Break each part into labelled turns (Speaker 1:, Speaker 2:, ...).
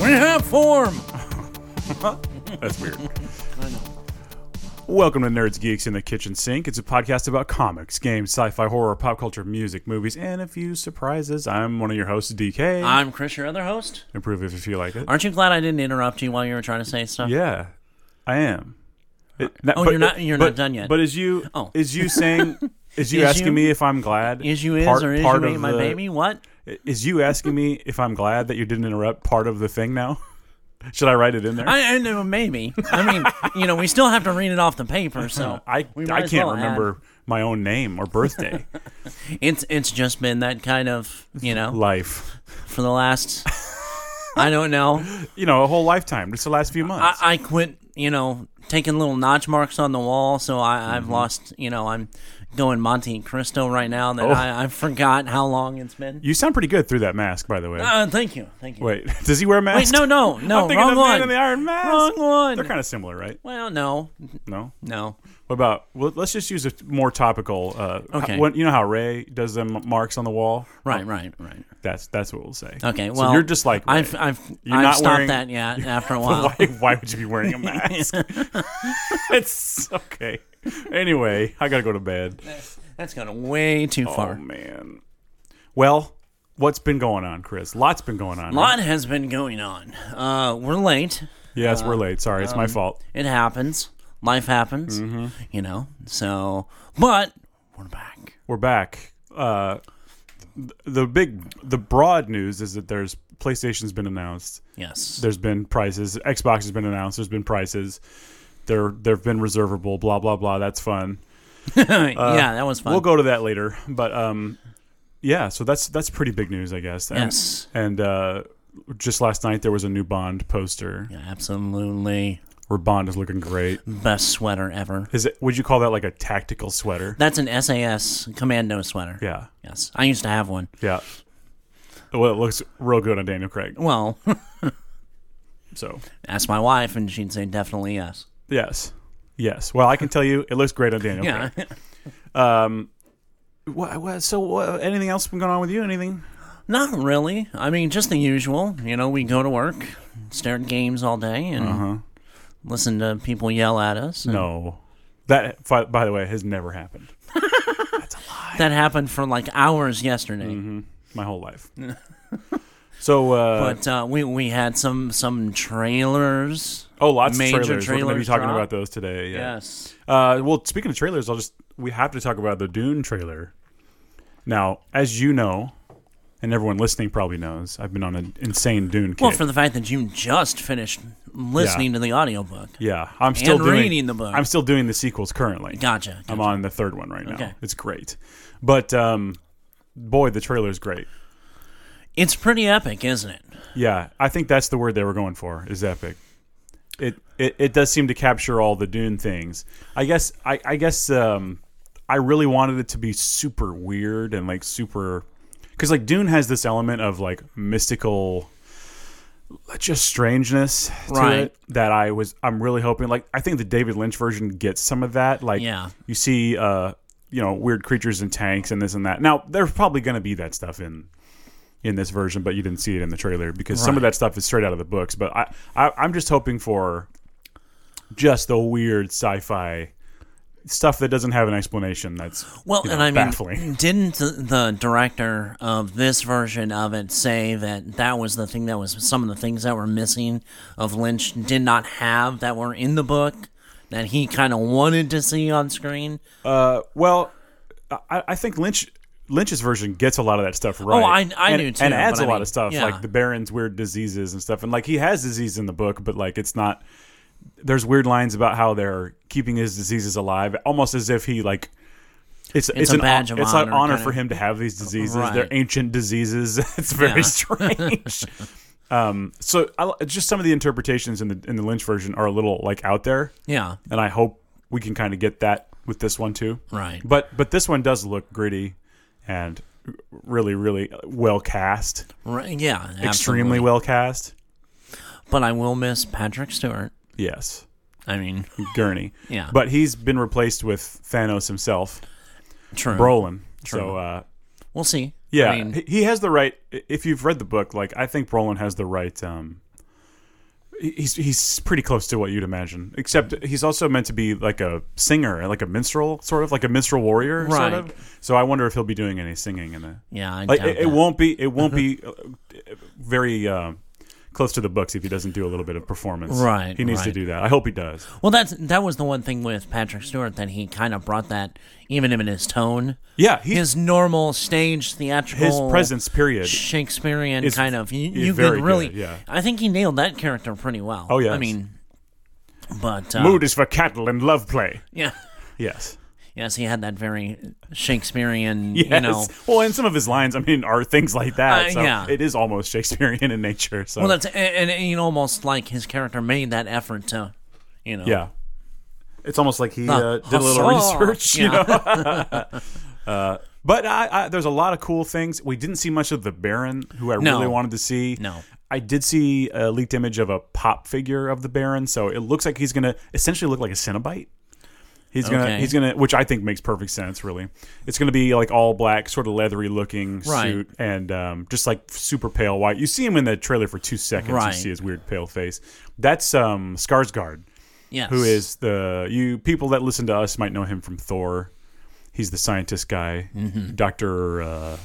Speaker 1: We have form.
Speaker 2: That's weird. I know. Welcome to Nerds Geeks in the Kitchen Sink. It's a podcast about comics, games, sci-fi, horror, pop culture, music, movies, and a few surprises. I'm one of your hosts, DK.
Speaker 1: I'm Chris, your other host.
Speaker 2: Improve if you feel like it.
Speaker 1: Aren't you glad I didn't interrupt you while you were trying to say stuff?
Speaker 2: Yeah, I am. It- that-
Speaker 1: Oh, you're not- you're not
Speaker 2: but-
Speaker 1: done yet.
Speaker 2: But is you
Speaker 1: Oh.
Speaker 2: is you saying is you
Speaker 1: Is
Speaker 2: asking
Speaker 1: you-
Speaker 2: me if I'm glad?
Speaker 1: Is you is
Speaker 2: part-
Speaker 1: or is
Speaker 2: part
Speaker 1: you
Speaker 2: of
Speaker 1: ain't my
Speaker 2: the-
Speaker 1: baby? What?
Speaker 2: Is you asking me if I'm glad that you didn't interrupt part of the thing now? Should I write it in there?
Speaker 1: I, I know, maybe. I mean, you know, we still have to read it off the paper, so
Speaker 2: I,
Speaker 1: we might
Speaker 2: I
Speaker 1: as
Speaker 2: can't
Speaker 1: well add.
Speaker 2: remember my own name or birthday.
Speaker 1: It's it's just been that kind of you know
Speaker 2: Life.
Speaker 1: for the last. I don't know.
Speaker 2: You know, a whole lifetime, just the last few
Speaker 1: I,
Speaker 2: months.
Speaker 1: I quit. You know, taking little notch marks on the wall, so I,
Speaker 2: Mm-hmm.
Speaker 1: I've lost. You know, I'm going Monte Cristo right now. That
Speaker 2: Oh.
Speaker 1: I, I forgot how long it's been.
Speaker 2: you sound pretty good through that mask, by the way.
Speaker 1: Uh, thank you, thank you.
Speaker 2: Wait, does he wear a
Speaker 1: Wait,
Speaker 2: mask?
Speaker 1: no, no, no,
Speaker 2: I'm thinking
Speaker 1: wrong
Speaker 2: of
Speaker 1: one.
Speaker 2: Man in the Iron Mask.
Speaker 1: Wrong one.
Speaker 2: They're kind of similar, right?
Speaker 1: well, no,
Speaker 2: No.
Speaker 1: no.
Speaker 2: What about? Well, let's just use a more topical. Uh,
Speaker 1: Okay.
Speaker 2: When, you know how Ray does them marks on the wall?
Speaker 1: Right, right, right.
Speaker 2: That's that's what we'll say.
Speaker 1: Okay,
Speaker 2: Oh. So
Speaker 1: well,
Speaker 2: you're just like Ray.
Speaker 1: I've I've,
Speaker 2: You're
Speaker 1: I've
Speaker 2: not
Speaker 1: stopped
Speaker 2: wearing-
Speaker 1: that yet. After a while,
Speaker 2: why, why would you be wearing a mask? it's okay. Anyway, I gotta go to bed.
Speaker 1: that's gone way too
Speaker 2: Oh
Speaker 1: far.
Speaker 2: man. Well, what's been going on, Chris? Lots been going on.
Speaker 1: A lot has been going on. Uh, we're late.
Speaker 2: Yes, we're late. Sorry, it's my
Speaker 1: Um,
Speaker 2: fault.
Speaker 1: It happens. Life happens.
Speaker 2: Mm-hmm.
Speaker 1: You know. So, but we're back.
Speaker 2: We're back. Uh, th- the big, the broad news is that there's PlayStation's been announced.
Speaker 1: Yes.
Speaker 2: There's been prices. Xbox has been announced. There's been prices. There, there've been reservable. Blah blah blah. That's fun.
Speaker 1: yeah, that was fun.
Speaker 2: uh, We'll go to that later. But um, yeah, so that's that's pretty big news, I guess. And,
Speaker 1: Yes.
Speaker 2: And uh, just last night there was a new Bond poster
Speaker 1: Yeah, Mm. absolutely.
Speaker 2: where Bond is looking great.
Speaker 1: Best sweater ever.
Speaker 2: Is it? Would you call that like a tactical sweater?
Speaker 1: That's an SAS commando sweater.
Speaker 2: Yeah.
Speaker 1: Yes. I used to have one.
Speaker 2: Yeah. Well, it looks real good on Daniel Craig.
Speaker 1: Well,
Speaker 2: So
Speaker 1: ask my wife and she'd say definitely yes.
Speaker 2: yes, yes. Well, I can tell you, it looks great on Daniel.
Speaker 1: Yeah.
Speaker 2: Craig. What, what, so, what, anything else been going on with you? Anything?
Speaker 1: Not really. I mean, just the usual. You know, we go to work, stare at games all day, and
Speaker 2: Uh-huh.
Speaker 1: listen to people yell at us. and
Speaker 2: No. That, fi- by the way, has never happened.
Speaker 1: That happened for like hours yesterday.
Speaker 2: Mm-hmm. My whole life. so, uh,
Speaker 1: But uh, we we had some some trailers.
Speaker 2: Oh, lots
Speaker 1: Major
Speaker 2: of trailers. We're going to be
Speaker 1: trailers
Speaker 2: talking
Speaker 1: drop?
Speaker 2: about those today. Yeah.
Speaker 1: Yes.
Speaker 2: Uh, well, speaking of trailers, I'll just we have to talk about the Dune trailer. Now, as you know, and everyone listening probably knows, I've been on an insane Dune kick.
Speaker 1: Well, for the fact that you just finished listening to the audiobook.
Speaker 2: yeah, I'm still doing,
Speaker 1: reading the book.
Speaker 2: I'm still doing the sequels currently.
Speaker 1: Gotcha.
Speaker 2: I'm on the third one right now.
Speaker 1: Okay.
Speaker 2: It's great, but um, boy, the trailer's great.
Speaker 1: It's pretty epic, isn't it?
Speaker 2: Yeah, I think that's the word they were going for is epic. It it, it does seem to capture all the Dune things. I guess I, I guess um, I really wanted it to be super weird and like super because like Dune has this element of like mystical just strangeness to
Speaker 1: Right.
Speaker 2: it that I was I'm really hoping like I think the David Lynch version gets some of that like
Speaker 1: Yeah.
Speaker 2: you see uh you know weird creatures and tanks and this and that now there's probably going to be that stuff in in this version, but you didn't see it in the trailer because some of that stuff is straight out of the books. But I, I I'm just hoping for just the weird sci-fi stuff that doesn't have an explanation. That's
Speaker 1: Well,
Speaker 2: you know,
Speaker 1: and I mean,
Speaker 2: baffling.
Speaker 1: didn't th- the director of this version of it say that that was the thing that was some of the things that were missing of Lynch did not have that were in the book that he kind of wanted to see on screen?
Speaker 2: Well, I, I think Lynch Lynch's version gets a lot of that stuff right.
Speaker 1: I- Oh, I
Speaker 2: and,
Speaker 1: do too,
Speaker 2: and adds
Speaker 1: but
Speaker 2: a
Speaker 1: I
Speaker 2: lot
Speaker 1: mean,
Speaker 2: of stuff
Speaker 1: yeah.
Speaker 2: like the Baron's weird diseases and stuff. And like he has disease in the book, but like it's not. There's weird lines about how they're keeping his diseases alive, almost as if he like. It's, it's,
Speaker 1: a
Speaker 2: an
Speaker 1: badge of
Speaker 2: it's an
Speaker 1: honor,
Speaker 2: honor
Speaker 1: kinda.
Speaker 2: for him to have these diseases.
Speaker 1: Right.
Speaker 2: They're ancient diseases. It's very
Speaker 1: Yeah.
Speaker 2: strange. um, so I, just some of the interpretations in the in the Lynch version are a little like out there
Speaker 1: Yeah,
Speaker 2: and I hope we can kind of get that with this one too.
Speaker 1: Right.
Speaker 2: But but this one does look gritty and really really well cast,
Speaker 1: right, yeah,
Speaker 2: extremely
Speaker 1: absolutely.
Speaker 2: well cast.
Speaker 1: But I will miss Patrick Stewart.
Speaker 2: Yes,
Speaker 1: I mean,
Speaker 2: Gurney.
Speaker 1: Yeah.
Speaker 2: But he's been replaced with Thanos himself,
Speaker 1: true.
Speaker 2: Brolin. So uh,
Speaker 1: We'll see.
Speaker 2: yeah,
Speaker 1: I mean,
Speaker 2: he- he has the right. If you've read the book, like I think Brolin has the right. Um, he's he's pretty close to what you'd imagine. Except he's also meant to be like a singer, like a minstrel, sort of like a minstrel warrior,
Speaker 1: Right.
Speaker 2: sort of. So I wonder if he'll be doing any singing in the.
Speaker 1: Yeah, I
Speaker 2: Like
Speaker 1: doubt
Speaker 2: it, it
Speaker 1: that. Mm-hmm.
Speaker 2: won't be it won't be uh, very uh, close to the books if he doesn't do a little bit of performance.
Speaker 1: Right,
Speaker 2: he needs to
Speaker 1: right.
Speaker 2: do that. I hope he does.
Speaker 1: Well, that's that was the one thing with Patrick Stewart that he kind of brought that even in his tone,
Speaker 2: Yeah, he, his
Speaker 1: his normal stage theatrical,
Speaker 2: his presence period.
Speaker 1: Shakespearean
Speaker 2: is-
Speaker 1: kind of. You,
Speaker 2: is
Speaker 1: you
Speaker 2: very
Speaker 1: could really,
Speaker 2: good, yeah.
Speaker 1: I think he nailed that character pretty well.
Speaker 2: Oh, yes.
Speaker 1: I mean, but uh,
Speaker 2: Mood is for cattle and love play.
Speaker 1: yeah,
Speaker 2: Yes.
Speaker 1: yes, he had that very Shakespearean,
Speaker 2: Yes.
Speaker 1: you know.
Speaker 2: well, and some of his lines, I mean, are things like that.
Speaker 1: Uh,
Speaker 2: so
Speaker 1: yeah.
Speaker 2: It is almost Shakespearean in nature. So
Speaker 1: Well, that's and, and you know, almost like his character made that effort to, you know,
Speaker 2: Yeah. It's almost like he uh, did a little
Speaker 1: Hussar.
Speaker 2: research, you
Speaker 1: Yeah.
Speaker 2: know. Uh, but I, I, there's a lot of cool things. We didn't see much of the Baron, who I
Speaker 1: No.
Speaker 2: really wanted to see.
Speaker 1: No.
Speaker 2: I did see a leaked image of a pop figure of the Baron, so it looks like he's gonna essentially look like a Cenobite. He's gonna,
Speaker 1: Okay.
Speaker 2: he's gonna, which I think makes perfect sense. Really, it's gonna be like all black, sort of leathery looking
Speaker 1: Right.
Speaker 2: suit, and um, just like super pale white. You see him in the trailer for two seconds. You
Speaker 1: Right.
Speaker 2: see his weird pale face. That's um, Skarsgård
Speaker 1: yes,
Speaker 2: who is the you people that listen to us might know him from Thor. He's the scientist guy,
Speaker 1: Mm-hmm.
Speaker 2: Doctor. Uh,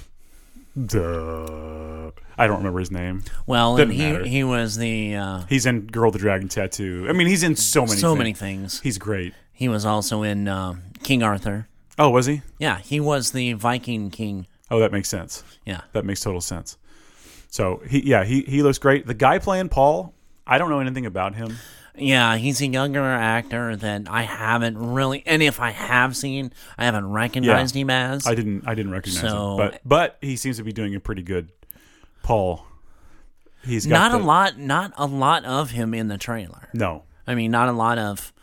Speaker 2: the I don't remember his name.
Speaker 1: well, and
Speaker 2: Doesn't
Speaker 1: he
Speaker 2: matter.
Speaker 1: he was the uh,
Speaker 2: He's in Girl with the Dragon Tattoo. I mean, he's in so many.
Speaker 1: so
Speaker 2: things.
Speaker 1: many things.
Speaker 2: He's great.
Speaker 1: He was also in uh, King Arthur.
Speaker 2: Oh, was he?
Speaker 1: Yeah, he was the Viking king.
Speaker 2: Oh, that makes sense.
Speaker 1: Yeah,
Speaker 2: That makes total sense. So he, yeah, he he looks great. The guy playing Paul, I don't know anything about him.
Speaker 1: yeah, he's a younger actor that I haven't really, and if I have seen, I haven't recognized him as.
Speaker 2: I didn't I didn't recognize
Speaker 1: So-
Speaker 2: him, but but he seems to be doing a pretty good Paul. He's got
Speaker 1: not a
Speaker 2: the-
Speaker 1: lot, not a lot of him in the trailer.
Speaker 2: No,
Speaker 1: I mean, not a lot of.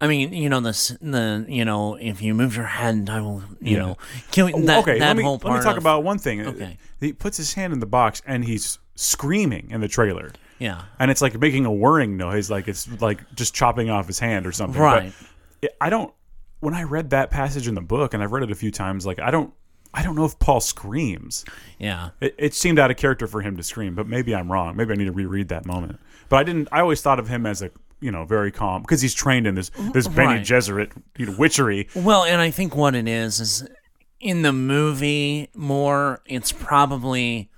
Speaker 1: I mean, you know the s- the you know if you move your hand, I will you know kill you. that
Speaker 2: Oh, okay,
Speaker 1: that
Speaker 2: let me,
Speaker 1: whole part.
Speaker 2: let me talk
Speaker 1: of-
Speaker 2: about one thing.
Speaker 1: Okay.
Speaker 2: He puts his hand in the box and he's screaming in the trailer.
Speaker 1: yeah,
Speaker 2: And it's like making a whirring noise, like it's like just chopping off his hand or something. But
Speaker 1: Right.
Speaker 2: it- I don't. When I read that passage in the book, and I've read it a few times, like I don't, I don't know if Paul screams.
Speaker 1: yeah.
Speaker 2: It, it seemed out of character for him to scream, but maybe I'm wrong. Maybe I need to reread that moment. But I didn't. I always thought of him as a, you know, very calm because he's trained in this this Benny
Speaker 1: Right.
Speaker 2: Gesserit you know, witchery.
Speaker 1: Well, and I think what it is is in the movie more it's probably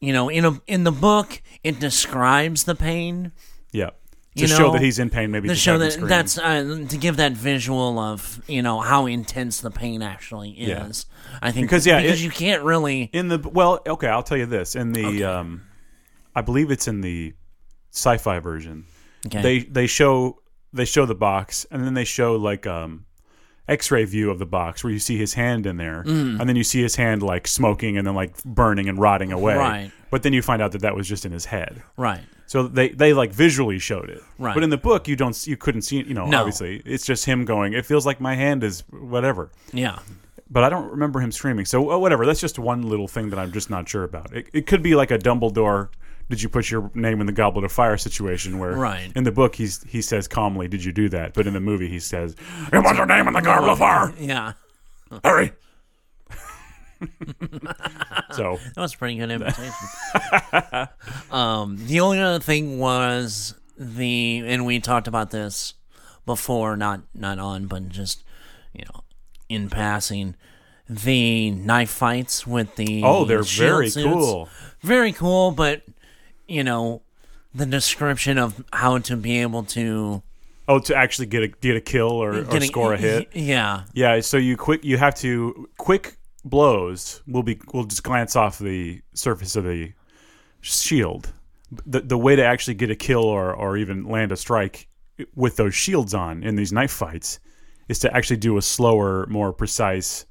Speaker 1: you know in a in the book it describes the pain
Speaker 2: Yeah. To
Speaker 1: You
Speaker 2: show
Speaker 1: know,
Speaker 2: that he's in pain, maybe
Speaker 1: to
Speaker 2: just
Speaker 1: show
Speaker 2: have him
Speaker 1: that
Speaker 2: scream.
Speaker 1: that's uh, to give that visual of you know how intense the pain actually
Speaker 2: Yeah.
Speaker 1: is. I think
Speaker 2: Because, yeah,
Speaker 1: because
Speaker 2: it-
Speaker 1: you can't really
Speaker 2: In the well, okay, I'll tell you this. In the, um, I believe it's in the sci-fi version.
Speaker 1: okay,
Speaker 2: They they show they show the box, and then they show like um, X-ray view of the box where you see his hand in there,
Speaker 1: Mm.
Speaker 2: and then you see his hand like smoking and then like burning and rotting away.
Speaker 1: Right.
Speaker 2: But then you find out that that was just in his head.
Speaker 1: right.
Speaker 2: So they they like visually showed it.
Speaker 1: Right.
Speaker 2: But in the book, you don't see- you couldn't see it. You know,
Speaker 1: No.
Speaker 2: obviously, it's just him going. It feels like my hand is whatever
Speaker 1: Yeah.
Speaker 2: but I don't remember him screaming. So uh, whatever, that's just one little thing that I'm just not sure about. It, it could be like a Dumbledore. Did you put your name in the goblet of fire situation? Where
Speaker 1: Right.
Speaker 2: in the book he's he says calmly, "Did you do that?" But in the movie he says, "You put your name in the goblet of fire,
Speaker 1: Yeah.
Speaker 2: hurry!" so
Speaker 1: That was a pretty good imitation. um, the only other thing was the, and we talked about this before, not not on, but just you know, in passing, the knife fights with the
Speaker 2: oh, they're
Speaker 1: shield
Speaker 2: very
Speaker 1: suits.
Speaker 2: cool.
Speaker 1: very cool. But you know, the description of how to be able to
Speaker 2: Oh, to actually get a get a kill or, or
Speaker 1: get
Speaker 2: score a hit.
Speaker 1: yeah,
Speaker 2: Yeah, so you quick you have to quick blows will be will just glance off the surface of the shield. The the way to actually get a kill or or even land a strike with those shields on in these knife fights is to actually do a slower, more precise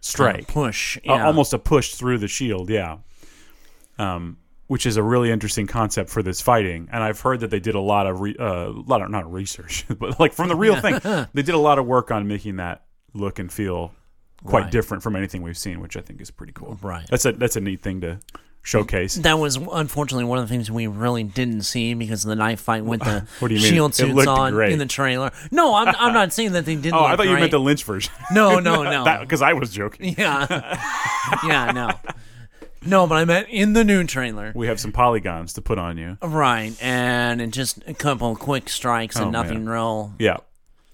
Speaker 2: strike.
Speaker 1: push,
Speaker 2: A-
Speaker 1: yeah.
Speaker 2: almost a push through the shield, yeah. Um which is a really interesting concept for this fighting, and I've heard that they did a lot of re- uh, a lot of not research, but like from the real thing, they did a lot of work on making that look and feel quite
Speaker 1: Right.
Speaker 2: different from anything we've seen, which I think is pretty cool.
Speaker 1: Right.
Speaker 2: That's a that's a neat thing to showcase.
Speaker 1: That was unfortunately one of the things we really didn't see because of the knife fight with the
Speaker 2: What do you mean?
Speaker 1: shield
Speaker 2: It
Speaker 1: suits
Speaker 2: looked
Speaker 1: on
Speaker 2: great.
Speaker 1: in the trailer. No, I'm, I'm not saying that they didn't.
Speaker 2: Oh,
Speaker 1: look
Speaker 2: I thought you meant
Speaker 1: great.
Speaker 2: the Lynch version.
Speaker 1: No, no, no.
Speaker 2: Because I was joking.
Speaker 1: yeah, yeah, no. No, but I meant in the new trailer.
Speaker 2: We have some polygons to put on you.
Speaker 1: Right, and it just a couple quick strikes and
Speaker 2: Oh,
Speaker 1: nothing
Speaker 2: man.
Speaker 1: real.
Speaker 2: Yeah,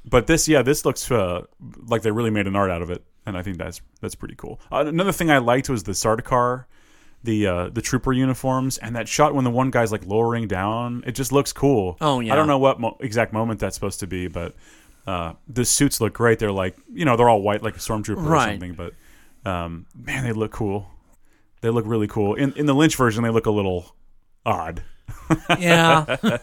Speaker 2: but this yeah this looks uh, like they really made an art out of it, and I think that's that's pretty cool. Uh, another thing I liked was the Sardaukar, the uh, the trooper uniforms, and that shot when the one guy's like lowering down. It just looks cool.
Speaker 1: Oh, yeah.
Speaker 2: I don't know what mo- exact moment that's supposed to be, but uh, the suits look great. They're like you know they're all white like a stormtrooper
Speaker 1: Right.
Speaker 2: or something, but um, man they look cool. They look really cool. In in the Lynch version, they look a little odd
Speaker 1: Yeah,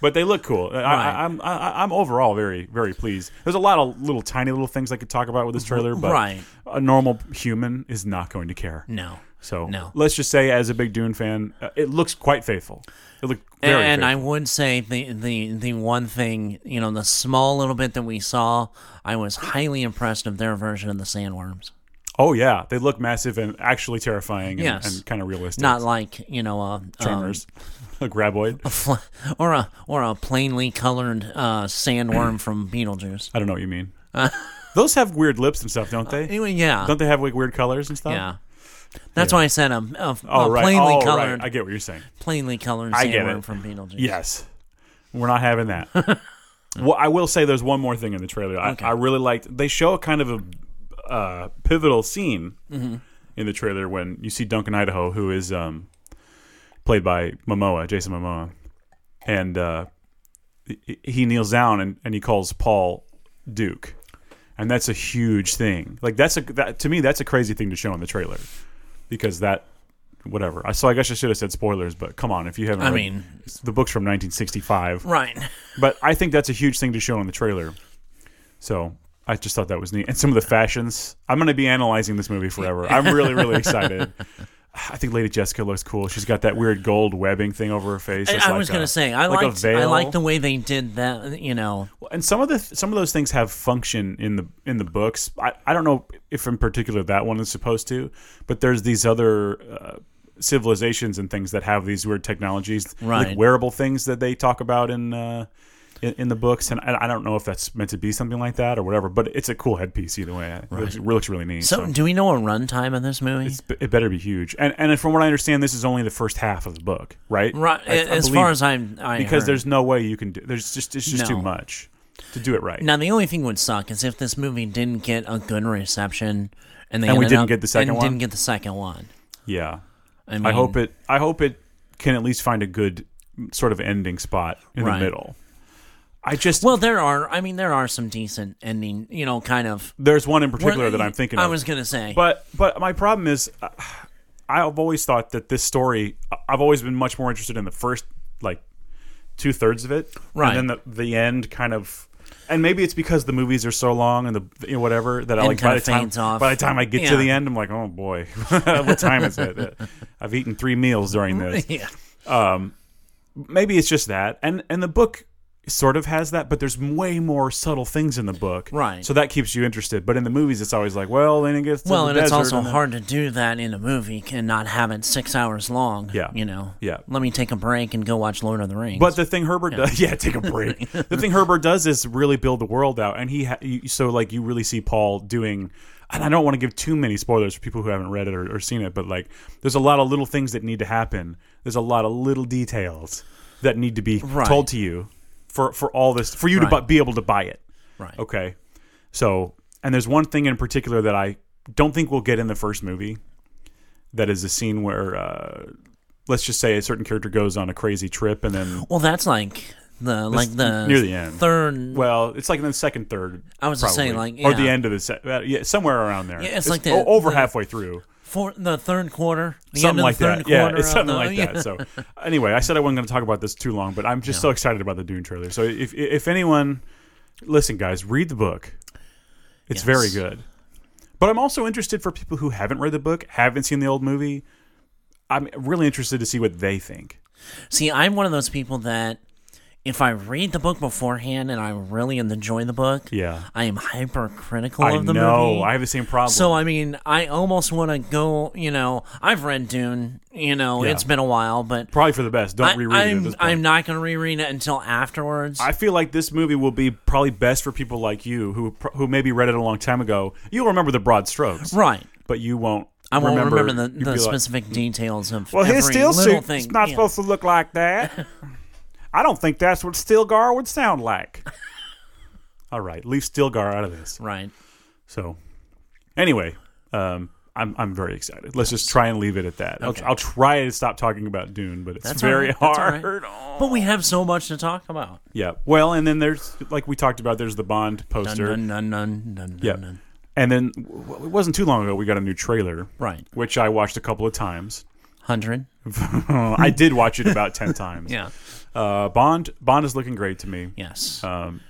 Speaker 2: but they look cool. I,
Speaker 1: Right.
Speaker 2: I, I'm I, I'm overall very very pleased. There's a lot of little tiny little things I could talk about with this trailer, but
Speaker 1: Right.
Speaker 2: a normal human is not going to care.
Speaker 1: no.
Speaker 2: So
Speaker 1: No.
Speaker 2: let's just say, as a big Dune fan, uh, it looks quite faithful. It looked very
Speaker 1: and I
Speaker 2: faithful.
Speaker 1: would say the, the the one thing you know the small little bit that we saw, I was highly impressed of their version of the sandworms.
Speaker 2: oh yeah, they look massive and actually terrifying and,
Speaker 1: Yes.
Speaker 2: and kind of realistic.
Speaker 1: Not like you know a um,
Speaker 2: tremors, a graboid.
Speaker 1: fl- or a or a plainly colored uh, sandworm from Beetlejuice.
Speaker 2: I don't know what you mean. Those have weird lips and stuff, don't they?
Speaker 1: Anyway, Uh, yeah,
Speaker 2: Don't they have like weird colors and stuff?
Speaker 1: yeah. That's why I said a, a,
Speaker 2: Oh
Speaker 1: a
Speaker 2: right.
Speaker 1: plainly
Speaker 2: oh, right.
Speaker 1: colored,
Speaker 2: I get what you're saying.
Speaker 1: plainly colored
Speaker 2: I get
Speaker 1: sandworm
Speaker 2: it.
Speaker 1: from Beetlejuice.
Speaker 2: Yes. We're not having that. well, I will say there's one more thing in the trailer. I, I really liked. They show a kind of a uh, pivotal scene in the trailer when you see Duncan Idaho, who is um, played by Momoa, Jason Momoa, and uh, he- he kneels down and, and he calls Paul Duke, and that's a huge thing. Like that's a that, to me that's a crazy thing to show in the trailer because that whatever. I so I guess I should have said spoilers, but come on, if you haven't,
Speaker 1: I
Speaker 2: read-
Speaker 1: mean-
Speaker 2: the book's from 1965
Speaker 1: Right.
Speaker 2: but I think that's a huge thing to show in the trailer. So I just thought that was neat. And some of the fashions. I'm going to be analyzing this movie forever. I'm really, really excited. I think Lady Jessica looks cool. She's got that weird gold webbing thing over her face.
Speaker 1: I,
Speaker 2: It's
Speaker 1: I
Speaker 2: like
Speaker 1: was
Speaker 2: a-
Speaker 1: gonna say I
Speaker 2: like a
Speaker 1: liked I liked the
Speaker 2: veil.
Speaker 1: way they did that. You know,
Speaker 2: and some of the some of those things have function in the in the books. I, I don't know if in particular that one is supposed to, but there's these other uh, civilizations and things that have these weird technologies,
Speaker 1: Right.
Speaker 2: like wearable things that they talk about in. Uh, in, in the books, and I, I don't know if that's meant to be something like that or whatever, but it's a cool headpiece either way. It looks, it looks really neat.
Speaker 1: So,
Speaker 2: So,
Speaker 1: do we know a runtime of this movie?
Speaker 2: it's- it better be huge. And and from what I understand, this is only the first half of the book, right?
Speaker 1: Right,
Speaker 2: I- I
Speaker 1: as
Speaker 2: believe-
Speaker 1: far as I'm, I
Speaker 2: because
Speaker 1: heard.
Speaker 2: there's no way you can do. There's just it's just
Speaker 1: No.
Speaker 2: too much to do it right.
Speaker 1: now the only thing would suck is if this movie didn't get a good reception, and they
Speaker 2: And we
Speaker 1: ended
Speaker 2: didn't
Speaker 1: up-
Speaker 2: get the second
Speaker 1: and
Speaker 2: one?
Speaker 1: Didn't get the second one.
Speaker 2: Yeah.
Speaker 1: I mean,
Speaker 2: I hope it. I hope it can at least find a good sort of ending spot in
Speaker 1: Right.
Speaker 2: the middle. I just
Speaker 1: Well, there are. I mean, there are some decent ending. You know, kind of
Speaker 2: there's one in particular that I'm thinking
Speaker 1: I
Speaker 2: of.
Speaker 1: was gonna say,
Speaker 2: but but my problem is, uh, I've always thought that this story. I've always been much more interested in the first like two thirds of it,
Speaker 1: Right.
Speaker 2: And then the the end kind of. And maybe it's because the movies are so long and the you know, whatever that I
Speaker 1: And
Speaker 2: like by
Speaker 1: kinda
Speaker 2: the time
Speaker 1: fades off.
Speaker 2: by the time I get
Speaker 1: Yeah.
Speaker 2: to the end, I'm like, oh boy, what time is it? I've eaten three meals during this.
Speaker 1: yeah,
Speaker 2: maybe it's just that and and the book sort of has that but there's way more subtle things in the book
Speaker 1: Right.
Speaker 2: so that keeps you interested but in the movies it's always like well then it gets to
Speaker 1: well,
Speaker 2: the
Speaker 1: and it's
Speaker 2: desert
Speaker 1: also
Speaker 2: and then-
Speaker 1: hard to do that in a movie and not have it six hours long.
Speaker 2: Yeah.
Speaker 1: you know.
Speaker 2: Yeah.
Speaker 1: Let me take a break and go watch Lord of the Rings.
Speaker 2: but the thing Herbert does, yeah, take a break. the thing Herbert does is really build the world out, and he ha- you, so like you really see Paul doing. And I don't want to give too many spoilers for people who haven't read it or, or seen it, but like there's a lot of little things that need to happen. There's a lot of little details that need to be
Speaker 1: Right.
Speaker 2: told to you for for all this for you to
Speaker 1: Right.
Speaker 2: bu- be able to buy it.
Speaker 1: right,
Speaker 2: Okay. So, and there's one thing in particular that I don't think we'll get in the first movie. That is a scene where, uh, let's just say, a certain character goes on a crazy trip, and then
Speaker 1: well, that's like the like the
Speaker 2: near the end.
Speaker 1: third.
Speaker 2: well, it's like in the second, third.
Speaker 1: I was just saying,
Speaker 2: probably.
Speaker 1: like,
Speaker 2: or the
Speaker 1: yeah.
Speaker 2: end of the se- uh, yeah, somewhere around there.
Speaker 1: Yeah, it's like the-
Speaker 2: o- over
Speaker 1: the-
Speaker 2: halfway through,
Speaker 1: for the third quarter, the end
Speaker 2: something
Speaker 1: of
Speaker 2: like
Speaker 1: the third
Speaker 2: that.
Speaker 1: quarter
Speaker 2: Yeah, it's
Speaker 1: of
Speaker 2: something
Speaker 1: the-
Speaker 2: like
Speaker 1: yeah.
Speaker 2: that. So, anyway, I said I wasn't going to talk about this too long, but I'm just so excited about the Dune trailer. So, if if anyone, listen, guys, read the book. It's very
Speaker 1: Yes.
Speaker 2: good. But I'm also interested for people who haven't read the book, haven't seen the old movie. I'm really interested to see what they think.
Speaker 1: See, I'm one of those people that if I read the book beforehand and I really enjoy the book,
Speaker 2: Yeah.
Speaker 1: I am hypercritical
Speaker 2: I
Speaker 1: of the
Speaker 2: know.
Speaker 1: movie.
Speaker 2: I have the same problem.
Speaker 1: so I mean, I almost want to go. You know, I've read Dune. You know,
Speaker 2: Yeah.
Speaker 1: it's been a while, but
Speaker 2: Probably for the best. Don't
Speaker 1: I,
Speaker 2: reread it. At
Speaker 1: am
Speaker 2: this point.
Speaker 1: I'm not going to reread it until afterwards.
Speaker 2: I feel like this movie will be probably best for people like you who who maybe read it a long time ago. You'll remember the broad strokes,
Speaker 1: right.
Speaker 2: but you won't.
Speaker 1: I won't
Speaker 2: remember,
Speaker 1: remember,
Speaker 2: you'd
Speaker 1: the, the
Speaker 2: be like,
Speaker 1: specific details of
Speaker 2: Well,
Speaker 1: every
Speaker 2: his steel
Speaker 1: little
Speaker 2: suit's
Speaker 1: thing.
Speaker 2: not
Speaker 1: Yeah.
Speaker 2: supposed to look like that. I don't think that's what Stilgar would sound like. All right, leave Stilgar out of this.
Speaker 1: Right.
Speaker 2: So, anyway, um, I'm I'm very excited. Let's just try and leave it at that.
Speaker 1: Okay.
Speaker 2: I'll, I'll try to stop talking about Dune, but it's
Speaker 1: That's all
Speaker 2: very
Speaker 1: right. That's all right.
Speaker 2: hard. Oh.
Speaker 1: But we have so much to talk about.
Speaker 2: Yeah. Well, and then there's like we talked about. There's the Bond
Speaker 1: Dun,
Speaker 2: poster.
Speaker 1: dun, dun, dun, dun,
Speaker 2: Yeah.
Speaker 1: dun, dun.
Speaker 2: And then w- it wasn't too long ago we got a new trailer,
Speaker 1: Right.
Speaker 2: which I watched a couple of times.
Speaker 1: 100.
Speaker 2: Uh, I did watch it about ten times.
Speaker 1: Yeah.
Speaker 2: Uh, Bond Bond is looking great to me.
Speaker 1: Yes.
Speaker 2: Um,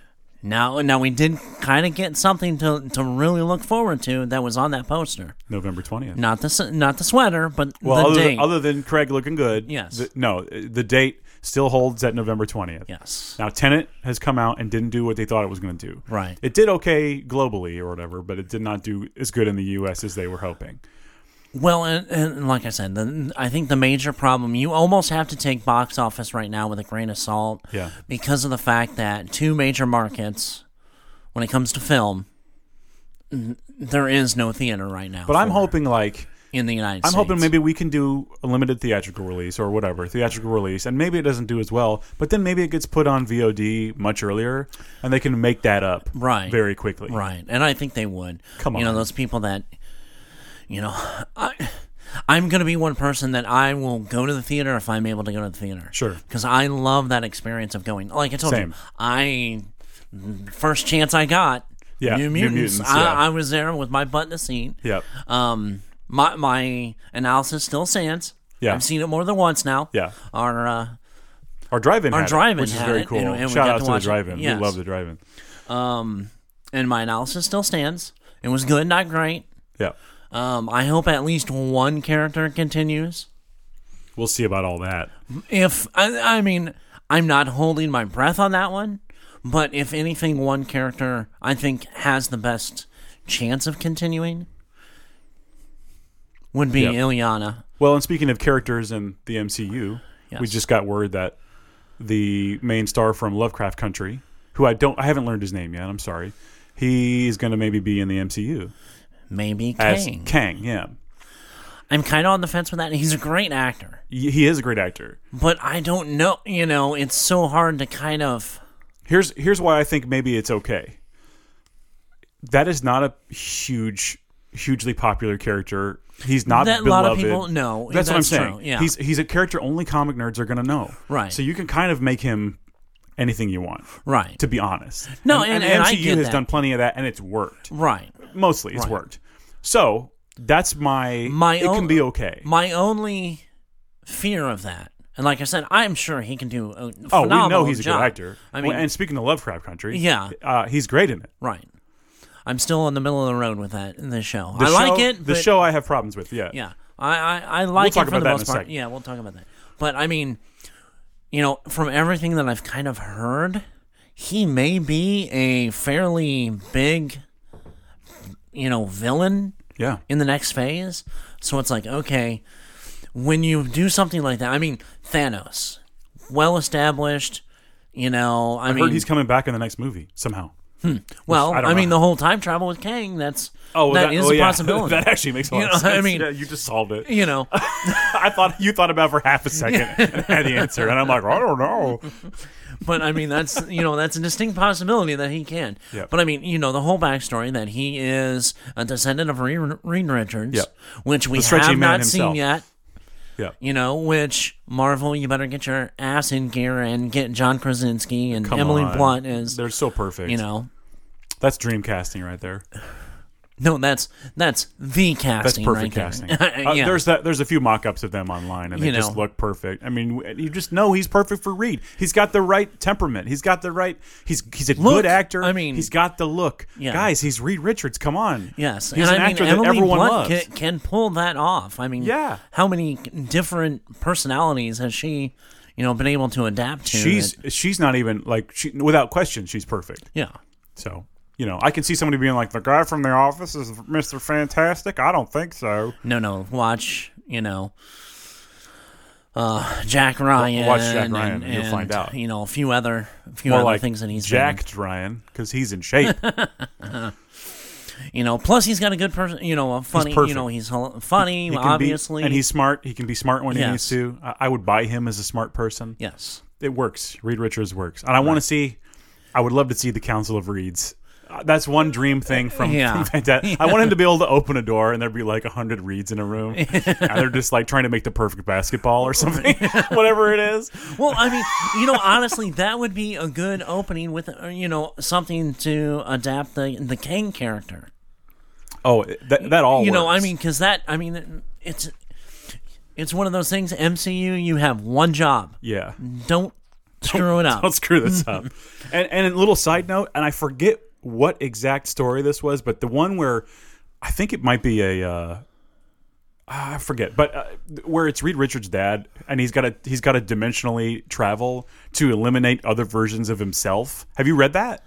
Speaker 1: now, now we did kind of get something to, to really look forward to that was on that poster.
Speaker 2: November twentieth.
Speaker 1: Not the s- not the sweater, but
Speaker 2: well,
Speaker 1: the
Speaker 2: other
Speaker 1: date.
Speaker 2: than, other than Craig looking good.
Speaker 1: Yes.
Speaker 2: the- no, the date still holds at November twentieth.
Speaker 1: yes.
Speaker 2: Now Tenant has come out and didn't do what they thought it was going to do.
Speaker 1: Right.
Speaker 2: It did okay globally or whatever, but it did not do as good in the U.S. as they were hoping.
Speaker 1: Well, and, and like I said, the, I think the major problem you almost have to take box office right now with a grain of salt.
Speaker 2: Yeah.
Speaker 1: Because of the fact that two major markets, when it comes to film, n- there is no theater right now.
Speaker 2: But I'm
Speaker 1: for-
Speaker 2: hoping like
Speaker 1: in the United
Speaker 2: I'm
Speaker 1: States.
Speaker 2: hoping maybe we can do a limited theatrical release or whatever theatrical release, and maybe it doesn't do as well. But then maybe it gets put on VOD much earlier, and they can make that up
Speaker 1: Right.
Speaker 2: very quickly.
Speaker 1: Right, and I think they would.
Speaker 2: Come
Speaker 1: you know
Speaker 2: on.
Speaker 1: those people that, you know, I, I'm going to be one person that I will go to the theater if I'm able to go to the theater.
Speaker 2: Sure.
Speaker 1: because I love that experience of going. Like I told
Speaker 2: Same.
Speaker 1: you, I first chance I got.
Speaker 2: Yeah,
Speaker 1: New
Speaker 2: New
Speaker 1: Mutants.
Speaker 2: Mutants,
Speaker 1: I,
Speaker 2: yeah.
Speaker 1: I was there with my butt in the seat.
Speaker 2: Yep.
Speaker 1: Um, my my analysis still stands.
Speaker 2: Yeah.
Speaker 1: I've seen it more than once now.
Speaker 2: Yeah.
Speaker 1: Our uh,
Speaker 2: Our drive-in,
Speaker 1: Our
Speaker 2: had it,
Speaker 1: drive-in
Speaker 2: which is
Speaker 1: had
Speaker 2: very
Speaker 1: it,
Speaker 2: cool.
Speaker 1: and- and we
Speaker 2: Shout
Speaker 1: got
Speaker 2: out
Speaker 1: to
Speaker 2: to, the
Speaker 1: watch it.
Speaker 2: drive-in.
Speaker 1: Yes.
Speaker 2: We love the drive-in.
Speaker 1: and my analysis still stands. It was good, not great.
Speaker 2: Yeah,
Speaker 1: Um, I hope at least one character continues.
Speaker 2: we'll see about all that.
Speaker 1: If I, I mean, I'm not holding my breath on that one, but if anything, one character I think has the best chance of continuing would be
Speaker 2: Yep.
Speaker 1: Ileana.
Speaker 2: Well, and speaking of characters in the MCU, we
Speaker 1: Yes.
Speaker 2: just got word that the main star from Lovecraft Country, who I don't, I haven't learned his name yet. I'm sorry. He's going to maybe be in the MCU
Speaker 1: Maybe
Speaker 2: as
Speaker 1: Kang.
Speaker 2: Kang. Yeah,
Speaker 1: I'm kind of on the fence with that. He's a great actor,
Speaker 2: Y- he is a great actor.
Speaker 1: but I don't know. You know, it's so hard to kind of.
Speaker 2: Here's here's why I think maybe it's okay. That is not a huge, hugely popular character. He's not
Speaker 1: That a lot of
Speaker 2: beloved.
Speaker 1: people- no,
Speaker 2: That's, what I'm
Speaker 1: that's
Speaker 2: saying.
Speaker 1: true, yeah.
Speaker 2: He's he's a character only comic nerds are gonna know.
Speaker 1: Right.
Speaker 2: So you can kind of make him anything you want.
Speaker 1: Right.
Speaker 2: To be honest.
Speaker 1: No,
Speaker 2: and,
Speaker 1: and-
Speaker 2: the
Speaker 1: and I
Speaker 2: MCU
Speaker 1: get
Speaker 2: has
Speaker 1: that.
Speaker 2: done plenty of that, and it's worked.
Speaker 1: right.
Speaker 2: Mostly, it's worked. So that's my
Speaker 1: My
Speaker 2: It can
Speaker 1: own-
Speaker 2: be okay.
Speaker 1: My only fear of that, and like I said, I'm sure he can do a
Speaker 2: oh, we
Speaker 1: phenomenal
Speaker 2: know he's a
Speaker 1: job.
Speaker 2: good actor.
Speaker 1: I mean,
Speaker 2: and speaking of Lovecraft Country,
Speaker 1: Yeah.
Speaker 2: uh, he's great in it.
Speaker 1: right. I'm still in the middle of the road with that in this show.
Speaker 2: The
Speaker 1: I like
Speaker 2: show-
Speaker 1: it.
Speaker 2: The
Speaker 1: but,
Speaker 2: show I have problems with. Yeah.
Speaker 1: Yeah, I I, I like
Speaker 2: talk
Speaker 1: it for
Speaker 2: about
Speaker 1: the
Speaker 2: that in
Speaker 1: most
Speaker 2: a
Speaker 1: part.
Speaker 2: second.
Speaker 1: Yeah, we'll talk about that. But I mean, you know, from everything that I've kind of heard, he may be a fairly big, you know, villain
Speaker 2: Yeah.
Speaker 1: in the next phase. So it's like, okay, when you do something like that, I mean, Thanos, well established, you know, I,
Speaker 2: heard
Speaker 1: mean,
Speaker 2: he's coming back in the next movie somehow.
Speaker 1: well,
Speaker 2: I
Speaker 1: I,
Speaker 2: don't
Speaker 1: mean,
Speaker 2: know. Oh,
Speaker 1: the whole time travel with Kang, that's that is a possibility.
Speaker 2: that actually makes a lot
Speaker 1: You
Speaker 2: of
Speaker 1: know,
Speaker 2: sense.
Speaker 1: I mean-
Speaker 2: yeah, you just solved it.
Speaker 1: you know,
Speaker 2: I thought you thought about it for half a second and had the answer, and I'm like, I don't know.
Speaker 1: but I mean, that's you know, that's a distinct possibility that he can.
Speaker 2: Yep.
Speaker 1: But I mean, you know, the whole backstory that he is a descendant of Re- Reed Richards,
Speaker 2: Yep.
Speaker 1: which we
Speaker 2: The stretchy
Speaker 1: have
Speaker 2: man
Speaker 1: not
Speaker 2: himself.
Speaker 1: seen yet.
Speaker 2: Yeah,
Speaker 1: you know, which Marvel, you better get your ass in gear and get John Krasinski and
Speaker 2: Come
Speaker 1: Emily
Speaker 2: on.
Speaker 1: Blunt as
Speaker 2: they're so perfect.
Speaker 1: you know.
Speaker 2: that's dream casting right there.
Speaker 1: No, that's that's the
Speaker 2: That's
Speaker 1: casting.
Speaker 2: perfect
Speaker 1: right
Speaker 2: casting.
Speaker 1: there.
Speaker 2: Uh,
Speaker 1: yeah.
Speaker 2: there's that. There's a few mock-ups of them online, and they
Speaker 1: You
Speaker 2: just
Speaker 1: know.
Speaker 2: look perfect. I mean, w- you just know he's perfect for Reed. He's got the right temperament. He's got the right. He's he's a
Speaker 1: Look,
Speaker 2: good actor.
Speaker 1: I mean-
Speaker 2: he's got the look.
Speaker 1: Yeah.
Speaker 2: Guys, he's Reed Richards. Come on.
Speaker 1: yes,
Speaker 2: he's
Speaker 1: and
Speaker 2: an
Speaker 1: I mean,
Speaker 2: actor
Speaker 1: Emily
Speaker 2: that everyone
Speaker 1: Blunt
Speaker 2: loves.
Speaker 1: Can, can pull that off. I mean,
Speaker 2: Yeah.
Speaker 1: how many different personalities has she, you know, been able to adapt to?
Speaker 2: she's
Speaker 1: that-
Speaker 2: she's not even like she without question she's perfect
Speaker 1: yeah,
Speaker 2: so you know i can see somebody being like the guy from the office is mr fantastic i don't think so
Speaker 1: no, no, watch, you know. Uh, Jack Ryan.
Speaker 2: watch Jack
Speaker 1: and-
Speaker 2: Ryan and you'll
Speaker 1: and,
Speaker 2: find out.
Speaker 1: You know, a few other, a few
Speaker 2: more
Speaker 1: other
Speaker 2: like
Speaker 1: things that he's been in.
Speaker 2: jacked ryan because he's in shape
Speaker 1: You know, plus he's got a good person. You know, a funny. you
Speaker 2: perfect.
Speaker 1: know, he's hel- funny.
Speaker 2: He can be-
Speaker 1: obviously,
Speaker 2: and he's smart. He can be smart when he
Speaker 1: Yes.
Speaker 2: needs to. I, I would buy him as a smart person.
Speaker 1: yes.
Speaker 2: It works. Reed Richards works, and I want to see. I would love to see the Council of Reeds. Uh, that's one dream thing from,
Speaker 1: Uh, Yeah.
Speaker 2: from Fantastic. I want him to be able to open a door and there'd be like a hundred reeds in a room, and they're just like trying to make the perfect basketball or something, whatever it is.
Speaker 1: Well, I mean, you know, honestly, that would be a good opening with uh, you know something to adapt the the Kang character.
Speaker 2: Oh, that, that all.
Speaker 1: you know i
Speaker 2: works.
Speaker 1: mean because that i mean it's it's one of those things mcu you have one job
Speaker 2: yeah.
Speaker 1: don't screw it up
Speaker 2: Don't screw this up. and and a little side note, and I forget what exact story this was, but the one where I think it might be a uh, I forget, but uh, where it's Reed Richards' dad, and he's got to he's got to dimensionally travel to eliminate other versions of himself. Have you read that?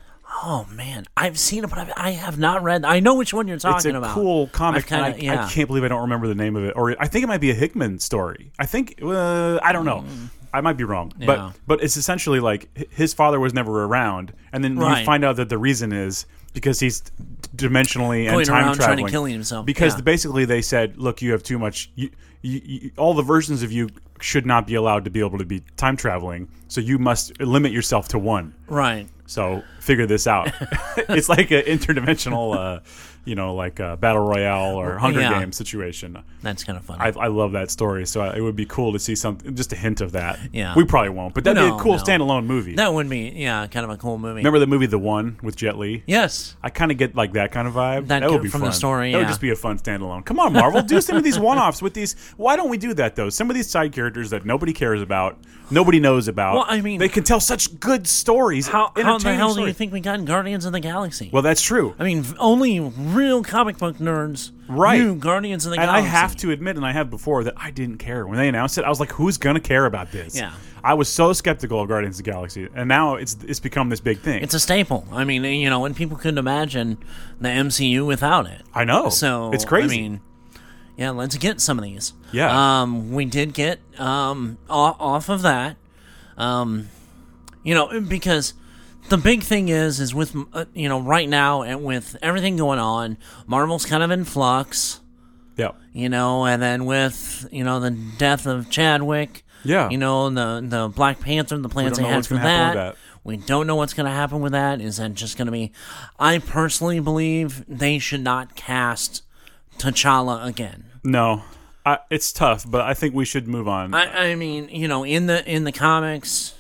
Speaker 1: oh man i've seen it but I've, i have not read i know which one you're talking
Speaker 2: It's a
Speaker 1: about
Speaker 2: cool
Speaker 1: I've
Speaker 2: comic. and
Speaker 1: kinda-
Speaker 2: I,
Speaker 1: yeah.
Speaker 2: I can't believe I don't remember the name of it, or I think it might be a Hickman story. I think uh, I don't know. I might be wrong,
Speaker 1: Mm. Yeah.
Speaker 2: but but it's essentially like h- his father was never around, and then
Speaker 1: Right.
Speaker 2: you find out that the reason is because he's d- dimensionally
Speaker 1: Going
Speaker 2: and time
Speaker 1: around trying to
Speaker 2: traveling,
Speaker 1: kill himself,
Speaker 2: Because
Speaker 1: yeah.
Speaker 2: the- basically they said, look, you have too much. You, you, you, all the versions of you should not be allowed to be able to be time traveling, so you must limit yourself to one.
Speaker 1: right
Speaker 2: So figure this out. it's like an interdimensional, uh, you know, like a battle royale or Hunger
Speaker 1: Yeah.
Speaker 2: Games situation.
Speaker 1: that's kind of funny
Speaker 2: I, I love that story, so it would be cool to see something, just a hint of that.
Speaker 1: Yeah.
Speaker 2: we probably won't, but that'd be
Speaker 1: No,
Speaker 2: a cool
Speaker 1: no.
Speaker 2: standalone movie.
Speaker 1: that would be yeah kind of a cool movie
Speaker 2: Remember the movie The One with Jet Li?
Speaker 1: yes
Speaker 2: I kind of get like that kind of vibe.
Speaker 1: That
Speaker 2: That, would
Speaker 1: came
Speaker 2: be
Speaker 1: from the
Speaker 2: fun.
Speaker 1: story,
Speaker 2: That
Speaker 1: yeah.
Speaker 2: would just be a fun standalone. Come on, Marvel, do some of these one-offs with these. Why don't we do that though? Some of these side characters that nobody cares about, nobody knows about.
Speaker 1: Well, I mean-
Speaker 2: they can tell such good stories.
Speaker 1: how, how the
Speaker 2: entertaining
Speaker 1: hell do you
Speaker 2: stories.
Speaker 1: think we got in guardians of the galaxy
Speaker 2: Well, that's true.
Speaker 1: i mean v- only real comic book nerds
Speaker 2: Right.
Speaker 1: knew guardians of the
Speaker 2: and I
Speaker 1: galaxy
Speaker 2: have to admit, and I have before, that I didn't care when they announced it. I was like, "Who's gonna care about this?"
Speaker 1: Yeah.
Speaker 2: I was so skeptical of Guardians of the Galaxy, and now it's it's become this big thing.
Speaker 1: it's a staple i mean you know and people couldn't imagine the mcu without it
Speaker 2: I know.
Speaker 1: So
Speaker 2: Oh, it's crazy.
Speaker 1: I mean, yeah, let's get some of these.
Speaker 2: Yeah.
Speaker 1: Um, we did get um off, off of that, um, you know, because the big thing is is with uh, you know right now and with everything going on, Marvel's kind of in flux,
Speaker 2: yeah.
Speaker 1: you know, and then with you know the death of Chadwick.
Speaker 2: Yeah.
Speaker 1: You know the the Black Panther, the plans they
Speaker 2: don't know
Speaker 1: had
Speaker 2: what's
Speaker 1: for
Speaker 2: gonna happen
Speaker 1: that.
Speaker 2: with that.
Speaker 1: We don't know what's going to happen with that. Is that just going to be? I personally believe they should not cast T'Challa again.
Speaker 2: No, I, it's tough, but I think we should move on.
Speaker 1: I, I mean, you know, in the in the comics,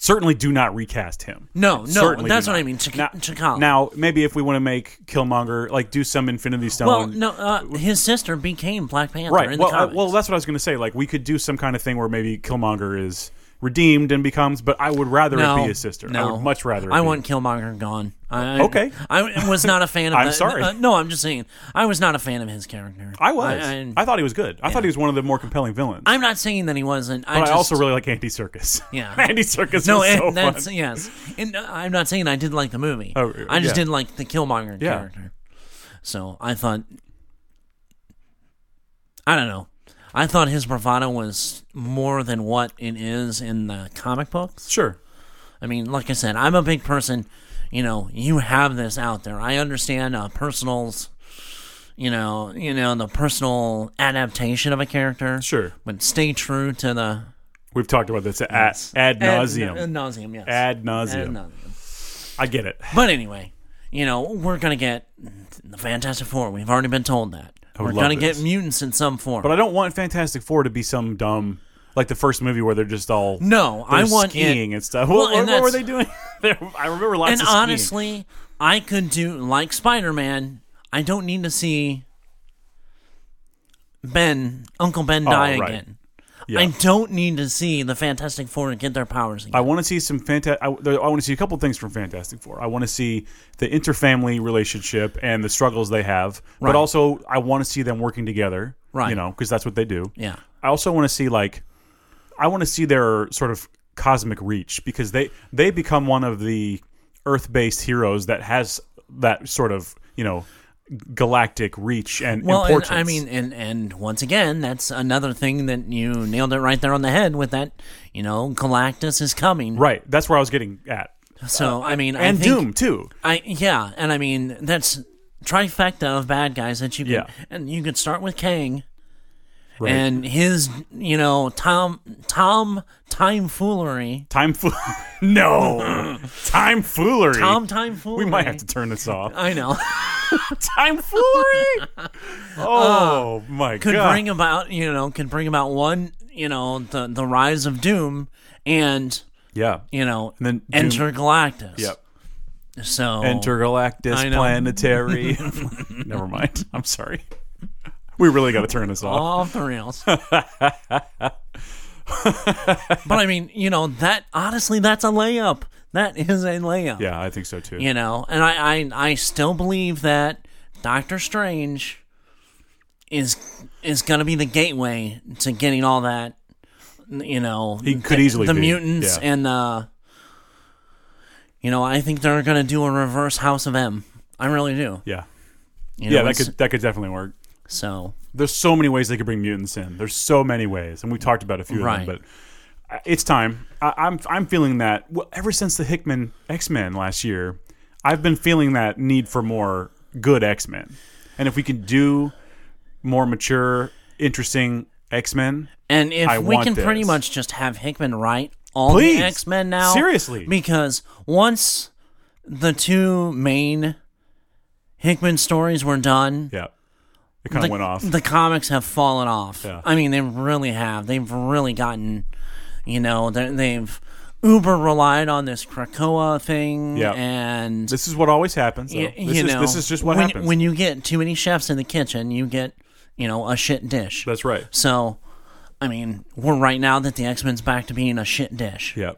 Speaker 2: Certainly, do not recast him.
Speaker 1: no, no,
Speaker 2: Certainly
Speaker 1: that's
Speaker 2: do
Speaker 1: what
Speaker 2: not.
Speaker 1: I mean. T'Ch-
Speaker 2: now,
Speaker 1: T'Challa.
Speaker 2: now, maybe if we want to make Killmonger, like do some Infinity Stone.
Speaker 1: well, no, uh, his sister became Black Panther
Speaker 2: right.
Speaker 1: in the
Speaker 2: well, uh,
Speaker 1: comics.
Speaker 2: well, that's what I was going to say. Like, we could do some kind of thing where maybe Killmonger is redeemed and becomes, but I would rather
Speaker 1: no,
Speaker 2: it be his sister.
Speaker 1: No,
Speaker 2: I would much rather. It
Speaker 1: I
Speaker 2: be-
Speaker 1: want Killmonger gone. I, I-
Speaker 2: Okay.
Speaker 1: I was not a fan of.
Speaker 2: I'm
Speaker 1: the-
Speaker 2: sorry.
Speaker 1: uh, no, I'm just saying. I was not a fan of his character.
Speaker 2: I was.
Speaker 1: I,
Speaker 2: I, thought he was good. I thought he was one of the more compelling villains.
Speaker 1: am not saying that he wasn't. I,
Speaker 2: but
Speaker 1: just,
Speaker 2: I also really like Andy Circus.
Speaker 1: Yeah.
Speaker 2: Andy Circus
Speaker 1: No,
Speaker 2: was
Speaker 1: and
Speaker 2: so
Speaker 1: that's
Speaker 2: fun.
Speaker 1: yes. And uh, I'm not saying I didn't like the movie.
Speaker 2: Oh,
Speaker 1: I just
Speaker 2: yeah.
Speaker 1: didn't like the Killmonger
Speaker 2: Yeah.
Speaker 1: character. So I thought, I don't know. I thought his bravado was more than what it is in the comic books.
Speaker 2: Sure.
Speaker 1: I mean, like I said, I'm a big person. You know, you have this out there. I understand uh, personals. You know, you know the personal adaptation of a character.
Speaker 2: Sure.
Speaker 1: but stay true to the
Speaker 2: We've talked about this ad, ad
Speaker 1: Ad
Speaker 2: nauseum.
Speaker 1: nauseum, yes.
Speaker 2: Ad
Speaker 1: Ad
Speaker 2: nauseum.
Speaker 1: nauseum.
Speaker 2: I get it.
Speaker 1: But anyway, you know, we're going to get the Fantastic Four. We've already been told that.
Speaker 2: would
Speaker 1: We're
Speaker 2: love
Speaker 1: going to get
Speaker 2: this.
Speaker 1: mutants in some form.
Speaker 2: But I don't want Fantastic Four to be some dumb, like the first movie where they're just all
Speaker 1: no,
Speaker 2: they're
Speaker 1: I want it-
Speaker 2: skiing and stuff.
Speaker 1: Well,
Speaker 2: What-
Speaker 1: and
Speaker 2: what, what were
Speaker 1: that's-
Speaker 2: they doing? There- I remember lots
Speaker 1: And
Speaker 2: of skiing.
Speaker 1: honestly, I could do, like Spider Man, I don't need to see Ben, Uncle Ben, die
Speaker 2: Oh, right.
Speaker 1: again.
Speaker 2: Yeah.
Speaker 1: I don't need to see the Fantastic Four get their powers again.
Speaker 2: I want to see some fantastic. I, there- I want to see a couple things from Fantastic Four. I want to see the interfamily relationship and the struggles they have,
Speaker 1: Right.
Speaker 2: but also I want to see them working together.
Speaker 1: Right.
Speaker 2: You know, because that's what they do.
Speaker 1: yeah.
Speaker 2: I also want to see like, I want to see their sort of cosmic reach because they they become one of the Earth-based heroes that has that sort of you know galactic reach and
Speaker 1: Well, and,
Speaker 2: importance.
Speaker 1: I mean, and and once again, that's another thing that you nailed it right there on the head with that. You know, Galactus is coming.
Speaker 2: right? That's where I was getting at,
Speaker 1: So I mean, I
Speaker 2: and
Speaker 1: think,
Speaker 2: Doom too.
Speaker 1: I yeah, and I mean that's trifecta of bad guys that you could,
Speaker 2: Yeah.
Speaker 1: and you could start with Kang
Speaker 2: Right.
Speaker 1: and his, you know, Tom Tom time foolery,
Speaker 2: time fool. no, time foolery.
Speaker 1: Tom time foolery.
Speaker 2: we might have to turn this off.
Speaker 1: I know.
Speaker 2: time foolery. Oh my
Speaker 1: could
Speaker 2: god!
Speaker 1: bring about, you know, could bring about one, you know, the the rise of Doom and
Speaker 2: yeah.
Speaker 1: you know,
Speaker 2: And then Doom-
Speaker 1: Enter Galactus.
Speaker 2: Yep.
Speaker 1: So I
Speaker 2: Intergalactus
Speaker 1: know.
Speaker 2: planetary. Oh. Never mind. I'm sorry. We really got to turn this off.
Speaker 1: off the rails. but I mean, you know, that honestly, that's a layup. That is a layup.
Speaker 2: Yeah, I think so too.
Speaker 1: You know, and I, I, I still believe that Doctor Strange is is going to be the gateway to getting all that. You know,
Speaker 2: He could
Speaker 1: the,
Speaker 2: easily
Speaker 1: the
Speaker 2: be,
Speaker 1: mutants
Speaker 2: yeah.
Speaker 1: and uh, you know, I think they're going to do a reverse House of M. I really do.
Speaker 2: Yeah.
Speaker 1: You
Speaker 2: Yeah,
Speaker 1: know,
Speaker 2: that
Speaker 1: it's-
Speaker 2: could that could definitely work.
Speaker 1: so
Speaker 2: There's so many ways they could bring mutants in. There's so many ways, and we talked about a few
Speaker 1: Right.
Speaker 2: of them. But I- it's time. I, I'm I'm feeling that. Well, ever since the Hickman X Men last year, I've been feeling that need for more good X Men, and if we can do more mature, interesting X Men,
Speaker 1: And if
Speaker 2: I
Speaker 1: we
Speaker 2: want
Speaker 1: can pretty
Speaker 2: this.
Speaker 1: much just have Hickman write all
Speaker 2: Please.
Speaker 1: the X Men now,
Speaker 2: Seriously.
Speaker 1: because once the two main Hickman stories were done,
Speaker 2: yeah, it kind
Speaker 1: the,
Speaker 2: of went off.
Speaker 1: the comics have fallen off.
Speaker 2: Yeah.
Speaker 1: I mean, they really have. They've really gotten, you know, they're- they've uber relied on this Krakoa thing,
Speaker 2: Yeah.
Speaker 1: and
Speaker 2: This is what always happens. Though.
Speaker 1: y-
Speaker 2: this
Speaker 1: you
Speaker 2: is
Speaker 1: know,
Speaker 2: this is just what
Speaker 1: when,
Speaker 2: happens.
Speaker 1: when you get too many chefs in the kitchen, you get, you know, a shit dish.
Speaker 2: That's right.
Speaker 1: So, I mean, we're right now that the X Men's back to being a shit dish.
Speaker 2: Yeah,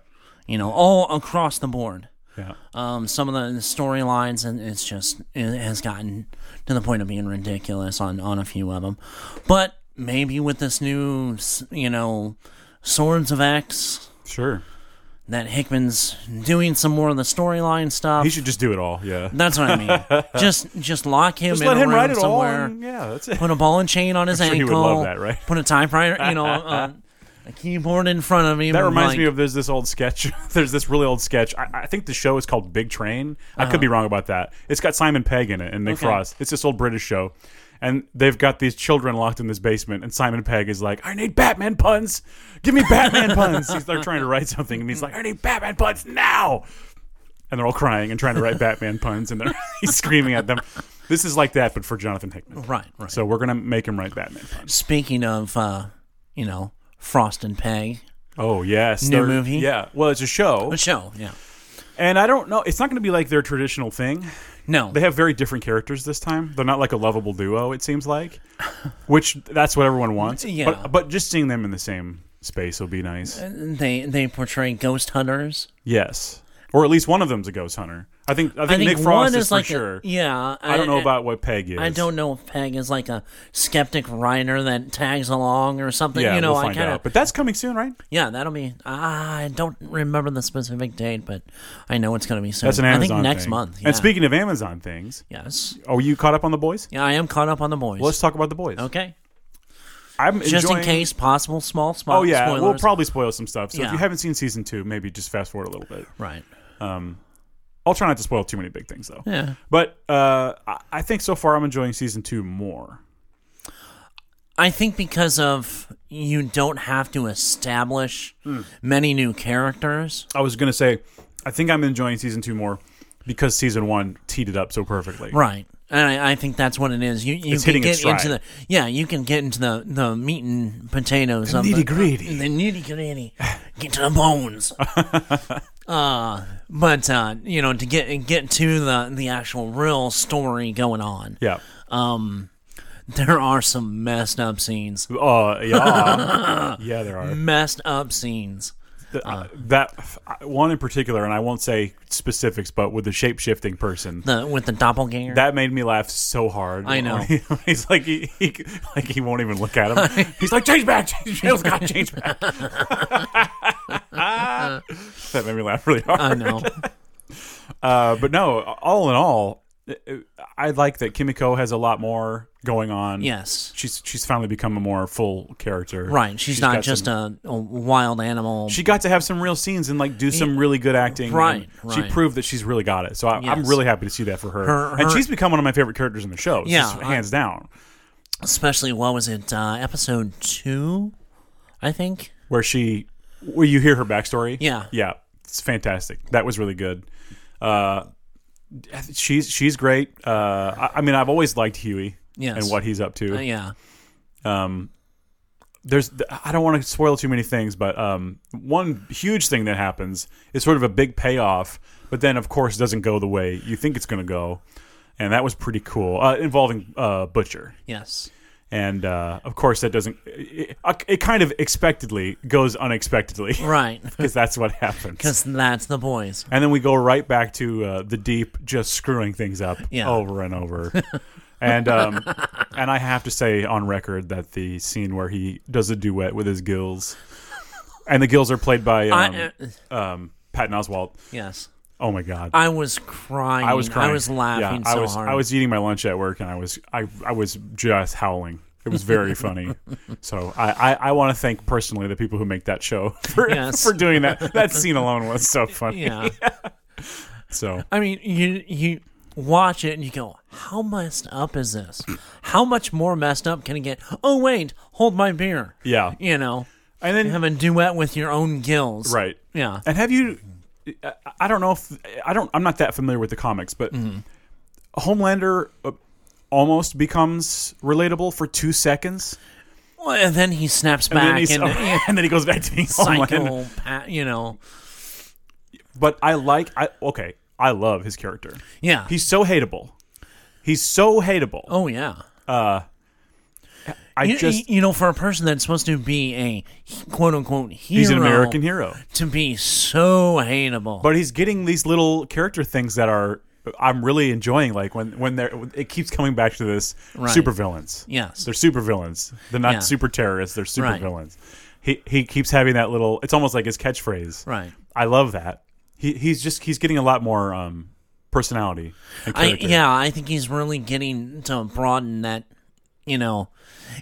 Speaker 1: You know, all across the board.
Speaker 2: yeah.
Speaker 1: Um, some of the storylines, and it's just it has gotten to the point of being ridiculous on on a few of them. But maybe with this new, s- you know, Swords of X,
Speaker 2: Sure.
Speaker 1: that Hickman's doing some more of the storyline stuff.
Speaker 2: He should just do it all. Yeah.
Speaker 1: That's what I mean. just just lock him
Speaker 2: Just
Speaker 1: in
Speaker 2: let
Speaker 1: a
Speaker 2: him
Speaker 1: room
Speaker 2: write it all.
Speaker 1: somewhere.
Speaker 2: and- yeah, that's it.
Speaker 1: put a ball and chain on his
Speaker 2: I'm sure he
Speaker 1: ankle.
Speaker 2: would love that, right?
Speaker 1: Put a typewriter, you know, uh, a keyboard in front of him.
Speaker 2: That reminds me of there's this old sketch. there's this really old sketch. I, I think the show is called Big Train. I could be wrong about that. It's got Simon Pegg in it and Nick
Speaker 1: Uh-huh. Okay.
Speaker 2: Frost. It's this old British show, and they've got these children locked in this basement. And Simon Pegg is like, "I need Batman puns. Give me Batman puns." He's like trying to write something, and he's like, "I need Batman puns now." And they're all crying and trying to write Batman puns, and they're he's screaming at them. This is like that, but for Jonathan Hickman.
Speaker 1: right, right.
Speaker 2: So we're gonna make him write Batman puns.
Speaker 1: Speaking of, uh, you know, Frost and Peg,
Speaker 2: Oh yes,
Speaker 1: New
Speaker 2: They're-
Speaker 1: movie?
Speaker 2: Yeah, well, it's a show,
Speaker 1: the show, yeah.
Speaker 2: and I don't know. It's not going to be like their traditional thing.
Speaker 1: No,
Speaker 2: They have very different characters this time. They're not like a lovable duo. It seems like, which that's what everyone wants.
Speaker 1: Yeah. Uh,
Speaker 2: But, but just seeing them in the same space will be nice.
Speaker 1: they they portray ghost hunters.
Speaker 2: Yes, or at least one of them's a ghost hunter. I think. I think,
Speaker 1: I think
Speaker 2: Nick Frost
Speaker 1: one
Speaker 2: is,
Speaker 1: is,
Speaker 2: for
Speaker 1: like, a-
Speaker 2: sure.
Speaker 1: yeah.
Speaker 2: I don't know about what Peg is.
Speaker 1: I don't know if Peg is like a skeptic writer that tags along or something.
Speaker 2: Yeah,
Speaker 1: you know,
Speaker 2: we'll
Speaker 1: I
Speaker 2: find
Speaker 1: kinda,
Speaker 2: out. But that's coming soon, right?
Speaker 1: Yeah, that'll be. I don't remember the specific date, but I know it's going to be soon.
Speaker 2: That's an Amazon.
Speaker 1: I think next
Speaker 2: thing.
Speaker 1: month. Yeah.
Speaker 2: And speaking of Amazon things,
Speaker 1: yes,
Speaker 2: are you caught up on the boys?
Speaker 1: yeah, I am caught up on the boys.
Speaker 2: Well, let's talk about the boys.
Speaker 1: Okay.
Speaker 2: I'm
Speaker 1: Just
Speaker 2: enjoying,
Speaker 1: in case possible small spot
Speaker 2: Oh yeah,
Speaker 1: spoilers.
Speaker 2: we'll probably spoil some stuff. So if
Speaker 1: Yeah.
Speaker 2: you haven't seen season two, maybe just fast forward a little bit.
Speaker 1: right.
Speaker 2: I'll try not to spoil too many big things though.
Speaker 1: Yeah.
Speaker 2: But uh, I- I think so far I'm enjoying season two more.
Speaker 1: I think because of you don't have to establish
Speaker 2: Hmm.
Speaker 1: many new characters.
Speaker 2: I was gonna say, I think I'm enjoying season two more because season one teed it up so perfectly.
Speaker 1: Right. And I, I think that's what it is. You you
Speaker 2: It's
Speaker 1: can
Speaker 2: hitting
Speaker 1: get
Speaker 2: its
Speaker 1: into the
Speaker 2: stride.
Speaker 1: yeah, you can get into the, the meat and potatoes of the
Speaker 2: nitty-gritty.
Speaker 1: The nitty gritty. Get to the bones. uh but uh, you know, to get get to the the actual real story going on.
Speaker 2: Yeah.
Speaker 1: Um there are some messed up scenes.
Speaker 2: Uh, yeah. yeah, there are
Speaker 1: messed up scenes.
Speaker 2: The- uh, that uh, one in particular, and I won't say specifics, but with the shape shifting person.
Speaker 1: The with the doppelganger.
Speaker 2: That made me laugh so hard.
Speaker 1: I know.
Speaker 2: He's like he, he like he won't even look at him. He's like change back, change, has got change back. that made me laugh really hard.
Speaker 1: I know.
Speaker 2: Uh, but no, all in all, I like that Kimiko has a lot more going on.
Speaker 1: Yes.
Speaker 2: she's she's finally become a more full character.
Speaker 1: Right. She's,
Speaker 2: got
Speaker 1: not just
Speaker 2: some-
Speaker 1: a, a wild animal.
Speaker 2: She got to have some real scenes and like do some really good acting.
Speaker 1: Right,
Speaker 2: and She
Speaker 1: right.
Speaker 2: proved that she's really got it. So I, I'm
Speaker 1: Yes.
Speaker 2: really happy to see that for her.
Speaker 1: Her-
Speaker 2: And
Speaker 1: her-
Speaker 2: she's become one of my favorite characters in the show. It's
Speaker 1: Yeah,
Speaker 2: just
Speaker 1: I-
Speaker 2: hands down.
Speaker 1: especially what was it? Uh, episode two, I think.
Speaker 2: where she where you hear her backstory.
Speaker 1: Yeah.
Speaker 2: yeah, it's fantastic. That was really good. Uh, she's she's great. Uh, I, I mean, I've always liked Huey
Speaker 1: Yes.
Speaker 2: and what he's up to.
Speaker 1: Uh, yeah.
Speaker 2: There's I don't want to spoil too many things, but um, one huge thing that happens is sort of a big payoff, but then of course doesn't go the way you think it's going to go. And that was pretty cool, uh, involving uh, Butcher,
Speaker 1: Yes.
Speaker 2: and uh, of course that doesn't. It, it, it kind of expectedly goes unexpectedly.
Speaker 1: Right.
Speaker 2: because that's what happens.
Speaker 1: Because that's the boys.
Speaker 2: And then we go right back to uh, the deep, just screwing things up
Speaker 1: Yeah.
Speaker 2: over and over. and um, and I have to say on record that the scene where he does a duet with his gills, and the gills are played by
Speaker 1: I- uh,
Speaker 2: um, um, Patton Oswalt.
Speaker 1: Yes.
Speaker 2: Oh my god.
Speaker 1: I was crying.
Speaker 2: I was crying.
Speaker 1: I was laughing
Speaker 2: Yeah, I
Speaker 1: so
Speaker 2: was,
Speaker 1: hard.
Speaker 2: I was eating my lunch at work, and I was I, I was just howling. It was very funny. So I, I, I want to thank personally the people who make that show for,
Speaker 1: Yes.
Speaker 2: for doing that. That scene alone was so funny.
Speaker 1: Yeah.
Speaker 2: So
Speaker 1: I mean, you you watch it and you go, how messed up is this? How much more messed up can it get? Oh wait, hold my beer.
Speaker 2: yeah,
Speaker 1: You know,
Speaker 2: and then
Speaker 1: have a duet with your own gills.
Speaker 2: right.
Speaker 1: Yeah.
Speaker 2: And have you? I- I don't know if I don't. I'm not that familiar with the comics, but
Speaker 1: Mm-hmm.
Speaker 2: Homelander uh, almost becomes relatable for two seconds,
Speaker 1: Well, and then he snaps
Speaker 2: and then
Speaker 1: back
Speaker 2: he's, oh,
Speaker 1: and.
Speaker 2: and then he goes back to being
Speaker 1: Psycho,
Speaker 2: Homelander.
Speaker 1: pa- you know,
Speaker 2: But I like. I okay. I love his character.
Speaker 1: yeah.
Speaker 2: He's so hateable. He's so hateable.
Speaker 1: oh yeah.
Speaker 2: I
Speaker 1: You,
Speaker 2: just
Speaker 1: you know, for a person that's supposed to be a quote unquote hero,
Speaker 2: he's an American hero,
Speaker 1: to be so hateable.
Speaker 2: but he's getting these little character things that are. I'm really enjoying like when when they're it keeps coming back to this
Speaker 1: Right.
Speaker 2: super villains.
Speaker 1: yes.
Speaker 2: They're super villains. They're not
Speaker 1: Yeah.
Speaker 2: super terrorists. They're super
Speaker 1: Right.
Speaker 2: villains. He he keeps having that little. It's almost like his catchphrase.
Speaker 1: Right.
Speaker 2: I love that. He he's just he's getting a lot more um personality. and
Speaker 1: I,
Speaker 2: character.
Speaker 1: yeah, I think he's really getting to broaden that. You know,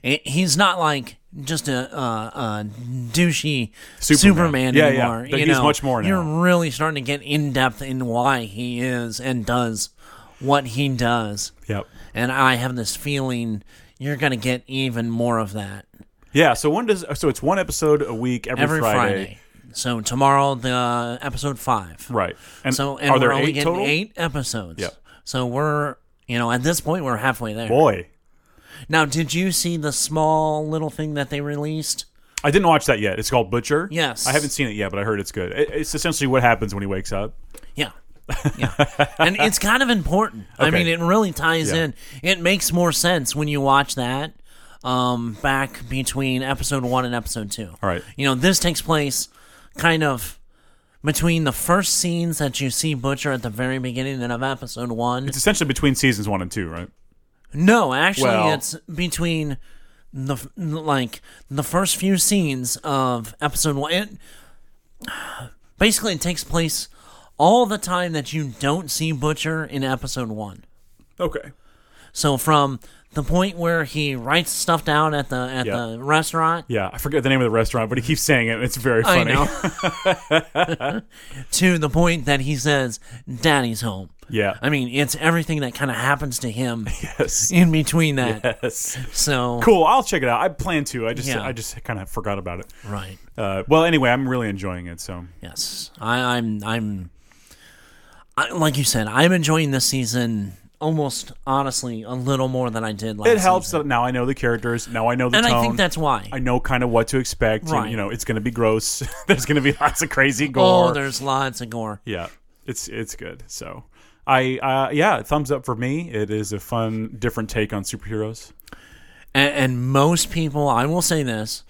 Speaker 1: it, he's not like just a, uh, a douchey
Speaker 2: Superman.
Speaker 1: Superman,
Speaker 2: Yeah, yeah.
Speaker 1: anymore.
Speaker 2: Th-
Speaker 1: you
Speaker 2: he's
Speaker 1: know,
Speaker 2: much more now.
Speaker 1: You're really starting to get in depth in why he is and does what he does.
Speaker 2: Yep.
Speaker 1: And I have this feeling you're going to get even more of that
Speaker 2: Yeah. So one does. So it's one episode a week every,
Speaker 1: every Friday. So tomorrow, the episode five.
Speaker 2: Right. And
Speaker 1: So and
Speaker 2: are
Speaker 1: we're
Speaker 2: there
Speaker 1: only
Speaker 2: eight
Speaker 1: getting
Speaker 2: total?
Speaker 1: eight episodes.
Speaker 2: Yep.
Speaker 1: So we're you know at this point we're halfway there.
Speaker 2: Boy,
Speaker 1: Now, did you see the small little thing that they released?
Speaker 2: I didn't watch that yet. It's called Butcher.
Speaker 1: Yes.
Speaker 2: I haven't seen it yet, but I heard it's good. It, it's essentially what happens when he wakes up.
Speaker 1: Yeah. yeah. and it's kind of important. I
Speaker 2: Okay.
Speaker 1: mean, it really ties
Speaker 2: Yeah.
Speaker 1: in. It makes more sense when you watch that um, back between episode one and episode two.
Speaker 2: All right.
Speaker 1: You know, this takes place kind of between the first scenes that you see Butcher at the very beginning and of episode one.
Speaker 2: It's essentially between seasons one and two, right?
Speaker 1: No, actually,
Speaker 2: Well-
Speaker 1: it's between the f- like the first few scenes of episode one. It, basically, it takes place all the time that you don't see Butcher in episode one.
Speaker 2: Okay.
Speaker 1: So from the point where he writes stuff down at the at
Speaker 2: Yeah.
Speaker 1: the restaurant.
Speaker 2: Yeah, I forget the name of the restaurant, but he keeps saying it. and It's very
Speaker 1: I
Speaker 2: funny.
Speaker 1: know. to the point that he says, "Daddy's home."
Speaker 2: Yeah.
Speaker 1: I mean, it's everything that kind of happens to him
Speaker 2: yes.
Speaker 1: in between that.
Speaker 2: Yes.
Speaker 1: So
Speaker 2: Cool. I'll check it out. I plan to. I just
Speaker 1: Yeah.
Speaker 2: I just kind of forgot about it.
Speaker 1: right.
Speaker 2: Uh, well, anyway, I'm really enjoying it. So
Speaker 1: Yes, I, I'm. I'm. I, like you said, I'm enjoying this season almost honestly a little more than I did last.
Speaker 2: it helps
Speaker 1: season.
Speaker 2: that now I know the characters. Now I know the
Speaker 1: and
Speaker 2: tone.
Speaker 1: I think that's why.
Speaker 2: I know kind of what to expect. and,
Speaker 1: Right.
Speaker 2: you know, it's going to be gross. there's going to be lots of crazy gore.
Speaker 1: oh, there's lots of gore.
Speaker 2: yeah, it's it's good. So I uh, yeah, thumbs up for me. It is a fun, different take on superheroes.
Speaker 1: And, and most people, I will say this,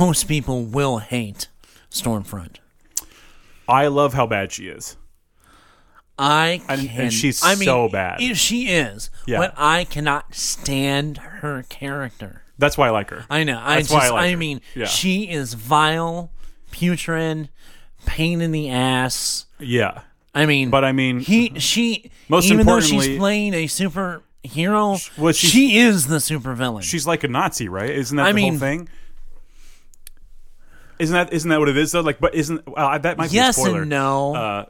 Speaker 1: most people will hate Stormfront.
Speaker 2: I love how bad she is.
Speaker 1: I can,
Speaker 2: And- and she's
Speaker 1: I mean,
Speaker 2: so bad.
Speaker 1: i- She is,
Speaker 2: Yeah.
Speaker 1: but I cannot stand her character.
Speaker 2: That's why I like her.
Speaker 1: I know. I
Speaker 2: That's
Speaker 1: just,
Speaker 2: why I like her.
Speaker 1: mean,
Speaker 2: Yeah.
Speaker 1: she is vile, putrid, pain in the ass.
Speaker 2: yeah.
Speaker 1: I mean,
Speaker 2: But I mean,
Speaker 1: he she
Speaker 2: Most
Speaker 1: even though she's
Speaker 2: importantly-
Speaker 1: playing a superhero,
Speaker 2: well, she's-
Speaker 1: she is the supervillain.
Speaker 2: she's like a Nazi, right? Isn't that
Speaker 1: I
Speaker 2: the
Speaker 1: mean-
Speaker 2: whole thing? Isn't that isn't that what it is though? Like, but isn't well, that might be
Speaker 1: yes
Speaker 2: a spoiler?
Speaker 1: and no.
Speaker 2: Uh,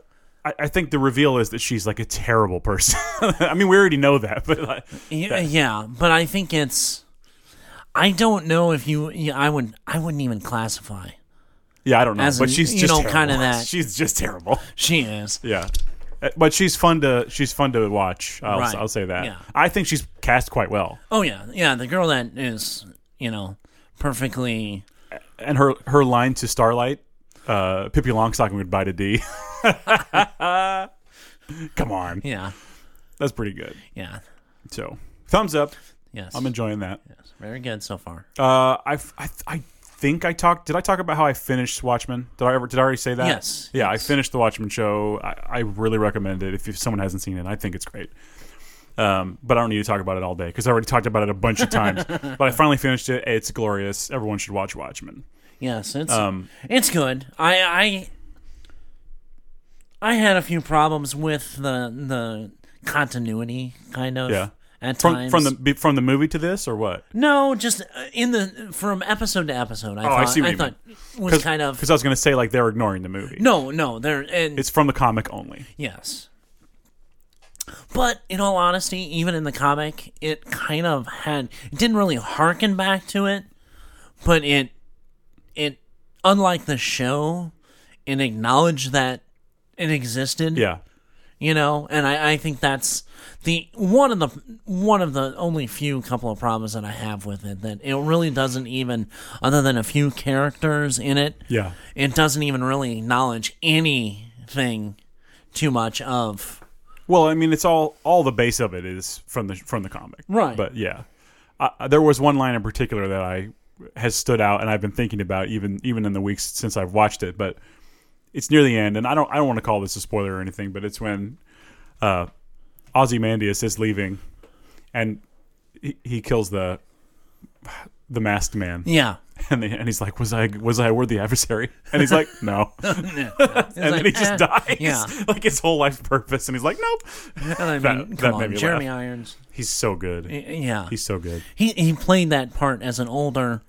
Speaker 2: I, I think the reveal is that she's like a terrible person. I mean, we already know that, but like,
Speaker 1: Y- yeah, but I think it's. I don't know if you. yeah, I would. I wouldn't even classify.
Speaker 2: yeah, I don't know.
Speaker 1: As
Speaker 2: but
Speaker 1: in,
Speaker 2: she's
Speaker 1: you
Speaker 2: just
Speaker 1: know,
Speaker 2: terrible.
Speaker 1: kinda that-
Speaker 2: She's just terrible.
Speaker 1: She is.
Speaker 2: Yeah. Uh, But she's fun to she's fun to watch. I'll,
Speaker 1: Right.
Speaker 2: I'll say that.
Speaker 1: Yeah.
Speaker 2: I think she's cast quite well,
Speaker 1: Oh yeah, yeah. The girl that is, you know, perfectly.
Speaker 2: and her her line to Starlight, uh, Pippi Longstocking would buy to D. Come on,
Speaker 1: Yeah,
Speaker 2: that's pretty good.
Speaker 1: yeah,
Speaker 2: So thumbs up.
Speaker 1: yes.
Speaker 2: I'm enjoying that.
Speaker 1: yes. Very good so far.
Speaker 2: Uh, I, I I think I talked. Did I talk about how I finished Watchmen? Did I ever? Did I already say that?
Speaker 1: Yes,
Speaker 2: Yeah, I finished the Watchmen show. I, I really recommend it if, you- if someone hasn't seen it. I think it's great. Um, but I don't need to talk about it all day because I already talked about it a bunch of times. but I finally finished it. It's glorious. Everyone should watch Watchmen.
Speaker 1: Yes, it's
Speaker 2: Um,
Speaker 1: it's good. I I I had a few problems with the the continuity, kind of.
Speaker 2: Yeah.
Speaker 1: At
Speaker 2: From,
Speaker 1: times,
Speaker 2: from the be- from the movie to this or what?
Speaker 1: no, just uh, in the from episode to episode. I
Speaker 2: Oh,
Speaker 1: thought
Speaker 2: I see what you
Speaker 1: thought was
Speaker 2: Because
Speaker 1: kind of
Speaker 2: I was going to say like they're ignoring the movie.
Speaker 1: no, no. There and
Speaker 2: it's from the comic only.
Speaker 1: Yes. But in all honesty, even in the comic, it kind of had it didn't really harken back to it, but it it unlike the show, it acknowledged that it existed.
Speaker 2: Yeah,
Speaker 1: You know, and I, I think that's the one of the one of the only few couple of problems that I have with it that it really doesn't even other than a few characters in it
Speaker 2: yeah.
Speaker 1: it doesn't even really acknowledge anything too much of
Speaker 2: Well, I mean, it's all all the base of it is from the from the comic,
Speaker 1: Right.
Speaker 2: But yeah, I, there was one line in particular that I has stood out, and I've been thinking about even even in the weeks since I've watched it. But it's near the end, and I don't I don't want to call this a spoiler or anything, but it's when uh, Ozymandias is leaving, and he, he kills the the masked man,
Speaker 1: yeah.
Speaker 2: and, they, and he's like, "Was I was I a worthy adversary?" And he's like, "No," and
Speaker 1: and
Speaker 2: then he just dies,
Speaker 1: "Eh." Yeah,
Speaker 2: like his whole life purpose, and he's like, "Nope."
Speaker 1: I mean,
Speaker 2: That-
Speaker 1: come
Speaker 2: that made
Speaker 1: on,
Speaker 2: me
Speaker 1: Jeremy Irons.
Speaker 2: He's so good.
Speaker 1: Y- Yeah,
Speaker 2: He's so good.
Speaker 1: he he played that part as an older.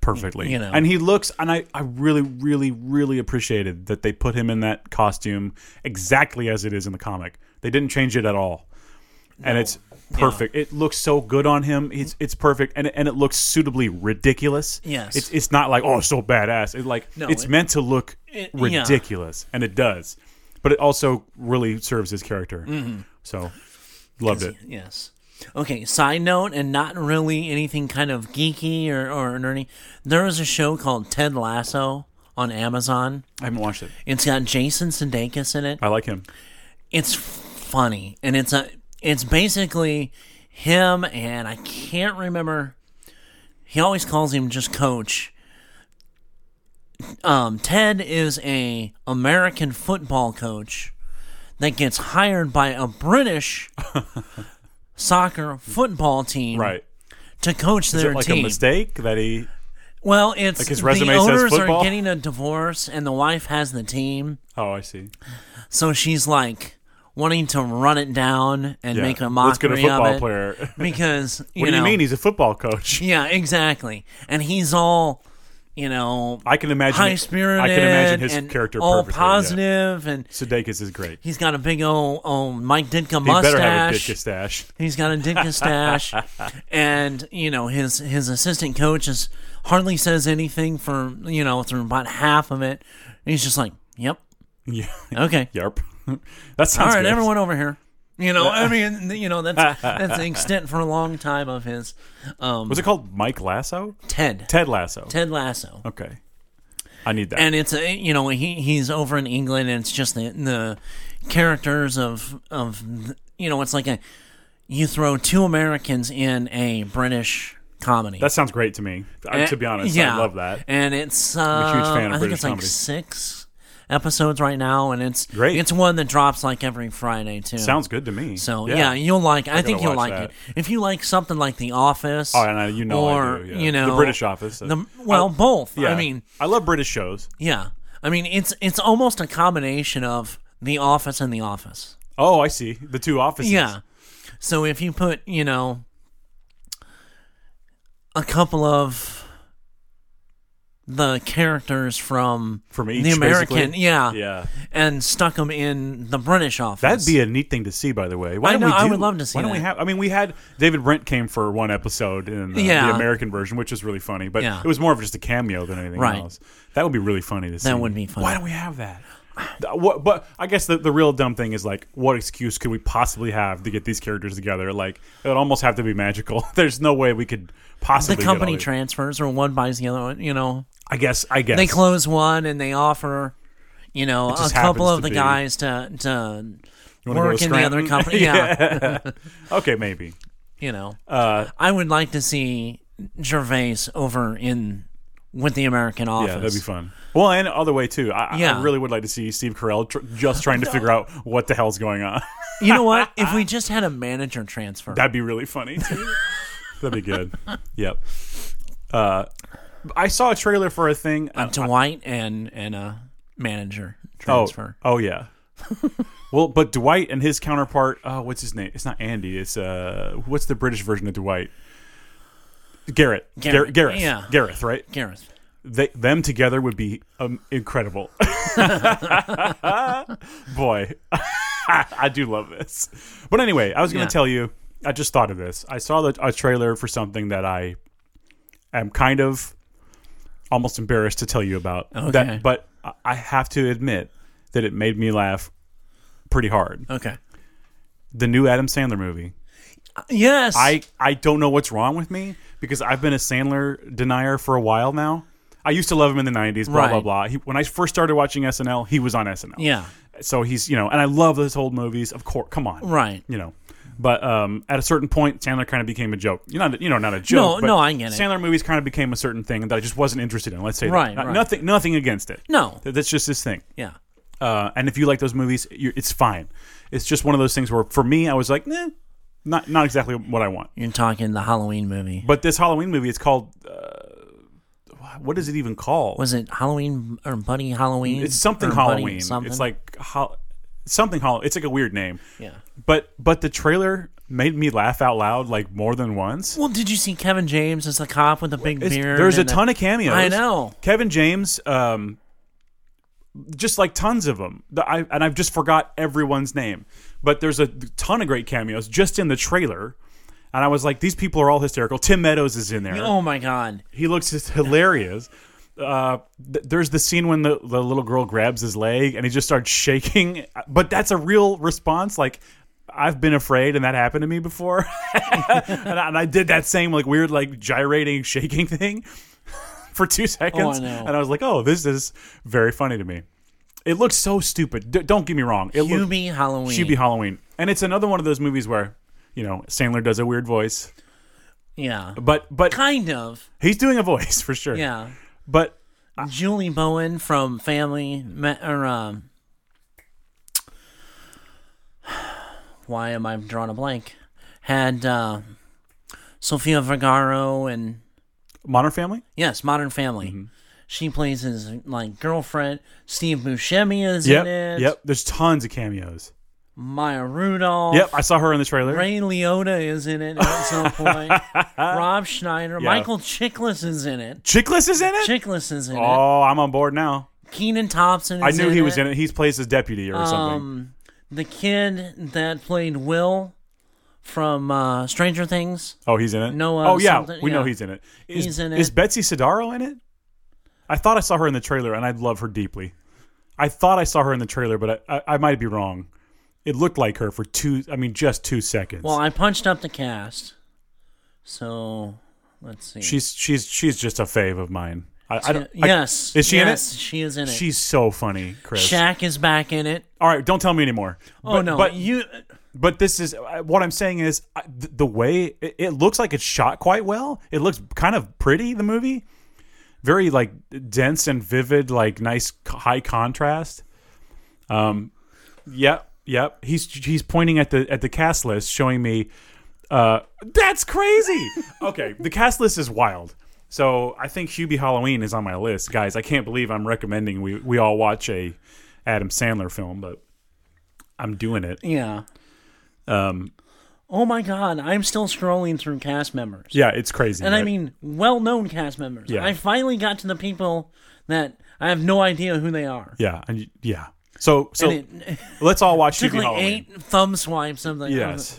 Speaker 2: Perfectly.
Speaker 1: You know.
Speaker 2: And he looks and I, I really, really, really appreciated that they put him in that costume exactly as it is in the comic. They didn't change it at all. And it's perfect. It looks so good on him. It's it's perfect and it- and it looks suitably ridiculous.
Speaker 1: Yes.
Speaker 2: It's it's not like, oh so badass. It like
Speaker 1: No,
Speaker 2: it's
Speaker 1: it-
Speaker 2: meant to look
Speaker 1: it- yeah.
Speaker 2: ridiculous. And it does. But it also really serves his character. So loved it.
Speaker 1: Mm-hmm. Yes. Okay. Side note, and not really anything kind of geeky or or nerdy. There was a show called Ted Lasso on Amazon.
Speaker 2: I haven't watched it.
Speaker 1: It's got Jason Sudeikis in it.
Speaker 2: I like him.
Speaker 1: it's funny and it's a it's basically him and I can't remember he always calls him just coach um Ted is a American football coach that gets hired by a British soccer football team
Speaker 2: Right.
Speaker 1: to coach
Speaker 2: Is
Speaker 1: their
Speaker 2: it like
Speaker 1: team
Speaker 2: a mistake that he
Speaker 1: well it's
Speaker 2: his resume
Speaker 1: the
Speaker 2: says
Speaker 1: owners are
Speaker 2: football?
Speaker 1: getting a divorce and the wife has the team
Speaker 2: Oh, I see.
Speaker 1: So she's like wanting to run it down and
Speaker 2: Yeah.
Speaker 1: make a
Speaker 2: Let's get
Speaker 1: mockery
Speaker 2: a football
Speaker 1: of it
Speaker 2: player. what
Speaker 1: because you
Speaker 2: do you
Speaker 1: know,
Speaker 2: mean he's a football coach?
Speaker 1: yeah, exactly. And he's all you know
Speaker 2: I can imagine.
Speaker 1: high spirited.
Speaker 2: I can imagine his
Speaker 1: and
Speaker 2: character
Speaker 1: all
Speaker 2: perfectly. Yeah.
Speaker 1: positive, and
Speaker 2: Sudeikis is great.
Speaker 1: he's got a big old, old Mike Ditka
Speaker 2: He better have a
Speaker 1: mustache.
Speaker 2: dick mustache.
Speaker 1: He's got a dick mustache, and you know his his assistant coach is hardly says anything for you know through about half of it. And he's just like, "Yep,
Speaker 2: Yeah.
Speaker 1: okay,
Speaker 2: Yarp. that sounds
Speaker 1: Oh. all right,
Speaker 2: good.
Speaker 1: everyone over here. You know, I mean, you know, that's that's the extent for a long time of his um,
Speaker 2: Was it called Mike Lasso?
Speaker 1: Ted
Speaker 2: Ted Lasso.
Speaker 1: Ted Lasso,
Speaker 2: Okay. I need that.
Speaker 1: and it's a, you know he he's over in England, and it's just the, the characters of of you know it's like a you throw two Americans in a British comedy.
Speaker 2: that sounds great to me. I-
Speaker 1: And-
Speaker 2: to be honest,
Speaker 1: yeah.
Speaker 2: I love that.
Speaker 1: And it's uh,
Speaker 2: a huge fan
Speaker 1: I
Speaker 2: of
Speaker 1: think
Speaker 2: British
Speaker 1: it's like
Speaker 2: comedy.
Speaker 1: six episodes right now, and it's
Speaker 2: Great.
Speaker 1: It's one that drops like every Friday too.
Speaker 2: Sounds good to me.
Speaker 1: So yeah, you'll like. I, think
Speaker 2: gotta
Speaker 1: you'll
Speaker 2: watch
Speaker 1: like
Speaker 2: that.
Speaker 1: it if you like something like The Office.
Speaker 2: Oh, and I, you know,
Speaker 1: or
Speaker 2: I do, yeah.
Speaker 1: you know
Speaker 2: the British Office.
Speaker 1: the- well, both.
Speaker 2: yeah.
Speaker 1: I mean,
Speaker 2: I love British shows.
Speaker 1: yeah. I mean, it's it's almost a combination of The Office and The Office.
Speaker 2: Oh, I see. The two offices.
Speaker 1: Yeah. So if you put, you know, a couple of the characters from
Speaker 2: From
Speaker 1: the
Speaker 2: each,
Speaker 1: American,
Speaker 2: basically?
Speaker 1: yeah,
Speaker 2: Yeah.
Speaker 1: and stuck them in the British office.
Speaker 2: That'd be a neat thing to see, by the way. Why
Speaker 1: I
Speaker 2: don't
Speaker 1: know,
Speaker 2: we do,
Speaker 1: I would love to see
Speaker 2: Why don't we
Speaker 1: that.
Speaker 2: have? I mean, we had David Brent came for one episode in the,
Speaker 1: Yeah.
Speaker 2: the American version, which is really funny, but
Speaker 1: Yeah.
Speaker 2: it was more of just a cameo than anything
Speaker 1: Right.
Speaker 2: else. That would be really funny to see.
Speaker 1: would be funny.
Speaker 2: Why don't we have that? Th- What, but I guess the, the real dumb thing is like, what excuse could we possibly have to get these characters together? Like, it would almost have to be magical. There's no way we could possibly
Speaker 1: the
Speaker 2: get all
Speaker 1: company
Speaker 2: these-
Speaker 1: transfers, or one buys the other one. You know,
Speaker 2: I guess. I guess
Speaker 1: they close one and they offer, you know, a
Speaker 2: just
Speaker 1: couple of
Speaker 2: happens to
Speaker 1: the
Speaker 2: be-
Speaker 1: guys to to
Speaker 2: You wanna go
Speaker 1: work
Speaker 2: to
Speaker 1: in the other
Speaker 2: Scranton?
Speaker 1: company. yeah,
Speaker 2: okay, maybe.
Speaker 1: you know,
Speaker 2: Uh,
Speaker 1: I would like to see Gervais over in with the American office.
Speaker 2: Yeah, that'd be fun. Well, and other way too. I, I
Speaker 1: Yeah.
Speaker 2: really would like to see Steve Carell tr- just trying to figure out what the hell's going on.
Speaker 1: You know what? If we just had a manager transfer,
Speaker 2: That'd be really funny. Too. That'd be good. Yep. Uh, I saw a trailer for a thing.
Speaker 1: a Dwight and and a manager transfer.
Speaker 2: Oh, oh yeah. well, but Dwight and his counterpart. Oh, what's his name? It's not Andy. It's uh, what's the British version of Dwight? Garrett.
Speaker 1: Garrett,
Speaker 2: Garrett. Gareth.
Speaker 1: yeah.
Speaker 2: Gareth. Right.
Speaker 1: Gareth.
Speaker 2: they, them together would be um, incredible. Boy, I do love this. But anyway, I was going to
Speaker 1: Yeah.
Speaker 2: tell you. I just thought of this. I saw the, a trailer for something that I am kind of almost embarrassed to tell you about.
Speaker 1: Okay.
Speaker 2: That, but I- I have to admit that it made me laugh pretty hard.
Speaker 1: Okay.
Speaker 2: The new Adam Sandler movie.
Speaker 1: Yes.
Speaker 2: I, I don't know what's wrong with me because I've been a Sandler denier for a while now. I used to love him in the 90s, blah, blah,
Speaker 1: Right.
Speaker 2: blah. He, when I first started watching SNL, he was on SNL.
Speaker 1: Yeah.
Speaker 2: So he's, you know, and I love those old movies. Of course, come on.
Speaker 1: Right.
Speaker 2: You know. But um, at a certain point, Sandler kind of became a joke. You know, you know, not a joke.
Speaker 1: No,
Speaker 2: but
Speaker 1: no, I get it.
Speaker 2: Sandler movies kind of became a certain thing that I just wasn't interested in. Let's say that.
Speaker 1: Right,
Speaker 2: Not-
Speaker 1: right.
Speaker 2: Nothing, nothing against it.
Speaker 1: No.
Speaker 2: Th- That's just his thing.
Speaker 1: Yeah.
Speaker 2: Uh, and if you like those movies, you it's fine. It's just one of those things where, for me, I was like, nah, not not exactly what I want.
Speaker 1: You're talking the Halloween movie.
Speaker 2: But this Halloween movie, it's called. Uh, what is it even called?
Speaker 1: was it Halloween or Buddy Halloween?
Speaker 2: it's something
Speaker 1: Or Buddy
Speaker 2: Halloween.
Speaker 1: something?
Speaker 2: It's like ho- something Halloween. It's like a weird name.
Speaker 1: yeah.
Speaker 2: But but the trailer made me laugh out loud like more than once.
Speaker 1: Well, did you see Kevin James as the cop with the big
Speaker 2: It's-
Speaker 1: beard?
Speaker 2: there's a
Speaker 1: and the-
Speaker 2: ton of cameos.
Speaker 1: I know.
Speaker 2: Kevin James, um, just like tons of them. The- I, and I've just forgot everyone's name. But there's a ton of great cameos just in the trailer. And I was like, these people are all hysterical. Tim Meadows is in there.
Speaker 1: Oh my god.
Speaker 2: He looks just hilarious. Uh, th- there's the scene when the, the little girl grabs his leg and he just starts shaking. But that's a real response. Like, I've been afraid and that happened to me before. and, I, and I did that same, like, weird, like, gyrating, shaking thing for two seconds.
Speaker 1: Oh, know.
Speaker 2: And I was like, oh, this is very funny to me. It looks so stupid. D- don't get me wrong. It looks
Speaker 1: Hubie Halloween.
Speaker 2: Hubie Halloween. And it's another one of those movies where, you know, Sandler does a weird voice.
Speaker 1: Yeah.
Speaker 2: But, but
Speaker 1: Kind of.
Speaker 2: he's doing a voice for sure.
Speaker 1: Yeah.
Speaker 2: But
Speaker 1: Julie Bowen from Family Ma- or um why am I drawing a blank? Had uh Sofia Vergaro and
Speaker 2: Modern Family?
Speaker 1: yes, Modern Family.
Speaker 2: Mm-hmm.
Speaker 1: She plays his like girlfriend. Steve Buscemi is in
Speaker 2: Yep.
Speaker 1: it.
Speaker 2: Yep. There's tons of cameos.
Speaker 1: Maya Rudolph.
Speaker 2: Yep. I saw her in the trailer.
Speaker 1: Ray Liotta is in it at some point. Rob Schneider. Michael Chiklis is in it.
Speaker 2: Chickless is in it?
Speaker 1: Chiklis is in it.
Speaker 2: oh, I'm on board now.
Speaker 1: Keenan Thompson is
Speaker 2: I knew
Speaker 1: in
Speaker 2: he was
Speaker 1: it.
Speaker 2: in it. He plays his deputy or something.
Speaker 1: Um, the kid that played Will from uh, Stranger Things.
Speaker 2: Oh, he's in it?
Speaker 1: Noah
Speaker 2: Oh, yeah.
Speaker 1: something-
Speaker 2: We know
Speaker 1: yeah.
Speaker 2: he's in it. Is,
Speaker 1: He's in
Speaker 2: Is
Speaker 1: it.
Speaker 2: Betsy Sidaro in it? I thought I saw her in the trailer and I love her deeply. I thought I saw her in the trailer, but I, I, I might be wrong. It looked like her for two, I mean, just two seconds.
Speaker 1: Well, I punched up the cast, so let's see.
Speaker 2: she's she's she's just a fave of mine. I, I don't. I-
Speaker 1: yes,
Speaker 2: is she in it?
Speaker 1: yes, she is in it.
Speaker 2: she's so funny, Chris.
Speaker 1: Shaq is back in it.
Speaker 2: All right, don't tell me anymore.
Speaker 1: Oh
Speaker 2: But-
Speaker 1: no,
Speaker 2: But
Speaker 1: you.
Speaker 2: But this is I- what I'm saying is I- th- the way it, it looks like it's shot quite well. It looks kind of pretty. The movie, very like dense and vivid, like nice c- high contrast. Um, yep, yep. He's he's pointing at the at the cast list, showing me. Uh, that's crazy. okay, the cast list is wild. So I think Hubie Halloween is on my list, guys. I can't believe I'm recommending we we all watch a Adam Sandler film, but I'm doing it.
Speaker 1: Yeah.
Speaker 2: Um,
Speaker 1: Oh my god, I'm still scrolling through cast members.
Speaker 2: yeah, it's crazy.
Speaker 1: And I
Speaker 2: right?
Speaker 1: mean well known cast members.
Speaker 2: Yeah.
Speaker 1: I finally got to the people that I have no idea who they are.
Speaker 2: yeah, and y- yeah. So so
Speaker 1: And it
Speaker 2: let's all watch
Speaker 1: took
Speaker 2: TV
Speaker 1: like
Speaker 2: Halloween.
Speaker 1: eight thumb swipes of the
Speaker 2: Yes.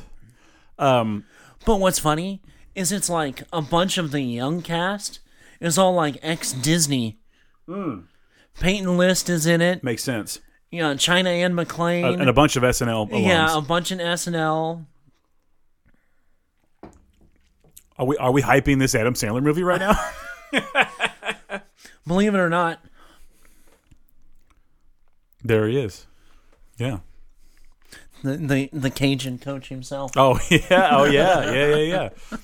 Speaker 2: Um,
Speaker 1: But what's funny is it's like a bunch of the young cast is all like ex Disney. Peyton List is in it.
Speaker 2: makes sense.
Speaker 1: You know, China Ann
Speaker 2: A-
Speaker 1: McClain.
Speaker 2: Uh, and a bunch of SNL. Alums.
Speaker 1: yeah, um, a bunch in SNL.
Speaker 2: Are we are we hyping this Adam Sandler movie right now?
Speaker 1: Believe it or not,
Speaker 2: there he is. Yeah.
Speaker 1: the the, the Cajun coach himself.
Speaker 2: Oh yeah. Oh yeah. Yeah yeah yeah.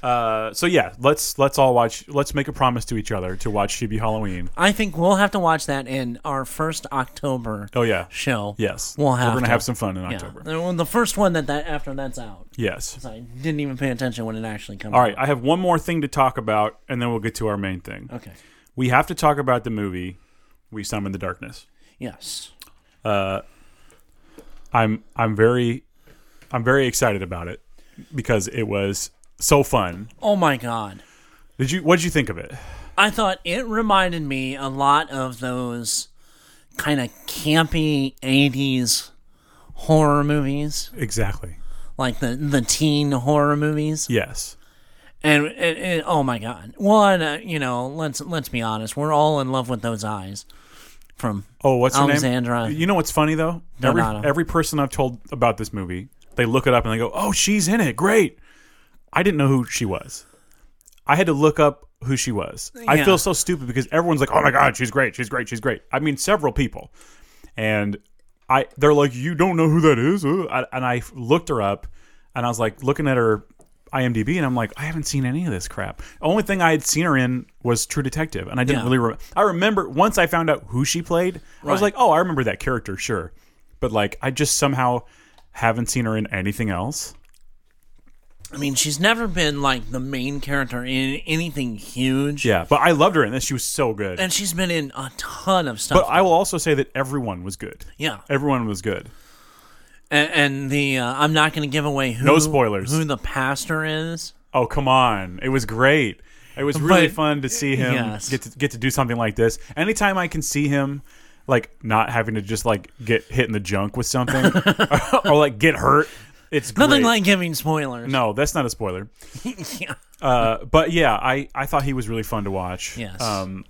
Speaker 2: Uh, so yeah, let's let's all watch. Let's make a promise to each other to watch Chibi Halloween.
Speaker 1: I think we'll have to watch that in our first October
Speaker 2: Oh yeah.
Speaker 1: show.
Speaker 2: Yes.
Speaker 1: We'll have
Speaker 2: We're gonna
Speaker 1: to.
Speaker 2: have some fun in
Speaker 1: Yeah.
Speaker 2: October.
Speaker 1: The- well, The first one that, that after that's out.
Speaker 2: Yes.
Speaker 1: 'Cause I didn't even pay attention when it actually comes
Speaker 2: All right. I have one more thing to talk about, and then we'll get to our main thing.
Speaker 1: Okay.
Speaker 2: We have to talk about the movie "We Summon the Darkness."
Speaker 1: Yes.
Speaker 2: I'm I'm very I'm very excited about it because it was so fun.
Speaker 1: Oh my god.
Speaker 2: Did you what did you think of it?
Speaker 1: I thought it reminded me a lot of those kind of campy 80s horror movies,
Speaker 2: Exactly.
Speaker 1: like the, the teen horror movies.
Speaker 2: Yes.
Speaker 1: And it, it, oh my god. One, uh, you know, let's let's be honest, we're all in love with those eyes from
Speaker 2: Oh, what's her
Speaker 1: Alexandra.
Speaker 2: name? You know what's funny though? Every
Speaker 1: Donato.
Speaker 2: every person I've told about this movie, they look it up and they go, "Oh, she's in it. Great." I didn't know who she was. I had to look up who she was. I
Speaker 1: Yeah.
Speaker 2: feel so stupid because everyone's like, "Oh my god, she's great. She's great. She's great." I mean, several people. And I they're like, "You don't know who that is?" Uh, I- And I looked her up and I was like looking at her IMDb and I'm like, "I haven't seen any of this crap." Only thing I had seen her in was True Detective, and I didn't
Speaker 1: Yeah.
Speaker 2: really re- I remember once I found out who she played, I was
Speaker 1: Right.
Speaker 2: like, "Oh, I remember that character, sure." But like I just somehow haven't seen her in anything else.
Speaker 1: I mean, she's never been like the main character in anything huge.
Speaker 2: Yeah, but I loved her in this. She was so good.
Speaker 1: And she's been in a ton of
Speaker 2: but
Speaker 1: stuff.
Speaker 2: I will also say that everyone was good.
Speaker 1: yeah.
Speaker 2: Everyone was good.
Speaker 1: And, and the uh, I'm not going to give away who
Speaker 2: No spoilers.
Speaker 1: who the pastor is.
Speaker 2: Oh come on! It was great. It was really
Speaker 1: But-
Speaker 2: fun to see him
Speaker 1: Yes.
Speaker 2: get to get to do something like this. Anytime I can see him, like not having to just like get hit in the junk with something or, like get hurt, it's great.
Speaker 1: Nothing like giving spoilers.
Speaker 2: no, that's not a spoiler.
Speaker 1: yeah.
Speaker 2: Uh, but yeah, I I thought he was really fun to watch.
Speaker 1: Yes.
Speaker 2: Um,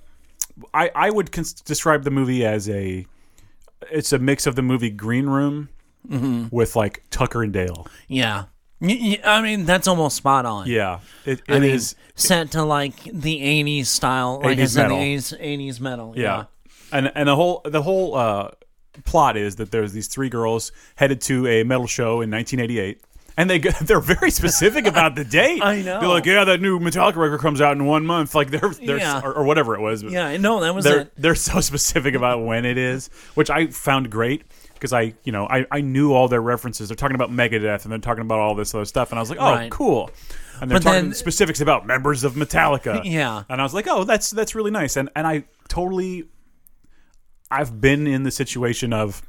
Speaker 2: I I would cons- describe the movie as a it's a mix of the movie Green Room
Speaker 1: Mm-hmm.
Speaker 2: with like Tucker and Dale.
Speaker 1: Yeah. Y- y- I mean, that's almost spot on.
Speaker 2: Yeah, it, it is.
Speaker 1: I mean, set to like the 80s style, like
Speaker 2: 80s
Speaker 1: I said,
Speaker 2: metal.
Speaker 1: the 80s, 80s metal. Yeah.
Speaker 2: Yeah. And and the whole the whole uh, plot is that there's these three girls headed to a metal show in 1988. And they go, they're very specific about the date.
Speaker 1: I know.
Speaker 2: They're like, yeah, that new Metallica record comes out in one month, like they're, they're
Speaker 1: Yeah.
Speaker 2: or, or whatever it was.
Speaker 1: Yeah. No, that was
Speaker 2: they're
Speaker 1: it.
Speaker 2: they're so specific about when it is, which I found great because I you know I, I knew all their references. They're talking about Megadeth and they're talking about all this other stuff, and I was like, oh,
Speaker 1: Right.
Speaker 2: cool. And they're
Speaker 1: But
Speaker 2: talking
Speaker 1: then-
Speaker 2: specifics about members of Metallica.
Speaker 1: Yeah.
Speaker 2: and I was like, oh, that's that's really nice. And and I totally, I've been in the situation of.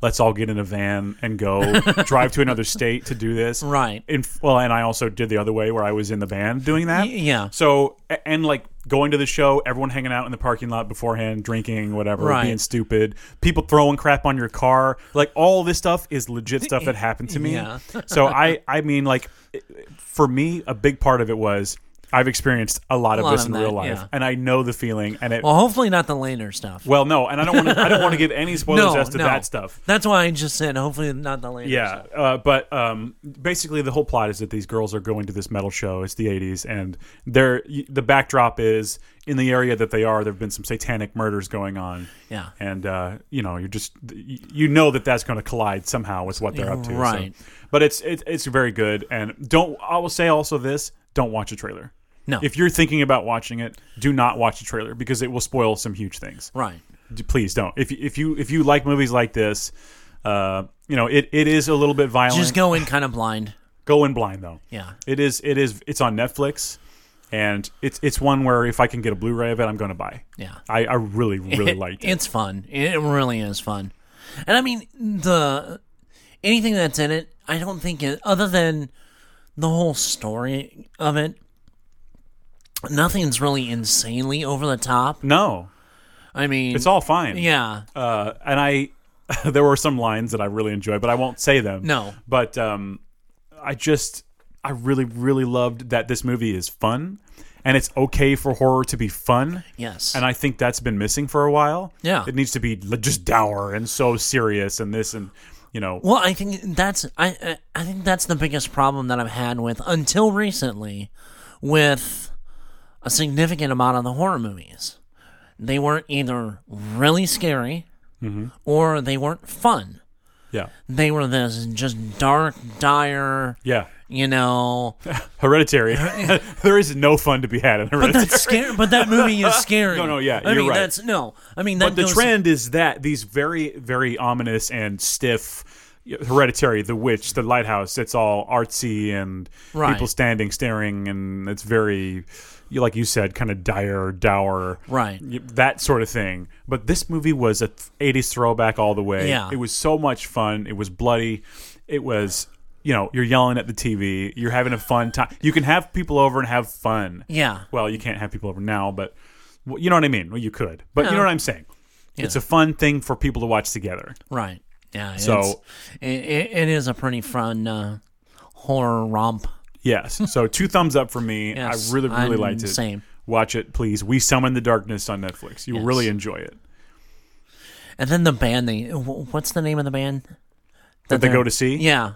Speaker 2: Let's all get in a van and go drive to another state to do this.
Speaker 1: Right.
Speaker 2: In, well, and I also did the other way where I was in the van doing that.
Speaker 1: Y- yeah.
Speaker 2: So a- and like going to the show, everyone hanging out in the parking lot beforehand, drinking, whatever,
Speaker 1: Right.
Speaker 2: being stupid, people throwing crap on your car, like all this stuff is legit stuff that happened to me.
Speaker 1: Yeah.
Speaker 2: so I I mean like it- for me a big part of it was I've experienced a lot of
Speaker 1: lot
Speaker 2: this
Speaker 1: of
Speaker 2: in
Speaker 1: that,
Speaker 2: real life
Speaker 1: yeah. Oh.
Speaker 2: and I know the feeling and it
Speaker 1: Well, hopefully not the later stuff.
Speaker 2: well no and I don't want to I don't want to give any spoilers
Speaker 1: no,
Speaker 2: as to
Speaker 1: no.
Speaker 2: that stuff.
Speaker 1: That's why I just said hopefully not the later stuff.
Speaker 2: Yeah, uh, but um, basically the whole plot is that these girls are going to this metal show. It's the '80s, and they're y- the backdrop is in the area that they are. There have been some satanic murders going on.
Speaker 1: Yeah.
Speaker 2: and uh, you know, you're just y- you know that that's going to collide somehow with what they're up to. so-
Speaker 1: Right.
Speaker 2: But it's it's it's very good, and don't I will say also this: don't watch a trailer.
Speaker 1: No.
Speaker 2: If you're thinking about watching it, do not watch a trailer because it will spoil some huge things
Speaker 1: Right.
Speaker 2: d- please don't. If you- if you if you like movies like this, uh, you know it, it is a little bit violent.
Speaker 1: Just go in kind of blind.
Speaker 2: Go in blind though.
Speaker 1: Yeah.
Speaker 2: It is it is it's on Netflix, and it's it's one where if I can get a Blu-ray of it, I'm going to buy.
Speaker 1: Yeah.
Speaker 2: I, I really really liked it.
Speaker 1: It's fun. It really is fun. And I mean the anything that's in it, I don't think it other than the whole story of it. Nothing's really insanely over the top.
Speaker 2: No,
Speaker 1: I mean,
Speaker 2: it's all fine.
Speaker 1: yeah,
Speaker 2: uh, and I there were some lines that I really enjoyed, but I won't say them.
Speaker 1: No.
Speaker 2: but um, I just I really really loved that this movie is fun, and it's okay for horror to be fun.
Speaker 1: yes,
Speaker 2: And I think that's been missing for a while.
Speaker 1: Yeah.
Speaker 2: it needs to be l- just dour and so serious and this and you know
Speaker 1: Well, I think that's I I- I think that's the biggest problem that I've had with until recently with a significant amount of the horror movies. They weren't either really scary
Speaker 2: Mm-hmm.
Speaker 1: or they weren't fun.
Speaker 2: yeah
Speaker 1: They were this just dark, dire,
Speaker 2: yeah
Speaker 1: you know.
Speaker 2: hereditary. there is no fun to be had in hereditary.
Speaker 1: That's scary, but that movie is scary.
Speaker 2: No, no, yeah,
Speaker 1: I
Speaker 2: you're
Speaker 1: mean,
Speaker 2: right.
Speaker 1: that's no. I mean, that
Speaker 2: but the
Speaker 1: goes-
Speaker 2: trend is that these very very ominous and stiff hereditary the witch the lighthouse it's all artsy and
Speaker 1: Right.
Speaker 2: people standing staring and it's very you- like you said kind of dire dour
Speaker 1: Right.
Speaker 2: y- that sort of thing but this movie was a th- 80s throwback all the way
Speaker 1: Yeah.
Speaker 2: it was so much fun it was bloody it was you know you're yelling at the tv you're having a fun time you can have people over and have fun
Speaker 1: Yeah.
Speaker 2: well, you can't have people over now, but well, you know what I mean. Well, you could, but
Speaker 1: Oh.
Speaker 2: you know what I'm saying. It's a fun thing for people to watch together.
Speaker 1: Right. Yeah.
Speaker 2: So-
Speaker 1: it's- it, it, it is a pretty fun uh, horror romp.
Speaker 2: Yes. So two thumbs up for me.
Speaker 1: Yes,
Speaker 2: I really, really
Speaker 1: I'm
Speaker 2: liked it.
Speaker 1: same.
Speaker 2: Watch it, please. We summon the darkness on Netflix. You will
Speaker 1: Yes.
Speaker 2: really enjoy it.
Speaker 1: And then the band, they wh- what's the name of the band
Speaker 2: That they
Speaker 1: they're-
Speaker 2: go to see.
Speaker 1: Yeah,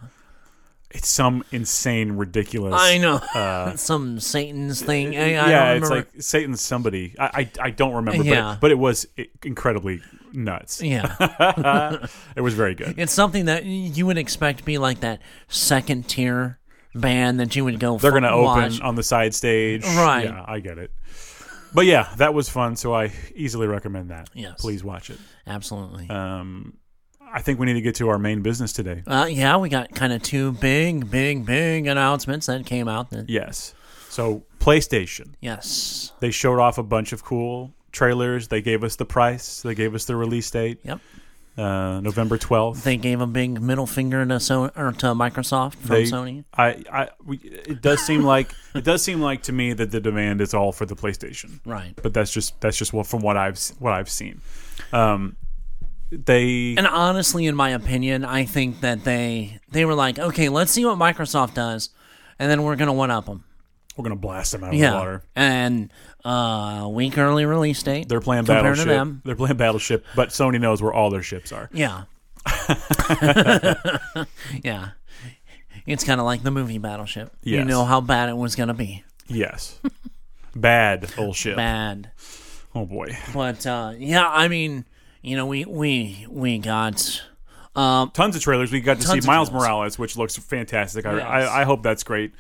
Speaker 2: It's some insane, ridiculous.
Speaker 1: I know some Satan's thing. I, I don't
Speaker 2: Uh, yeah, it's
Speaker 1: remember.
Speaker 2: like Satan's somebody. I I, I don't remember, but,
Speaker 1: Yeah.
Speaker 2: it, but it was i- incredibly nuts.
Speaker 1: yeah,
Speaker 2: It was very good.
Speaker 1: it's something that you would expect to be like that second tier band that you would go.
Speaker 2: They're gonna open
Speaker 1: watch.
Speaker 2: on the side stage,
Speaker 1: Right.
Speaker 2: Yeah, I get it. But yeah, that was fun. So I easily recommend that.
Speaker 1: Yes.
Speaker 2: please watch it.
Speaker 1: Absolutely.
Speaker 2: Um, I think we need to get to our main business today.
Speaker 1: Uh, yeah, we got kind of two big, big, big announcements that came out. That,
Speaker 2: Yes. So PlayStation,
Speaker 1: Yes.
Speaker 2: they showed off a bunch of cool trailers. They gave us the price. They gave us the release date,
Speaker 1: Yep.
Speaker 2: uh, November twelfth.
Speaker 1: They gave a big middle finger to so or to Microsoft from Sony.
Speaker 2: I, I, we, it does seem like it does seem like to me that the demand is all for the PlayStation.
Speaker 1: Right.
Speaker 2: but that's just that's just what from what I've s- what I've seen. Um, they
Speaker 1: And honestly, in my opinion, I think that they they were like, okay, let's see what Microsoft does, and then we're gonna one up them.
Speaker 2: we're gonna blast them out of
Speaker 1: Yeah,
Speaker 2: the water.
Speaker 1: and uh, week early release date.
Speaker 2: They're playing
Speaker 1: compared
Speaker 2: battleship.
Speaker 1: to them.
Speaker 2: They're playing battleship, but Sony knows where all their ships are.
Speaker 1: Yeah, yeah. It's kind of like the movie Battleship. You
Speaker 2: Yes.
Speaker 1: know how bad it was gonna be.
Speaker 2: Yes, bad old ship.
Speaker 1: Bad.
Speaker 2: Oh boy,
Speaker 1: But uh, yeah, I mean, you know, we we we got. Um,
Speaker 2: tons of trailers. We got to
Speaker 1: Tons
Speaker 2: see
Speaker 1: of
Speaker 2: Miles
Speaker 1: trailers.
Speaker 2: Morales, which looks fantastic. I,
Speaker 1: Yes.
Speaker 2: I I hope that's great.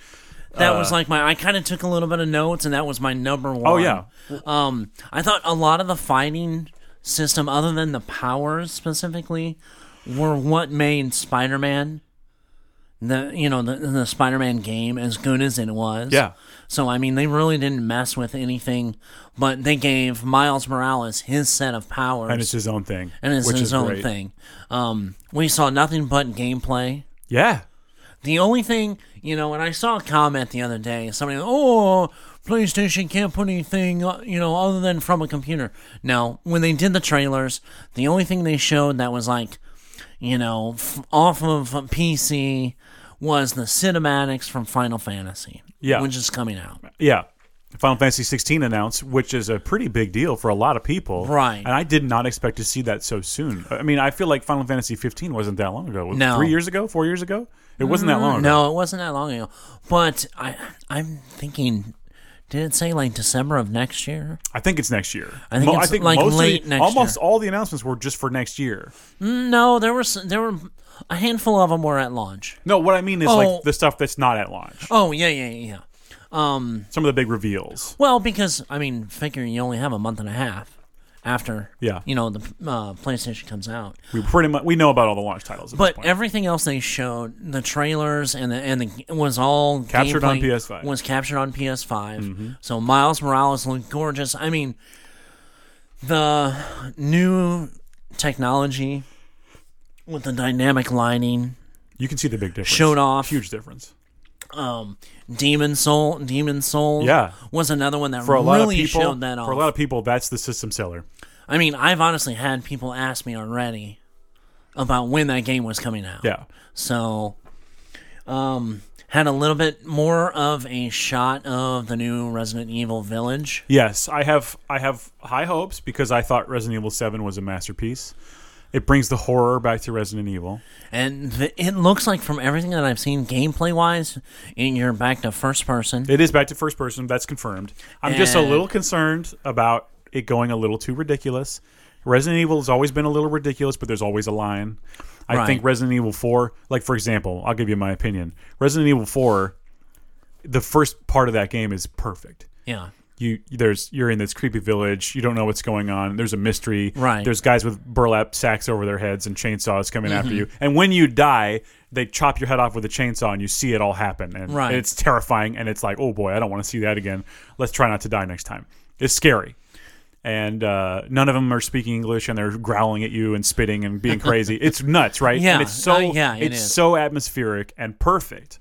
Speaker 1: that was like my. I kind of took a little bit of notes, and that was my number one.
Speaker 2: Uh, Oh yeah,
Speaker 1: Um, I thought a lot of the fighting system, other than the powers specifically, were what made Spider-Man, the you know the the Spider-Man game as good as it was.
Speaker 2: Yeah.
Speaker 1: So I mean, they really didn't mess with anything, but they gave Miles Morales his set of powers,
Speaker 2: and it's his own thing.
Speaker 1: and it's
Speaker 2: which
Speaker 1: his
Speaker 2: is
Speaker 1: own
Speaker 2: great.
Speaker 1: thing. Um, we saw nothing but gameplay.
Speaker 2: Yeah,
Speaker 1: The only thing, you know, and I saw a comment the other day, somebody, oh, PlayStation can't put anything, uh, you know, other than from a computer. No, when they did the trailers, the only thing they showed that was like, you know, f- off of a PC was the cinematics from Final Fantasy.
Speaker 2: Yeah.
Speaker 1: Which is coming out.
Speaker 2: yeah. Final Fantasy 16 announced, which is a pretty big deal for a lot of people.
Speaker 1: Right.
Speaker 2: And I did not expect to see that so soon. I mean, I feel like Final Fantasy 15 wasn't that long ago. Was it
Speaker 1: No. Mm-hmm.
Speaker 2: Three years ago? Four years ago? It wasn't that long ago.
Speaker 1: No, it wasn't that long ago. But I, I'm thinking, did it say like December of next year?
Speaker 2: I think it's next year.
Speaker 1: I think it's, like,
Speaker 2: most of the-
Speaker 1: late next
Speaker 2: Almost all the announcements were just for next year.
Speaker 1: No, there were s- there were a handful of them were at launch.
Speaker 2: No, what I mean is
Speaker 1: Oh.
Speaker 2: like the stuff that's not at launch.
Speaker 1: Oh yeah, yeah, yeah. yeah. Um,
Speaker 2: Some of the big reveals.
Speaker 1: Well, because I mean, figuring you only have a month and a half after
Speaker 2: Yeah.
Speaker 1: you know the uh, PlayStation comes out.
Speaker 2: We pretty much we know about all the launch titles at this
Speaker 1: But
Speaker 2: point.
Speaker 1: everything else they showed, the trailers and the and the was all
Speaker 2: Captured on
Speaker 1: gameplay-
Speaker 2: PS5.
Speaker 1: Was captured on PS5. So Miles Morales looked gorgeous. I mean, the new technology with the dynamic lighting.
Speaker 2: You can see the big difference.
Speaker 1: Showed off.
Speaker 2: huge difference.
Speaker 1: Um, Demon Soul, Demon Soul,
Speaker 2: Yeah.
Speaker 1: was another one that
Speaker 2: For a
Speaker 1: really
Speaker 2: lot of people,
Speaker 1: showed that off.
Speaker 2: for a lot of people, that's the system seller.
Speaker 1: I mean, I've honestly had people ask me already about when that game was coming out.
Speaker 2: Yeah,
Speaker 1: So, um, had a little bit more of a shot of the new Resident Evil Village.
Speaker 2: Yes, I have I have high hopes because I thought Resident Evil 7 was a masterpiece. It brings the horror back to Resident Evil.
Speaker 1: And th- it looks like, from everything that I've seen gameplay wise, you're back to first person.
Speaker 2: It is back to first person, that's confirmed. I'm just a
Speaker 1: Mm-hmm. And-
Speaker 2: little concerned about it going a little too ridiculous. Resident Evil has always been a little ridiculous, but there's always a line. I
Speaker 1: Right.
Speaker 2: think Resident Evil 4, like for example, I'll give you my opinion. Resident Evil 4, the first part of that game is perfect.
Speaker 1: Yeah.
Speaker 2: you there's you're in this creepy village you don't know what's going on there's a mystery
Speaker 1: Right.
Speaker 2: there's guys with burlap sacks over their heads and chainsaws coming after
Speaker 1: Mm-hmm.
Speaker 2: you and when you die they chop your head off with a chainsaw and you see it all happen and
Speaker 1: Right.
Speaker 2: it's terrifying and it's like oh boy i don't want to see that again let's try not to die next time it's scary and uh, none of them are speaking english and they're growling at you and spitting and being crazy it's nuts right
Speaker 1: Yeah.
Speaker 2: and it's so
Speaker 1: Uh, yeah, it
Speaker 2: it's
Speaker 1: is.
Speaker 2: so atmospheric and perfect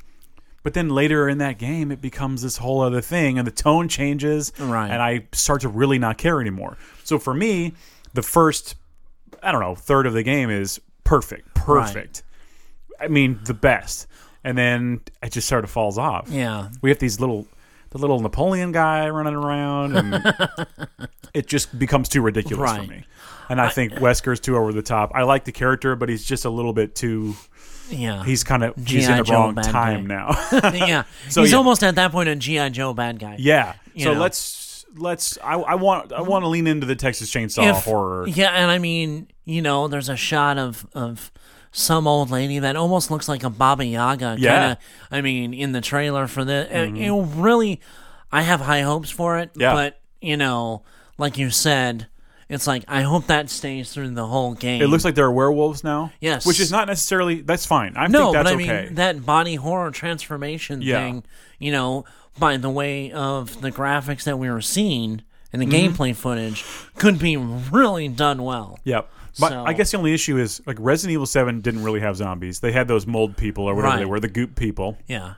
Speaker 2: but then later in that game, it becomes this whole other thing, and the tone changes,
Speaker 1: Right.
Speaker 2: and I start to really not care anymore. So for me, the first, I don't know, third of the game is perfect, perfect. I mean, the best, and then it just sort of falls off.
Speaker 1: Yeah.
Speaker 2: We have these little, the little Napoleon guy running around, and it just becomes too ridiculous
Speaker 1: Right.
Speaker 2: for me. And I think Wesker's too over the top. I like the character, but he's just a little bit too.
Speaker 1: Yeah.
Speaker 2: He's kind of he's
Speaker 1: G.I.
Speaker 2: in the
Speaker 1: Joe
Speaker 2: wrong
Speaker 1: bad guy.
Speaker 2: time now.
Speaker 1: yeah.
Speaker 2: So,
Speaker 1: He's
Speaker 2: yeah.
Speaker 1: almost at that point a G.I. Joe bad guy.
Speaker 2: Yeah.
Speaker 1: You
Speaker 2: so
Speaker 1: know? Mm-hmm.
Speaker 2: let's let's I, I want I want to lean into the Texas Chainsaw
Speaker 1: If-
Speaker 2: horror.
Speaker 1: Yeah, and I mean, you know, there's a shot of of some old lady that almost looks like a Baba Yaga.
Speaker 2: Yeah. Mm-hmm.
Speaker 1: Kinda, I mean, in the trailer for the, it, it really, I have high hopes for it.
Speaker 2: Yeah.
Speaker 1: But you know, like you said, it's like I hope that stays through the whole game.
Speaker 2: It looks like there are werewolves now.
Speaker 1: Yes.
Speaker 2: Which is not necessarily that's fine. I
Speaker 1: no,
Speaker 2: think that's
Speaker 1: but I mean
Speaker 2: okay.
Speaker 1: that body horror transformation
Speaker 2: Yeah.
Speaker 1: thing. You know, by the way of the graphics that we were seeing and the
Speaker 2: Mm-hmm.
Speaker 1: gameplay footage, could be really done well.
Speaker 2: yep. But
Speaker 1: So-
Speaker 2: I guess the only issue is like Resident Evil Seven didn't really have zombies. They had those mold people or whatever they
Speaker 1: Right.
Speaker 2: were, the goop people.
Speaker 1: Yeah.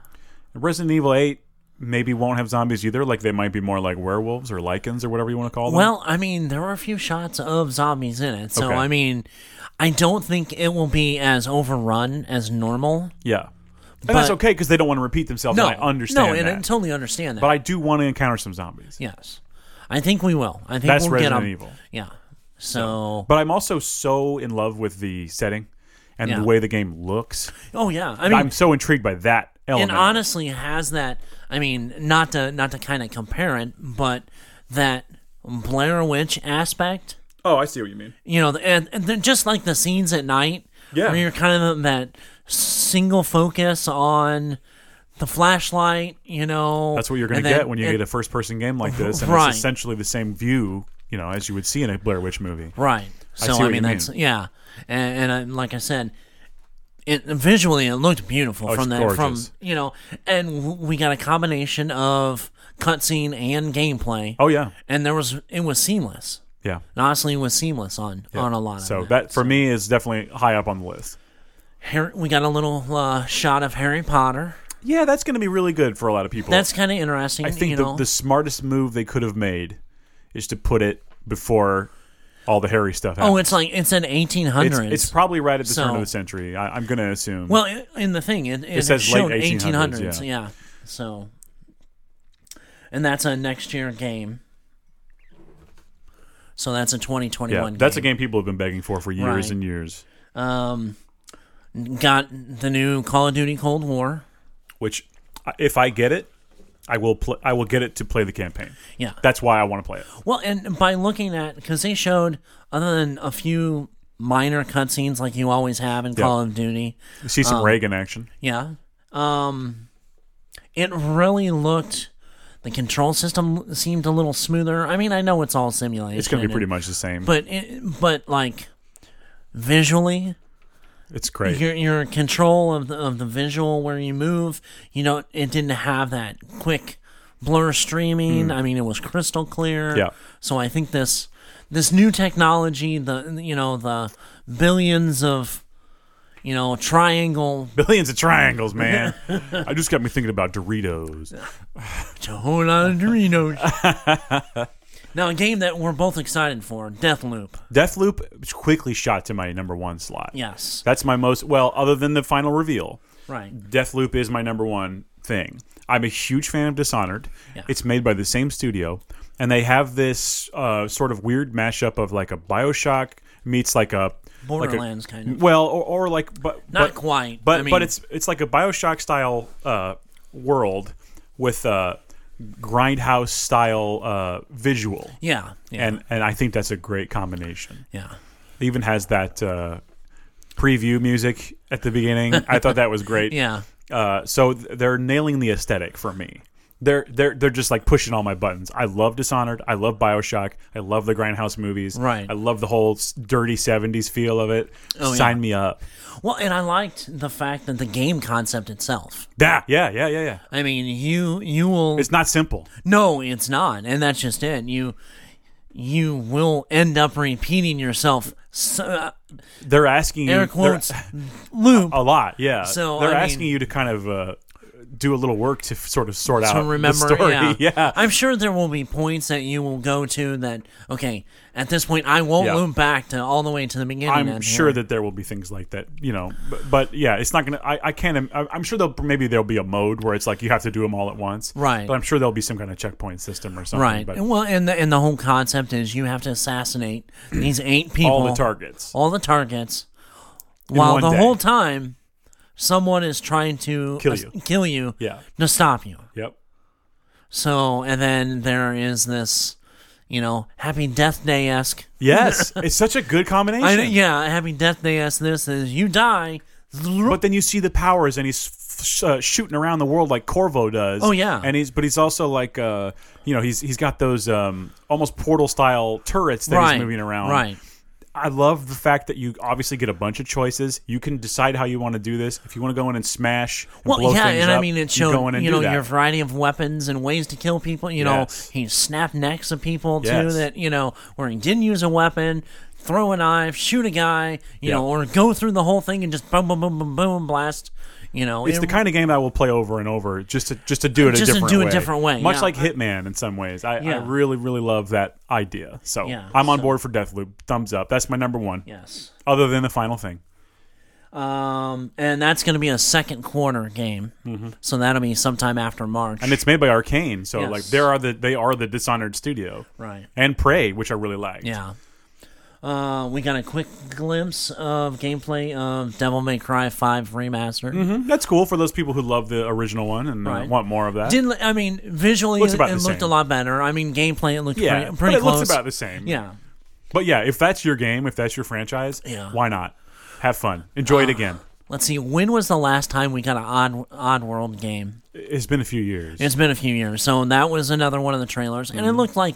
Speaker 2: Resident Evil Eight maybe won't have zombies either. Like they might be more like werewolves or lichens or whatever you want to call them.
Speaker 1: Well, I mean, there were a few shots of zombies in it, so
Speaker 2: Okay.
Speaker 1: I mean, I don't think it will be as overrun as normal.
Speaker 2: yeah. And that's
Speaker 1: but-
Speaker 2: okay because they don't want to repeat themselves.
Speaker 1: No,
Speaker 2: and I understand
Speaker 1: No, and I
Speaker 2: that.
Speaker 1: totally understand that.
Speaker 2: but I do want to encounter some zombies.
Speaker 1: yes, I think we will. I think
Speaker 2: That's
Speaker 1: we'll get
Speaker 2: Resident
Speaker 1: 'em.
Speaker 2: Evil.
Speaker 1: Yeah. So,
Speaker 2: But I'm also so in love with the setting and
Speaker 1: Yeah.
Speaker 2: the way the game looks.
Speaker 1: oh yeah, I mean,
Speaker 2: I'm so intrigued by that element.
Speaker 1: and honestly, has that? I mean, not to not to kind of compare it, but that Blair Witch aspect.
Speaker 2: oh, I see what you mean.
Speaker 1: you know, and, and then just like the scenes at night,
Speaker 2: Yeah.
Speaker 1: where you're kind of in that single focus on the flashlight, you know.
Speaker 2: That's what you're going
Speaker 1: and
Speaker 2: to
Speaker 1: then
Speaker 2: get when you
Speaker 1: it-
Speaker 2: get a first-person game like this, and
Speaker 1: Right.
Speaker 2: it's essentially the same view, you know, as you would see in a Blair Witch movie.
Speaker 1: right.
Speaker 2: see
Speaker 1: So
Speaker 2: what
Speaker 1: I,
Speaker 2: you
Speaker 1: mean,
Speaker 2: mean.
Speaker 1: that's yeah, and, and I, like I said, it visually it looked beautiful
Speaker 2: Oh, it's
Speaker 1: from that from
Speaker 2: gorgeous.
Speaker 1: you know, and w- we got a combination of cutscene and gameplay,
Speaker 2: Oh yeah,
Speaker 1: and there was it was seamless.
Speaker 2: yeah.
Speaker 1: And honestly, it was seamless on on a lot of
Speaker 2: So
Speaker 1: it.
Speaker 2: that for me is definitely high up on the list.
Speaker 1: Harry, we got a little uh, shot of Harry Potter.
Speaker 2: Yeah, that's going to be really good for a lot of people.
Speaker 1: That's kind of interesting.
Speaker 2: I think
Speaker 1: you
Speaker 2: the,
Speaker 1: know?
Speaker 2: the smartest move they could have made is to put it before all the hairy stuff. Happens.
Speaker 1: Oh, it's like it's an eighteen
Speaker 2: it's,
Speaker 1: hundreds.
Speaker 2: it's probably right at the turn
Speaker 1: So-
Speaker 2: of the century. I, I'm going to assume.
Speaker 1: well i- in the thing it, it,
Speaker 2: says late
Speaker 1: showed
Speaker 2: 1800s,
Speaker 1: yeah. So, and that's a next year game. So that's a twenty twenty
Speaker 2: Yeah,
Speaker 1: one.
Speaker 2: that's a game people have been begging for for years
Speaker 1: Right.
Speaker 2: and years.
Speaker 1: Um, got the new Call of Duty Cold War.
Speaker 2: Which, I- if I get it, I will. Pl- I will get it to play the campaign.
Speaker 1: Yeah.
Speaker 2: That's why I want to play it.
Speaker 1: Well, and by looking at because they showed other than a few minor cutscenes like you always have in Call of Duty.
Speaker 2: You see
Speaker 1: Um,
Speaker 2: some Reagan action.
Speaker 1: Yeah. Um it really looked the control system seemed a little smoother. I mean, I know it's all simulation.
Speaker 2: It's going to be pretty
Speaker 1: and-
Speaker 2: much the same.
Speaker 1: But it, but like visually
Speaker 2: it's great.
Speaker 1: your your control of the of the visual where you move, you know, it didn't have that quick blur streaming. I mean, it was crystal clear.
Speaker 2: Mm. Yeah.
Speaker 1: So I think this this new technology, the you know, the billions of you know, triangle
Speaker 2: Billions of triangles, man. I just got me thinking about Doritos.
Speaker 1: It's a whole lot of Doritos. now, a game that we're both excited for, Deathloop.
Speaker 2: Deathloop quickly shot to my number one slot.
Speaker 1: Yes,
Speaker 2: That's my most well, other than the final reveal.
Speaker 1: right.
Speaker 2: Deathloop is my number one thing. I'm a huge fan of Dishonored.
Speaker 1: Yeah.
Speaker 2: It's made by the same studio, and they have this uh, sort of weird mashup of like a Bioshock meets like a
Speaker 1: Borderlands
Speaker 2: like a,
Speaker 1: kind of.
Speaker 2: Well, or, or like but
Speaker 1: Not
Speaker 2: but,
Speaker 1: quite.
Speaker 2: but
Speaker 1: I mean,
Speaker 2: but it's it's like a Bioshock style uh, world with a grindhouse style uh, visual,
Speaker 1: yeah, yeah,
Speaker 2: and and I think that's a great combination.
Speaker 1: yeah.
Speaker 2: It even has that uh, preview music at the beginning. I thought that was great.
Speaker 1: Yeah.
Speaker 2: Uh, so th- they're nailing the aesthetic for me. They're they're they're just like pushing all my buttons. I love Dishonored. I love Bioshock. I love the Grindhouse movies.
Speaker 1: Right.
Speaker 2: I love the whole s- dirty '70s feel of it.
Speaker 1: Oh, yeah.
Speaker 2: Sign me up.
Speaker 1: Well, and I liked the fact that the game concept itself.
Speaker 2: Yeah, yeah, yeah, yeah, yeah.
Speaker 1: I mean, you you will
Speaker 2: It's not simple.
Speaker 1: no, it's not, and that's just it. You you will end up repeating yourself. So, uh,
Speaker 2: They're asking you
Speaker 1: air
Speaker 2: they're-
Speaker 1: quotes loop.
Speaker 2: a lot. Yeah.
Speaker 1: So,
Speaker 2: they're
Speaker 1: I
Speaker 2: asking
Speaker 1: mean-
Speaker 2: you to kind of uh, do a little work to f- sort of sort out
Speaker 1: to
Speaker 2: the
Speaker 1: remember.
Speaker 2: story.
Speaker 1: Yeah.
Speaker 2: yeah.
Speaker 1: I'm sure there will be points that you will go to that. Okay, at this point, I won't
Speaker 2: Yeah.
Speaker 1: loop back to all the way to the beginning.
Speaker 2: I'm
Speaker 1: and
Speaker 2: sure
Speaker 1: here.
Speaker 2: that there will be things like that, you know. But, but yeah, it's not gonna. I, I can't. im- I- I'm sure there'll maybe there'll be a mode where it's like you have to do them all at once,
Speaker 1: Right.
Speaker 2: But I'm sure there'll be some kind of checkpoint system or something,
Speaker 1: right.
Speaker 2: But
Speaker 1: well, and the and the whole concept is you have to assassinate these eight people,
Speaker 2: all the targets.
Speaker 1: all the targets, while
Speaker 2: one
Speaker 1: the
Speaker 2: day.
Speaker 1: whole time someone is trying to
Speaker 2: Kill
Speaker 1: as-
Speaker 2: you.
Speaker 1: kill you
Speaker 2: yeah.
Speaker 1: to stop you.
Speaker 2: Yep.
Speaker 1: So, and then there is this, you know, Happy Death Day esque.
Speaker 2: Yes, it's such a good combination.
Speaker 1: I, yeah, Happy Death Day esque. This is you die.
Speaker 2: But then you see the powers, and he's f- sh- uh, shooting around the world like Corvo does.
Speaker 1: Oh, yeah.
Speaker 2: and he's but he's also like uh, you know he's he's got those um, almost portal style turrets that
Speaker 1: right,
Speaker 2: he's moving around.
Speaker 1: Right.
Speaker 2: I love the fact that you obviously get a bunch of choices. You can decide how you want to do this. If you want to go in and smash, and blow
Speaker 1: Well, yeah,
Speaker 2: things
Speaker 1: and
Speaker 2: up,
Speaker 1: I mean, it
Speaker 2: you
Speaker 1: showed
Speaker 2: go in
Speaker 1: you,
Speaker 2: and
Speaker 1: know
Speaker 2: do that.
Speaker 1: your variety of weapons and ways to kill people. You
Speaker 2: Yes.
Speaker 1: know, he snapped necks of people too.
Speaker 2: Yes.
Speaker 1: That you know, where he didn't use a weapon, throw a knife, shoot a guy. You
Speaker 2: Yeah.
Speaker 1: know, or go through the whole thing and just boom, boom, boom, boom, boom, blast. You know,
Speaker 2: It's
Speaker 1: it-
Speaker 2: the kind of game I will play over and over just to just to do it
Speaker 1: Just
Speaker 2: a
Speaker 1: to
Speaker 2: different
Speaker 1: do it
Speaker 2: way.
Speaker 1: different way,
Speaker 2: Much
Speaker 1: yeah.
Speaker 2: like Hitman in some ways. I,
Speaker 1: Yeah.
Speaker 2: I really really love that idea. So
Speaker 1: Yeah,
Speaker 2: I'm on
Speaker 1: so-
Speaker 2: board for Deathloop. Thumbs up. That's my number one.
Speaker 1: yes.
Speaker 2: Other than the final thing.
Speaker 1: Um, and that's going to be a second quarter game, so that'll be sometime after March.
Speaker 2: Mm-hmm. And it's made by Arcane, so
Speaker 1: Yes.
Speaker 2: like there are the they are the Dishonored studio
Speaker 1: right.
Speaker 2: and Prey, which I really like.
Speaker 1: Yeah. Uh, we got a quick glimpse of gameplay of Devil May Cry 5 Remastered.
Speaker 2: Mm-hmm. That's cool for those people who love the original one and uh,
Speaker 1: Right.
Speaker 2: want more of that.
Speaker 1: Didn't I mean visually
Speaker 2: Looks about
Speaker 1: it
Speaker 2: the
Speaker 1: looked a
Speaker 2: same.
Speaker 1: lot better. I mean gameplay it looked
Speaker 2: yeah,
Speaker 1: pretty, pretty
Speaker 2: but it
Speaker 1: close.
Speaker 2: looks about the same.
Speaker 1: yeah.
Speaker 2: But yeah, if that's your game, if that's your franchise,
Speaker 1: Yeah.
Speaker 2: why not? Have fun. Enjoy it again.
Speaker 1: Let's see. When was the last time we got an odd odd world game?
Speaker 2: It's been a few years.
Speaker 1: It's been a few years, so that was another one of the trailers, and it
Speaker 2: Mm-hmm.
Speaker 1: looked like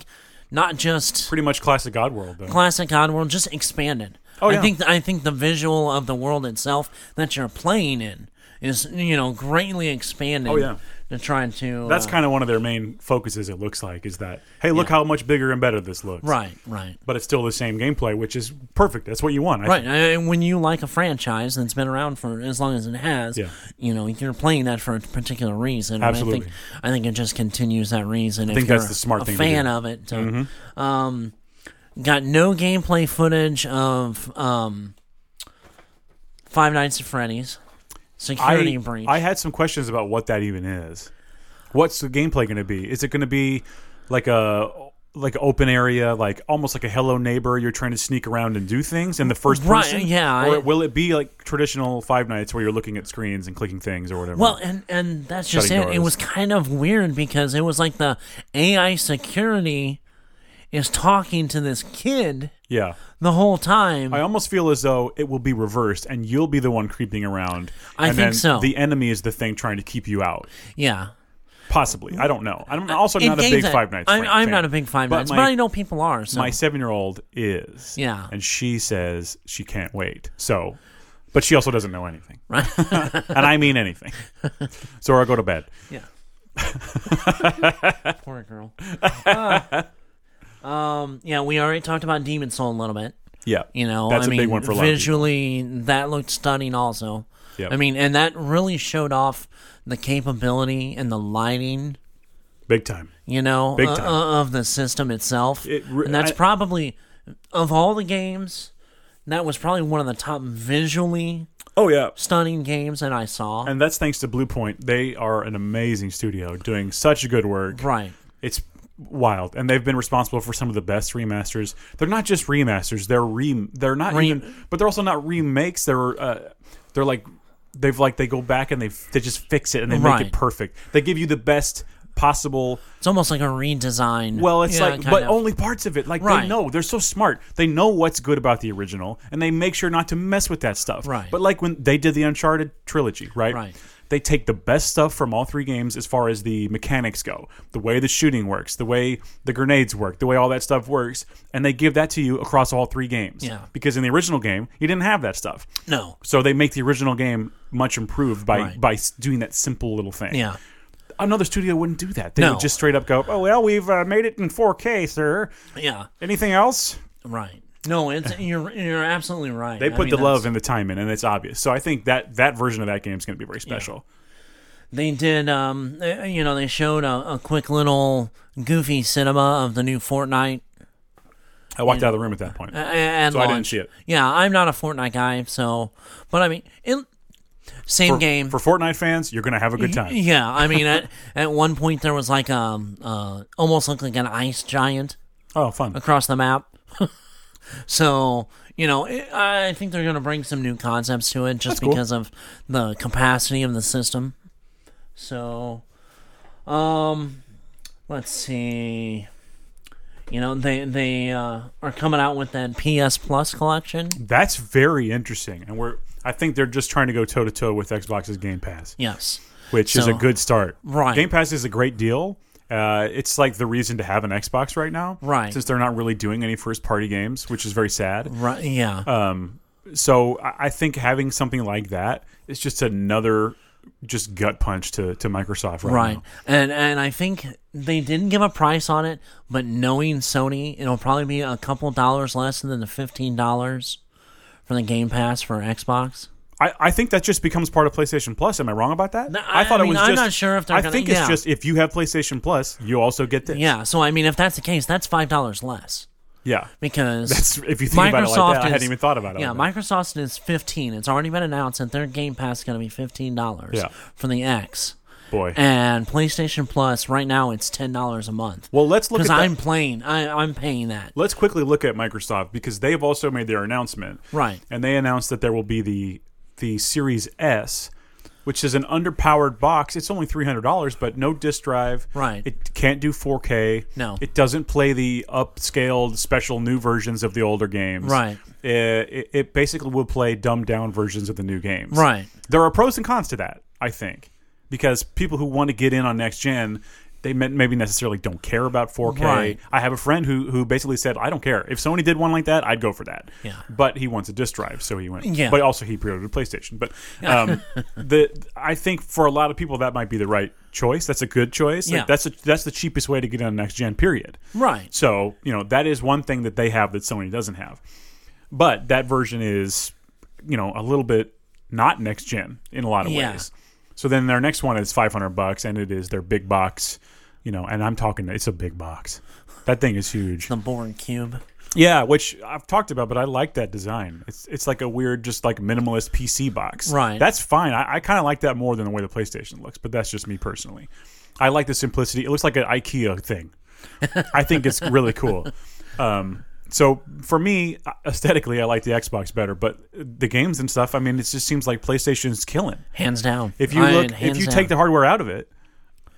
Speaker 1: not just
Speaker 2: Pretty much classic God World, though.
Speaker 1: classic odd world, just expanded.
Speaker 2: Oh,
Speaker 1: I
Speaker 2: yeah.
Speaker 1: think I think the visual of the world itself that you're playing in is you know greatly expanded.
Speaker 2: Oh, yeah.
Speaker 1: to trying to
Speaker 2: That's
Speaker 1: uh,
Speaker 2: kind of one of their main focuses, it looks like, is that, hey, look how much bigger and better this looks.
Speaker 1: uh, right, right.
Speaker 2: But it's still the same gameplay, which is perfect. That's what you want. I
Speaker 1: Right, and when you like a franchise that's been around for as long as it has,
Speaker 2: Yeah.
Speaker 1: you know you're playing that for a particular reason. and I
Speaker 2: Absolutely.
Speaker 1: think I think it just continues that reason. I if
Speaker 2: think
Speaker 1: you're
Speaker 2: that's the smart
Speaker 1: a
Speaker 2: thing to
Speaker 1: Fan
Speaker 2: do. Mm-hmm.
Speaker 1: of it. to- Um, got no gameplay footage of um, Five Nights at Freddy's security
Speaker 2: I,
Speaker 1: breach.
Speaker 2: I had some questions about what that even is. What's the gameplay going to be? Is it going to be like a like open area, like almost like a hello neighbor? You're trying to sneak around and do things in the first
Speaker 1: Right,
Speaker 2: person.
Speaker 1: yeah,
Speaker 2: Or
Speaker 1: I-
Speaker 2: will it be like traditional Five Nights where you're looking at screens and clicking things or whatever?
Speaker 1: well, and and that's just it.
Speaker 2: Shutting
Speaker 1: It
Speaker 2: doors.
Speaker 1: was kind of weird because it was like the AI security is talking to this kid
Speaker 2: yeah.
Speaker 1: the whole time.
Speaker 2: I almost feel as though it will be reversed, and you'll be the one creeping around.
Speaker 1: I
Speaker 2: and
Speaker 1: think
Speaker 2: then
Speaker 1: so.
Speaker 2: The enemy is the thing trying to keep you out.
Speaker 1: yeah.
Speaker 2: Possibly, I don't know. I'm also
Speaker 1: In
Speaker 2: not a
Speaker 1: Uh, games
Speaker 2: big
Speaker 1: that-
Speaker 2: Five Nights.
Speaker 1: I'm,
Speaker 2: fan-
Speaker 1: I'm
Speaker 2: fan.
Speaker 1: not a big Five
Speaker 2: But
Speaker 1: Nights,
Speaker 2: my-
Speaker 1: but I know people are. So
Speaker 2: my seven-year-old is.
Speaker 1: Oh. Yeah.
Speaker 2: and she says she can't wait. So, but she also doesn't know anything, right? and I mean anything. So I go to bed.
Speaker 1: yeah. Ah. Poor girl. Uh, um, yeah, we already talked about Demon Soul a little bit.
Speaker 2: Yeah.
Speaker 1: You know, I
Speaker 2: That's a
Speaker 1: mean,
Speaker 2: big one for a lot of people.
Speaker 1: visually that looked stunning. Also,
Speaker 2: Yep.
Speaker 1: I mean, and that really showed off the capability and the lighting.
Speaker 2: Big time.
Speaker 1: You know,
Speaker 2: Big
Speaker 1: uh,
Speaker 2: time.
Speaker 1: uh, of the system itself,
Speaker 2: It re-
Speaker 1: and that's
Speaker 2: I-
Speaker 1: probably of all the games. That was probably one of the top visually
Speaker 2: Oh yeah.
Speaker 1: stunning games that I saw.
Speaker 2: And that's thanks to Blue Point. They are an amazing studio doing such good work.
Speaker 1: right.
Speaker 2: It's wild, and they've been responsible for some of the best remasters. They're not just remasters; they're re they're not
Speaker 1: Re-
Speaker 2: even, but they're also not remakes. They're uh, they're like they've like they go back and they they just fix it and they make
Speaker 1: Right.
Speaker 2: it perfect. They give you the best possible.
Speaker 1: It's almost like a redesign.
Speaker 2: Well, it's
Speaker 1: Yeah,
Speaker 2: like,
Speaker 1: kind
Speaker 2: but
Speaker 1: of.
Speaker 2: only parts of it. Like they
Speaker 1: Right.
Speaker 2: know they're so smart. They know what's good about the original, and they make sure not to mess with that stuff.
Speaker 1: Right.
Speaker 2: But like when they did the Uncharted trilogy, right?
Speaker 1: Right.
Speaker 2: They take the best stuff from all three games as far as the mechanics go, the way the shooting works, the way the grenades work, the way all that stuff works, and they give that to you across all three games.
Speaker 1: Yeah.
Speaker 2: Because in the original game, you didn't have that stuff.
Speaker 1: no.
Speaker 2: So they make the original game much improved by
Speaker 1: Right.
Speaker 2: by s- doing that simple little thing
Speaker 1: Yeah.
Speaker 2: another studio wouldn't do that. They
Speaker 1: No.
Speaker 2: would just straight up go, "Oh well, we've uh, made it in 4K, sir.
Speaker 1: Yeah.
Speaker 2: Anything else?"
Speaker 1: Right. No, it's you're you're absolutely right.
Speaker 2: They put the love and the time in, and it's obvious. So I think that that version of that game is going to be very special.
Speaker 1: They did. Um, eh, you know, they showed a, a quick little goofy cinema of the new Fortnite.
Speaker 2: I walked out of the room at that point.
Speaker 1: a- And
Speaker 2: So I didn't
Speaker 1: launch.
Speaker 2: see it.
Speaker 1: Yeah, I'm not a Fortnite guy, so. But I mean, it, same
Speaker 2: for,
Speaker 1: game.
Speaker 2: for Fortnite fans, you're going to have a good time.
Speaker 1: yeah, I mean, at, at one point there was like um uh almost looked like an ice giant
Speaker 2: Oh, fun!
Speaker 1: across the map. so you know, it, I think they're going to bring some new concepts to it just
Speaker 2: cool.
Speaker 1: because of the capacity of the system. So, um, let's see. You know, they they uh, are coming out with that PS Plus collection.
Speaker 2: That's very interesting, and we're. I think they're just trying to go toe to toe with Xbox's Game Pass,
Speaker 1: Yes.
Speaker 2: which is
Speaker 1: So-
Speaker 2: a good start.
Speaker 1: Right.
Speaker 2: Game Pass is a great deal. Uh, it's like the reason to have an Xbox right now,
Speaker 1: Right.
Speaker 2: Since they're not really doing any first party games, which is very sad.
Speaker 1: Right. Yeah.
Speaker 2: Um, so I I think having something like that is just another just gut punch to, to Microsoft right,
Speaker 1: Right.
Speaker 2: now.
Speaker 1: And and I think they didn't give a price on it, but knowing Sony, it'll probably be a couple dollars less than the fifteen dollars for the Game Pass for Xbox.
Speaker 2: I, I think that just becomes part of PlayStation Plus. Am I wrong about that?
Speaker 1: No, I- I mean, I'm not sure if they're
Speaker 2: I
Speaker 1: gonna-
Speaker 2: think
Speaker 1: yeah.
Speaker 2: it's just if you have PlayStation Plus, you also get this.
Speaker 1: Yeah. So I mean if that's the case, that's five dollars less.
Speaker 2: yeah.
Speaker 1: Because
Speaker 2: That's- if you think about it like that, I hadn't even thought about it
Speaker 1: Yeah,
Speaker 2: like that.
Speaker 1: Microsoft is fifteen. It's already been announced that their Game Pass is gonna be fifteen dollars
Speaker 2: Yeah.
Speaker 1: for the X.
Speaker 2: Boy.
Speaker 1: And PlayStation Plus right now it's ten dollars a month.
Speaker 2: well, let's look at
Speaker 1: Because
Speaker 2: that.
Speaker 1: I'm playing I, I'm paying that.
Speaker 2: Let's quickly look at Microsoft because they've also made their announcement.
Speaker 1: Right.
Speaker 2: And they announced that there will be the the Series S, which is an underpowered box. It's only three hundred dollars, but no disk drive.
Speaker 1: Right.
Speaker 2: It can't do four K.
Speaker 1: No.
Speaker 2: It doesn't play the upscaled special new versions of the older games.
Speaker 1: Right.
Speaker 2: It, it, it basically will play dumbed down versions of the new games.
Speaker 1: Right.
Speaker 2: There are pros and cons to that, I think, because people who want to get in on next gen, they may- maybe necessarily don't care about 4K.
Speaker 1: Right.
Speaker 2: I have a friend who who basically said, "I don't care if Sony did one like that, I'd go for that."
Speaker 1: Yeah.
Speaker 2: But he wants a disc drive, so he went.
Speaker 1: Yeah.
Speaker 2: But also he pre-ordered a PlayStation. But um, the I think for a lot of people that might be the right choice. That's a good choice. Like,
Speaker 1: Yeah.
Speaker 2: that's a, that's the cheapest way to get on next gen. Period.
Speaker 1: Right.
Speaker 2: So you know that is one thing that they have that Sony doesn't have. But that version is, you know, a little bit not next gen in a lot of
Speaker 1: Yeah.
Speaker 2: ways. So then their next one is 500 bucks, and it is their big box. You know, and I'm talking, it's a big box. That thing is huge.
Speaker 1: The Born Cube.
Speaker 2: Yeah, which I've talked about, but I like that design. It's it's like a weird, just like minimalist PC box.
Speaker 1: Right.
Speaker 2: That's fine. I, I kind of like that more than the way the PlayStation looks, but that's just me personally. I like the simplicity. It looks like an IKEA thing. I think it's really cool. Um, so for me, uh, aesthetically, I like the Xbox better, but the games and stuff. I mean, it just seems like PlayStation's killing.
Speaker 1: Hands down.
Speaker 2: If you
Speaker 1: I-
Speaker 2: look, if
Speaker 1: hands
Speaker 2: you
Speaker 1: down.
Speaker 2: take the hardware out of it,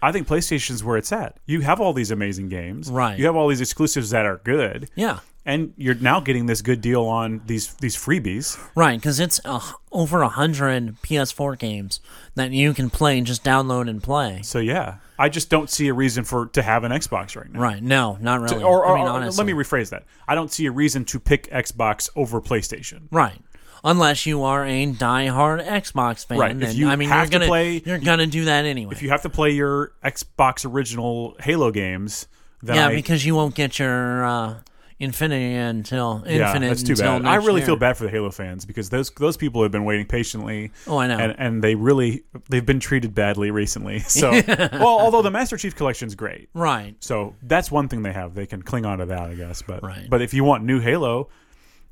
Speaker 2: I think PlayStation's where it's at. You have all these amazing games.
Speaker 1: Right.
Speaker 2: You have all these exclusives that are good
Speaker 1: yeah,
Speaker 2: and you're now getting this good deal on these these freebies.
Speaker 1: right, because it's uh, over a hundred PS4 games that you can play and just download and play.
Speaker 2: So yeah, I just don't see a reason for to have an Xbox right now.
Speaker 1: Right? No, not really.
Speaker 2: Or, or-
Speaker 1: I mean,
Speaker 2: or-
Speaker 1: honestly,
Speaker 2: let me rephrase that. I don't see a reason to pick Xbox over PlayStation.
Speaker 1: right. Unless you are a diehard Xbox fan,
Speaker 2: Right, if
Speaker 1: and
Speaker 2: you
Speaker 1: I mean,
Speaker 2: have
Speaker 1: you're
Speaker 2: to
Speaker 1: gonna
Speaker 2: play-
Speaker 1: you're gonna do that anyway.
Speaker 2: If you have to play your Xbox original Halo games, then
Speaker 1: yeah,
Speaker 2: I,
Speaker 1: because you won't get your uh, Infinity until Infinite.
Speaker 2: Yeah, that's too
Speaker 1: until
Speaker 2: bad. I
Speaker 1: next
Speaker 2: really
Speaker 1: year.
Speaker 2: feel bad for the Halo fans because those those people have been waiting patiently.
Speaker 1: Oh, I know.
Speaker 2: and, and they really they've been treated badly recently. So, well, although the Master Chief Collection's great,
Speaker 1: Right.
Speaker 2: so that's one thing they have. They can cling on to that, I guess. But
Speaker 1: Right.
Speaker 2: but if you want new Halo,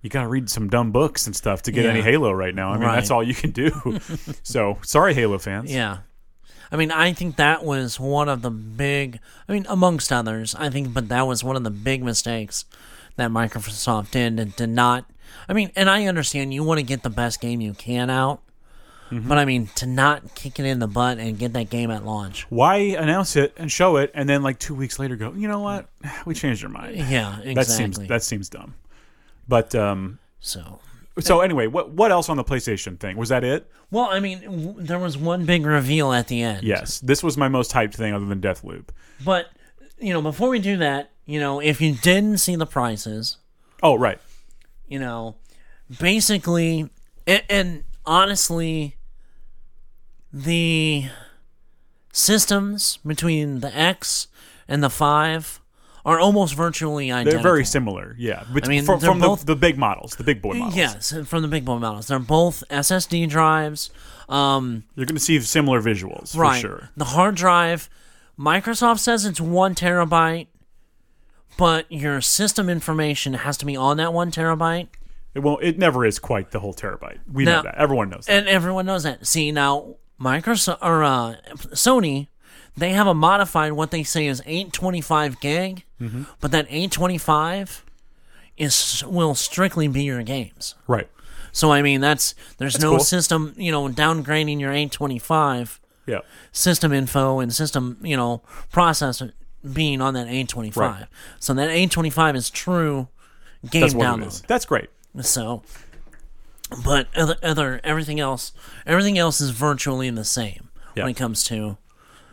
Speaker 2: you gotta read some dumb books and stuff to get
Speaker 1: Yeah.
Speaker 2: any Halo right now. I mean, that's
Speaker 1: Right.
Speaker 2: all you can do. so sorry, Halo fans.
Speaker 1: Yeah. I mean, I think that was one of the big, I mean, amongst others, I think, but that was one of the big mistakes that Microsoft did and did not. I mean, and I understand you want to get the best game you can out,
Speaker 2: Mm-hmm.
Speaker 1: but I mean, to not kick it in the butt and get that game at launch.
Speaker 2: Why announce it and show it and then like two weeks later go, you know what? We changed our mind.
Speaker 1: Yeah, exactly.
Speaker 2: That seems that seems dumb. But um,
Speaker 1: so.
Speaker 2: so anyway, what what else on the PlayStation thing? Was that it?
Speaker 1: Well, I mean, w- there was one big reveal at the end.
Speaker 2: Yes, this was my most hyped thing other than Deathloop.
Speaker 1: But, you know, before we do that, you know, if you didn't see the prices,
Speaker 2: Oh right,
Speaker 1: you know, basically, and, and honestly, the systems between the X and the Five are almost virtually
Speaker 2: they're
Speaker 1: identical.
Speaker 2: very similar. Yeah, but
Speaker 1: I mean,
Speaker 2: from,
Speaker 1: they're
Speaker 2: from
Speaker 1: both-
Speaker 2: the, the big models, the big boy models.
Speaker 1: Yes, from the big boy models. They're both SSD drives. Um,
Speaker 2: You're going to see similar visuals
Speaker 1: right.
Speaker 2: for sure.
Speaker 1: The hard drive, Microsoft says it's one terabyte, but your system information has to be on that one terabyte.
Speaker 2: It won't. It never is quite the whole terabyte. We
Speaker 1: Now-
Speaker 2: know that. Everyone knows that.
Speaker 1: and everyone knows that. See now, Microsoft or uh, Sony, they have a modified what they say is 825 gig,
Speaker 2: Mm-hmm.
Speaker 1: but that 825 is will strictly be your games.
Speaker 2: Right.
Speaker 1: So I mean, that's there's no
Speaker 2: cool.
Speaker 1: system, you know, downgrading your 825
Speaker 2: Yeah.
Speaker 1: system info and system, you know, processor being on that 825.
Speaker 2: Right.
Speaker 1: So that 825 is true game
Speaker 2: That's what it
Speaker 1: download.
Speaker 2: is. That's great.
Speaker 1: So, but other, other everything else, everything else is virtually the same
Speaker 2: Yeah.
Speaker 1: when it comes to,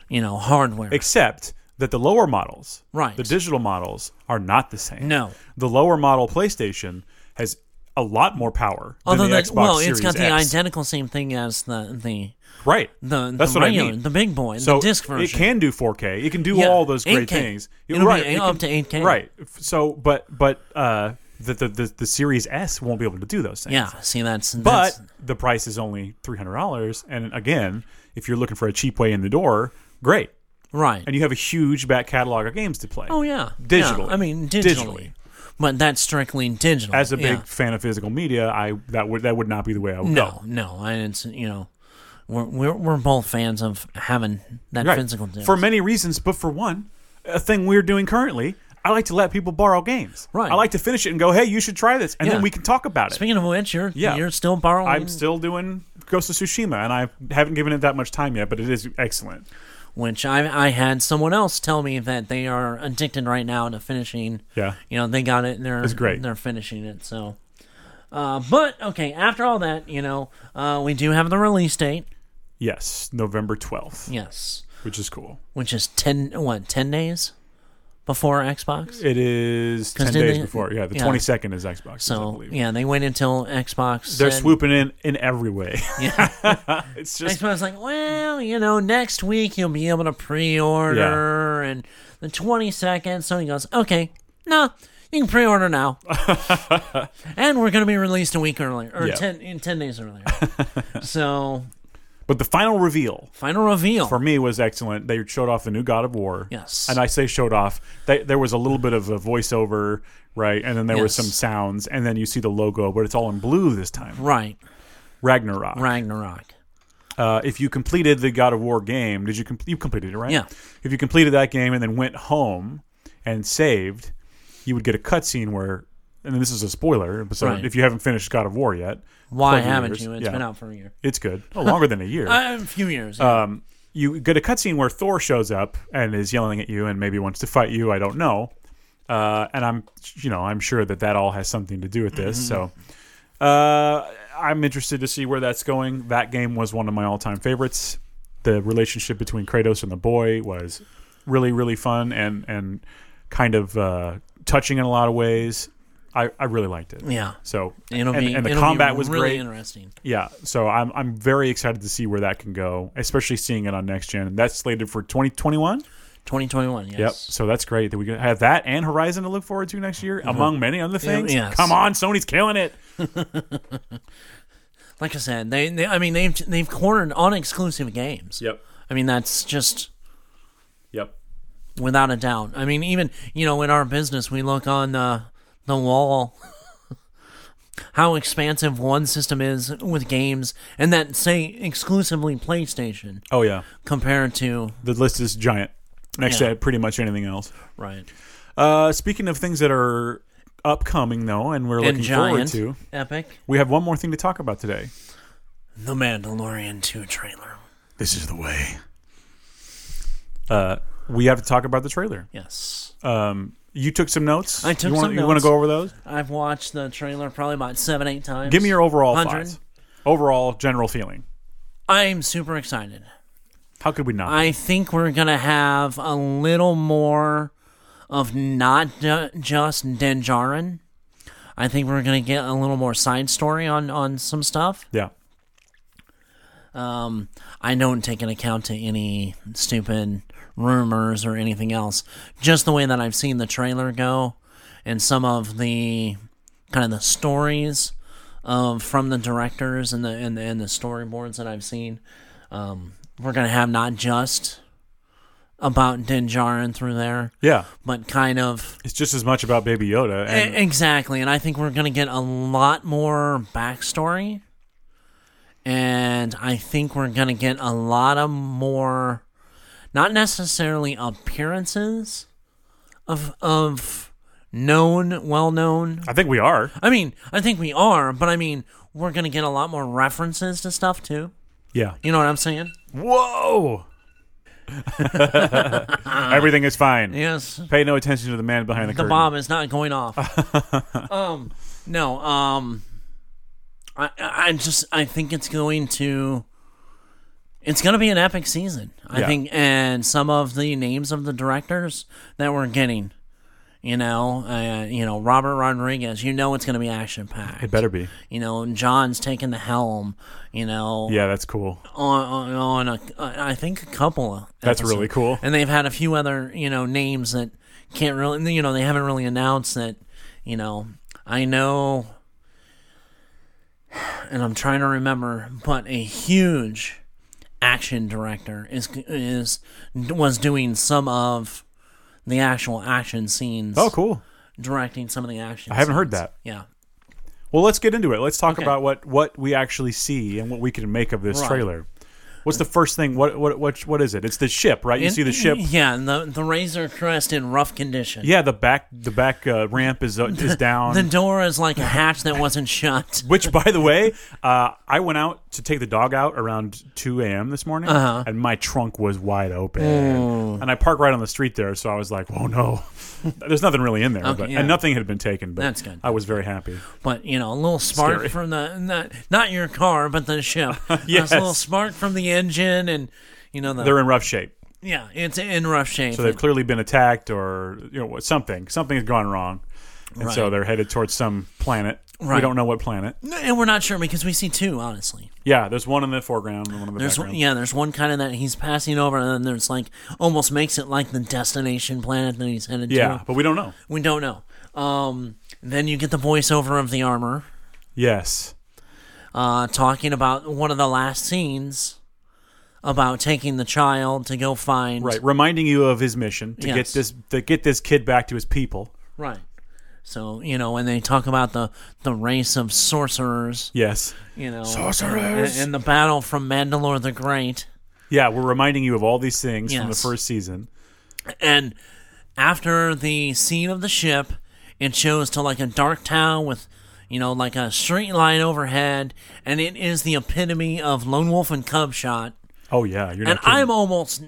Speaker 1: you know, hardware.
Speaker 2: Except that the lower models,
Speaker 1: Right.
Speaker 2: the digital models, are not the same.
Speaker 1: No.
Speaker 2: The lower model PlayStation has a lot more power
Speaker 1: Although
Speaker 2: than the
Speaker 1: that-
Speaker 2: Xbox
Speaker 1: well,
Speaker 2: Series
Speaker 1: it's got the
Speaker 2: X.
Speaker 1: identical same thing as the the
Speaker 2: Right.
Speaker 1: the,
Speaker 2: That's
Speaker 1: the
Speaker 2: what
Speaker 1: regular,
Speaker 2: I mean.
Speaker 1: the big boy,
Speaker 2: So
Speaker 1: the disc version.
Speaker 2: it can do 4K. It can do
Speaker 1: Yeah,
Speaker 2: all those
Speaker 1: 8K.
Speaker 2: great things.
Speaker 1: It'll be
Speaker 2: right.
Speaker 1: a-
Speaker 2: it
Speaker 1: up
Speaker 2: can-
Speaker 1: to 8K.
Speaker 2: Right. So, but but uh, the, the the the Series S won't be able to do those things.
Speaker 1: yeah, see that's
Speaker 2: But
Speaker 1: that's-
Speaker 2: the price is only three hundred dollars, and again, if you're looking for a cheap way in the door, great,
Speaker 1: right.
Speaker 2: and you have a huge back catalog of games to play.
Speaker 1: oh yeah,
Speaker 2: digitally.
Speaker 1: Yeah, I mean digitally.
Speaker 2: Digitally.
Speaker 1: But that's strictly digital.
Speaker 2: As a
Speaker 1: yeah.
Speaker 2: big fan of physical media, I that would that would not be the way I would
Speaker 1: no,
Speaker 2: go.
Speaker 1: no, I it's you know, we're we're, we're both fans of having that
Speaker 2: Right.
Speaker 1: physical disc.
Speaker 2: For many reasons, but for one, a thing we're doing currently, I like to let people borrow games.
Speaker 1: Right.
Speaker 2: I like to finish it and go, hey, you should try this, and
Speaker 1: Yeah.
Speaker 2: then we can talk about it.
Speaker 1: Speaking of which, you're
Speaker 2: Yeah.
Speaker 1: you're still borrowing.
Speaker 2: I'm still doing Ghost of Tsushima, and I haven't given it that much time yet, but it is excellent.
Speaker 1: which I I had someone else tell me that they are addicted right now to finishing.
Speaker 2: Yeah.
Speaker 1: You know, they got it and they're
Speaker 2: It's great.
Speaker 1: they're finishing it, so uh, but okay, after all that, you know, uh, we do have the release date.
Speaker 2: Yes, November 12th,
Speaker 1: Yes.
Speaker 2: which is cool.
Speaker 1: Which is ten what, ten days before Xbox?
Speaker 2: It is 10
Speaker 1: didn't
Speaker 2: days
Speaker 1: they-
Speaker 2: before. Yeah, the
Speaker 1: yeah.
Speaker 2: 22nd is Xbox, I
Speaker 1: So
Speaker 2: believe.
Speaker 1: yeah, they wait until Xbox
Speaker 2: They're
Speaker 1: said-
Speaker 2: swooping in in every way. it's just
Speaker 1: Xbox like, well, you know, next week you'll be able to pre-order, and the twenty second. So he goes, okay, no, you can pre-order now, and we're going to be released a week earlier, or
Speaker 2: Yeah.
Speaker 1: ten in ten days earlier. so
Speaker 2: But the final reveal
Speaker 1: final reveal.
Speaker 2: for me was excellent. They showed off the new God of War.
Speaker 1: Yes.
Speaker 2: And I say showed off. They, there was a little bit of a voiceover, right? And then there was
Speaker 1: Yes.
Speaker 2: some sounds, and then you see the logo, but it's all in blue this time.
Speaker 1: right,
Speaker 2: Ragnarok.
Speaker 1: Ragnarok.
Speaker 2: Uh, if you completed the God of War game, did you com- you completed it right?
Speaker 1: Yeah.
Speaker 2: If you completed that game and then went home and saved, you would get a cutscene where, and this is a spoiler, so
Speaker 1: Right.
Speaker 2: if you haven't finished God of War yet,
Speaker 1: Why
Speaker 2: 12
Speaker 1: haven't
Speaker 2: years,
Speaker 1: you? It's
Speaker 2: yeah.
Speaker 1: been out for a year,
Speaker 2: It's good. Oh, longer than a year.
Speaker 1: uh, a few years. yeah.
Speaker 2: um, you get a cutscene where Thor shows up and is yelling at you and maybe wants to fight you. I don't know. Uh, and I'm, you know, I'm sure that that all has something to do with this.
Speaker 1: Mm-hmm.
Speaker 2: So uh, I'm interested to see where that's going. That game was one of my all-time favorites. The relationship between Kratos and the boy was really, really fun and and kind of uh, touching in a lot of ways. I, I really liked it.
Speaker 1: yeah,
Speaker 2: So
Speaker 1: it'll
Speaker 2: and,
Speaker 1: be.
Speaker 2: and the
Speaker 1: it'll
Speaker 2: combat
Speaker 1: be
Speaker 2: was
Speaker 1: really
Speaker 2: great.
Speaker 1: interesting.
Speaker 2: Yeah, so I'm I'm very excited to see where that can go, especially seeing it on next gen. That's slated for 2021.
Speaker 1: 2021. Yes.
Speaker 2: Yep. So that's great that we can have that and Horizon to look forward to next year, among many other things.
Speaker 1: yes.
Speaker 2: Come on, Sony's killing it.
Speaker 1: Like I said, they, they I mean they've they've cornered on exclusive games.
Speaker 2: Yep.
Speaker 1: I mean that's just
Speaker 2: Yep.
Speaker 1: without a doubt. I mean even you know in our business we look on uh, the wall how expansive one system is with games and that say exclusively PlayStation
Speaker 2: Oh yeah.
Speaker 1: compared to
Speaker 2: The list is giant. Next
Speaker 1: Yeah.
Speaker 2: to pretty much anything else.
Speaker 1: right
Speaker 2: Uh, speaking of things that are upcoming though, and we're
Speaker 1: and
Speaker 2: looking
Speaker 1: giant
Speaker 2: forward to,
Speaker 1: epic
Speaker 2: we have one more thing to talk about today.
Speaker 1: The Mandalorian 2 trailer.
Speaker 2: This is the way. Uh, we have to talk about the trailer.
Speaker 1: Yes.
Speaker 2: Um, you took some notes.
Speaker 1: I took
Speaker 2: you wanna,
Speaker 1: some
Speaker 2: You want
Speaker 1: notes.
Speaker 2: to go over those?
Speaker 1: I've watched the trailer probably about seven, eight times.
Speaker 2: Give me your overall
Speaker 1: 100.
Speaker 2: thoughts. Overall general feeling.
Speaker 1: I'm super excited.
Speaker 2: How could we not?
Speaker 1: I think we're going to have a little more of not ju- just Denjarin. I think we're going to get a little more side story on, on some stuff.
Speaker 2: yeah.
Speaker 1: Um, I don't take an account to any stupid rumors or anything else. Just the way that I've seen the trailer go, and some of the kind of the stories of from the directors and the and the, and the storyboards that I've seen. Um, we're gonna have not just about Dinjarin through there,
Speaker 2: Yeah.
Speaker 1: but kind of
Speaker 2: It's just as much about Baby Yoda and
Speaker 1: E- exactly, and I think we're gonna get a lot more backstory, and I think we're gonna get a lot of more, not necessarily appearances of of known, well known.
Speaker 2: I think we are.
Speaker 1: I mean, I think we are, but I mean, we're gonna get a lot more references to stuff too.
Speaker 2: Yeah.
Speaker 1: You know what I'm saying?
Speaker 2: Whoa. Everything is fine.
Speaker 1: Yes.
Speaker 2: Pay no attention to the man behind the,
Speaker 1: the
Speaker 2: curtain.
Speaker 1: bomb is not going off. um, no, um, I, I just I think it's going to, it's going to be an epic season. I
Speaker 2: Yeah.
Speaker 1: think, and some of the names of the directors that we're getting, you know, uh, you know Robert Rodriguez, you know it's going to be action
Speaker 2: It
Speaker 1: packed.
Speaker 2: better be.
Speaker 1: You know, John's taking the helm. You know,
Speaker 2: Yeah, that's cool.
Speaker 1: on, on, on a, I think a couple of.
Speaker 2: That's
Speaker 1: episodes.
Speaker 2: really cool.
Speaker 1: And they've had a few other, you know, names that can't really, you know, they haven't really announced that, you know, I know, and I'm trying to remember, but a huge action director is is was doing some of the actual action scenes.
Speaker 2: Oh, cool.
Speaker 1: Directing some of the action.
Speaker 2: I haven't heard
Speaker 1: scenes.
Speaker 2: that.
Speaker 1: Yeah.
Speaker 2: Well, let's get into it. Let's talk
Speaker 1: Okay.
Speaker 2: about what what we actually see and what we can make of this
Speaker 1: Right.
Speaker 2: trailer. What's the first thing? What what what what is it? It's the ship, right? You
Speaker 1: And-
Speaker 2: see the ship.
Speaker 1: Yeah, and the the Razor Crest in rough condition.
Speaker 2: Yeah, the back the back uh, ramp is uh, is down.
Speaker 1: The door is like a hatch that wasn't shut.
Speaker 2: Which, by the way, uh, I went out to take the dog out around 2 a.m. this morning,
Speaker 1: Uh-huh.
Speaker 2: and my trunk was wide open.
Speaker 1: Mm.
Speaker 2: And I parked right on the street there, so I was like, "Whoa, no!" There's nothing really in there, but,
Speaker 1: yeah.
Speaker 2: and nothing had been taken. But
Speaker 1: That's good.
Speaker 2: I was very happy.
Speaker 1: But you know, a little spark
Speaker 2: Scary.
Speaker 1: from the not, not your car, but the ship.
Speaker 2: Yes.
Speaker 1: a little spark from the engine, and you know the
Speaker 2: They're in rough shape,
Speaker 1: yeah, it's in rough shape.
Speaker 2: so they've clearly been attacked or you know something. Something has gone wrong, and so
Speaker 1: Right.
Speaker 2: they're headed towards some planet. We
Speaker 1: Right.
Speaker 2: don't know what planet.
Speaker 1: and we're not sure because we see two. Honestly,
Speaker 2: Yeah, there's one in the foreground and one in the
Speaker 1: there's one,
Speaker 2: background.
Speaker 1: yeah, there's one kind of that he's passing over, and then there's like almost makes it like the destination planet that he's headed
Speaker 2: yeah,
Speaker 1: to.
Speaker 2: but we don't know.
Speaker 1: We don't know. Um, then you get the voiceover of the armor.
Speaker 2: Yes.
Speaker 1: uh, talking about one of the last scenes about taking the child to go find
Speaker 2: Right, reminding you of his mission to get
Speaker 1: Yes.
Speaker 2: this to get this kid back to his people.
Speaker 1: Right. So you know, when they talk about the the race of sorcerers,
Speaker 2: Yes.
Speaker 1: you know,
Speaker 2: Sorcerers.
Speaker 1: and, and the battle from Mandalore the Great,
Speaker 2: Yeah, we're reminding you of all these things from the
Speaker 1: Yes.
Speaker 2: first season.
Speaker 1: and after the scene of the ship, it shows to like a dark town with. You know, like a straight line overhead, and it is the epitome of lone wolf and cub shot.
Speaker 2: Oh yeah, you're
Speaker 1: And
Speaker 2: not kidding.
Speaker 1: I'm almost,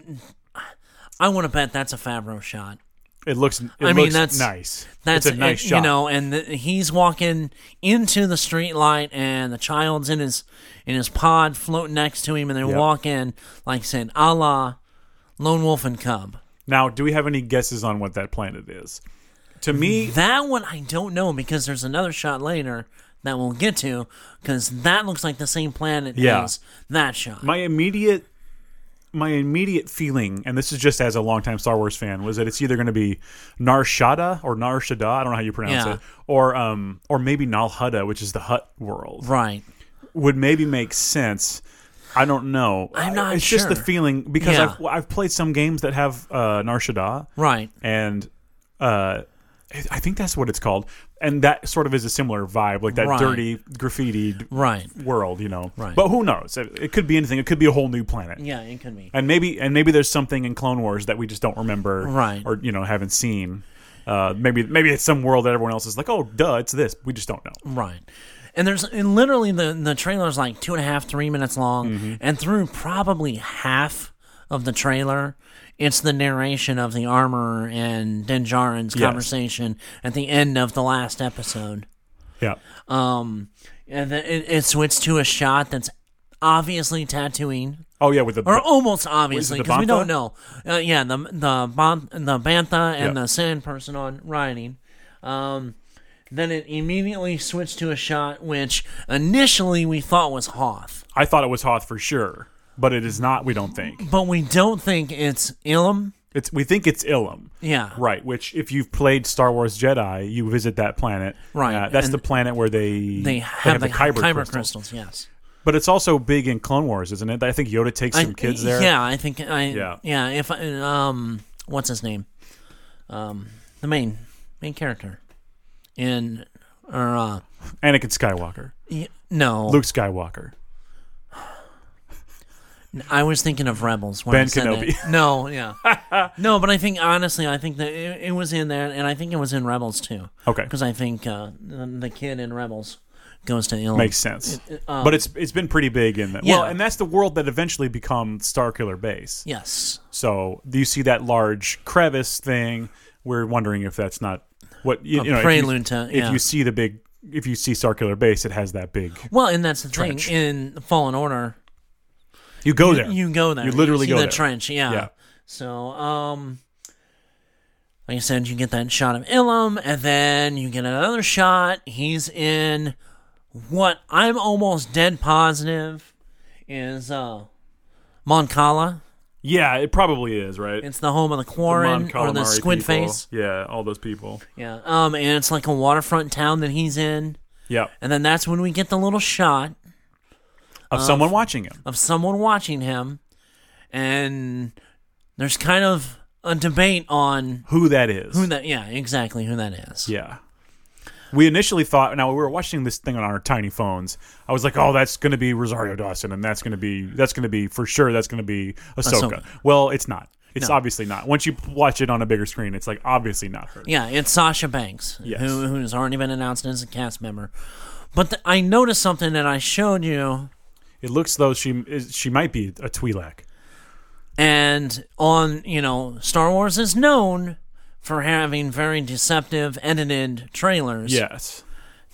Speaker 1: I want to bet that's a Fabro shot.
Speaker 2: It looks. It
Speaker 1: mean,
Speaker 2: looks
Speaker 1: that's-
Speaker 2: nice.
Speaker 1: That's
Speaker 2: it's a nice
Speaker 1: it,
Speaker 2: shot.
Speaker 1: you know, and th he's walking into the street light, and the child's in his in his pod, floating next to him, and they
Speaker 2: Yep.
Speaker 1: walk in like saying, "A la Lone Wolf and Cub."
Speaker 2: Now, do we have any guesses on what that planet is? To me,
Speaker 1: That one I don't know because there's another shot later that we'll get to because that looks like the same planet
Speaker 2: Yeah.
Speaker 1: as that shot.
Speaker 2: my immediate my immediate feeling, and this is just as a longtime Star Wars fan, was that it's either going to be Narshada or Narshada, I don't know how you pronounce
Speaker 1: Yeah.
Speaker 2: it, or um, or maybe Nalhutta, which is the Hut world,
Speaker 1: Right.
Speaker 2: would maybe make sense. I don't know.
Speaker 1: I'm not
Speaker 2: It's just the
Speaker 1: sure.
Speaker 2: feeling because
Speaker 1: Yeah.
Speaker 2: I've well, I've played some games that have uh, Narshada,
Speaker 1: Right.
Speaker 2: and uh, I think that's what it's called, and that sort of is a similar vibe, like that
Speaker 1: Right.
Speaker 2: dirty graffiti
Speaker 1: Right.
Speaker 2: world, you know.
Speaker 1: Right.
Speaker 2: But who knows? It, it could be anything. It could be a whole new planet.
Speaker 1: Yeah, it could be.
Speaker 2: And maybe and maybe there's something in Clone Wars that we just don't remember,
Speaker 1: Right.
Speaker 2: Or you know haven't seen. Uh, maybe maybe it's some world that everyone else is like, oh, duh, it's this. We just don't know.
Speaker 1: Right. And there's and literally the the trailer's like two and a half, three minutes long, and through probably half of the trailer, it's the narration of the armor and Din Djarin's
Speaker 2: Yes.
Speaker 1: conversation at the end of the last episode.
Speaker 2: Yeah,
Speaker 1: Um, and then it, it switched to a shot that's obviously Tatooine,
Speaker 2: Oh yeah, with the
Speaker 1: or almost obviously
Speaker 2: the
Speaker 1: because we
Speaker 2: Bantha?
Speaker 1: don't know. Uh, yeah, the the bon, the bantha and
Speaker 2: Yeah.
Speaker 1: the sand person on rioting. Um, then it immediately switched to a shot which initially we thought was Hoth,
Speaker 2: I thought it was Hoth for sure, but it is not. We don't think
Speaker 1: but we don't think it's Ilum.
Speaker 2: it's. We think it's Ilum.
Speaker 1: Yeah,
Speaker 2: Right, which if you've played Star Wars Jedi, you visit that planet.
Speaker 1: Right,
Speaker 2: uh, that's
Speaker 1: and
Speaker 2: the planet where they
Speaker 1: They have, the Kyber, crystals. Yes,
Speaker 2: But it's also big in Clone Wars, isn't it? I think Yoda takes some
Speaker 1: I-
Speaker 2: kids there.
Speaker 1: Yeah, I think I.
Speaker 2: Yeah.
Speaker 1: Yeah, yeah. If I, um, what's his name? Um, the main main character in or uh,
Speaker 2: Anakin Skywalker,
Speaker 1: y- no,
Speaker 2: Luke Skywalker.
Speaker 1: I was thinking of Rebels. When
Speaker 2: Ben
Speaker 1: I said that.
Speaker 2: Kenobi.
Speaker 1: No, yeah, no, but I think honestly, I think that it, it was in there, and I think it was in Rebels too,
Speaker 2: Okay,
Speaker 1: because I think uh, the, the kid in Rebels goes to Ilum.
Speaker 2: makes sense.
Speaker 1: um,
Speaker 2: but it's it's been pretty big in that. Well,
Speaker 1: Yeah.
Speaker 2: and that's the world that eventually becomes Starkiller Base.
Speaker 1: yes,
Speaker 2: So do you see that large crevice thing? We're wondering if that's not what you,
Speaker 1: A
Speaker 2: you know. if you-
Speaker 1: prelude to
Speaker 2: if
Speaker 1: yeah.
Speaker 2: you see the big, if you see Starkiller Base, it has that big.
Speaker 1: well, and that's the
Speaker 2: Trench.
Speaker 1: thing in Fallen Order.
Speaker 2: You go Oh, there.
Speaker 1: You go there.
Speaker 2: You literally
Speaker 1: see
Speaker 2: go
Speaker 1: the
Speaker 2: there.
Speaker 1: trench. Yeah.
Speaker 2: Yeah.
Speaker 1: So, um, like I said, you get that shot of Ilum, and then you get another shot. He's in what I'm almost dead positive is uh, Mon Cala.
Speaker 2: yeah, it probably is right.
Speaker 1: It's the home of the Quarren
Speaker 2: Mon
Speaker 1: or the
Speaker 2: Calamari
Speaker 1: Squid
Speaker 2: people.
Speaker 1: Face.
Speaker 2: Yeah, all those people.
Speaker 1: Yeah. Um, and it's like a waterfront town that he's in.
Speaker 2: Yeah,
Speaker 1: And then that's when we get the little shot Uh,
Speaker 2: of someone watching him.
Speaker 1: of someone watching him, and there's kind of a debate on
Speaker 2: Who that is?
Speaker 1: who that. Yeah, exactly who that is.
Speaker 2: Yeah. We initially thought. Now we were watching this thing on our tiny phones. I was like, "Oh, that's going to be Rosario Dawson, and that's going to be that's going to be for sure. That's going to be Ahsoka."
Speaker 1: Ahsoka.
Speaker 2: Well, it's not. It's
Speaker 1: No.
Speaker 2: obviously not. Once you watch it on a bigger screen, it's like obviously not her.
Speaker 1: Yeah, it's Sasha Banks,
Speaker 2: Yes.
Speaker 1: who who's already been announced as a cast member. But th- I noticed something that I showed you,
Speaker 2: It looks though she is, she might be a Twi'lek.
Speaker 1: and on you know, Star Wars is known for having very deceptive edited trailers
Speaker 2: Yes.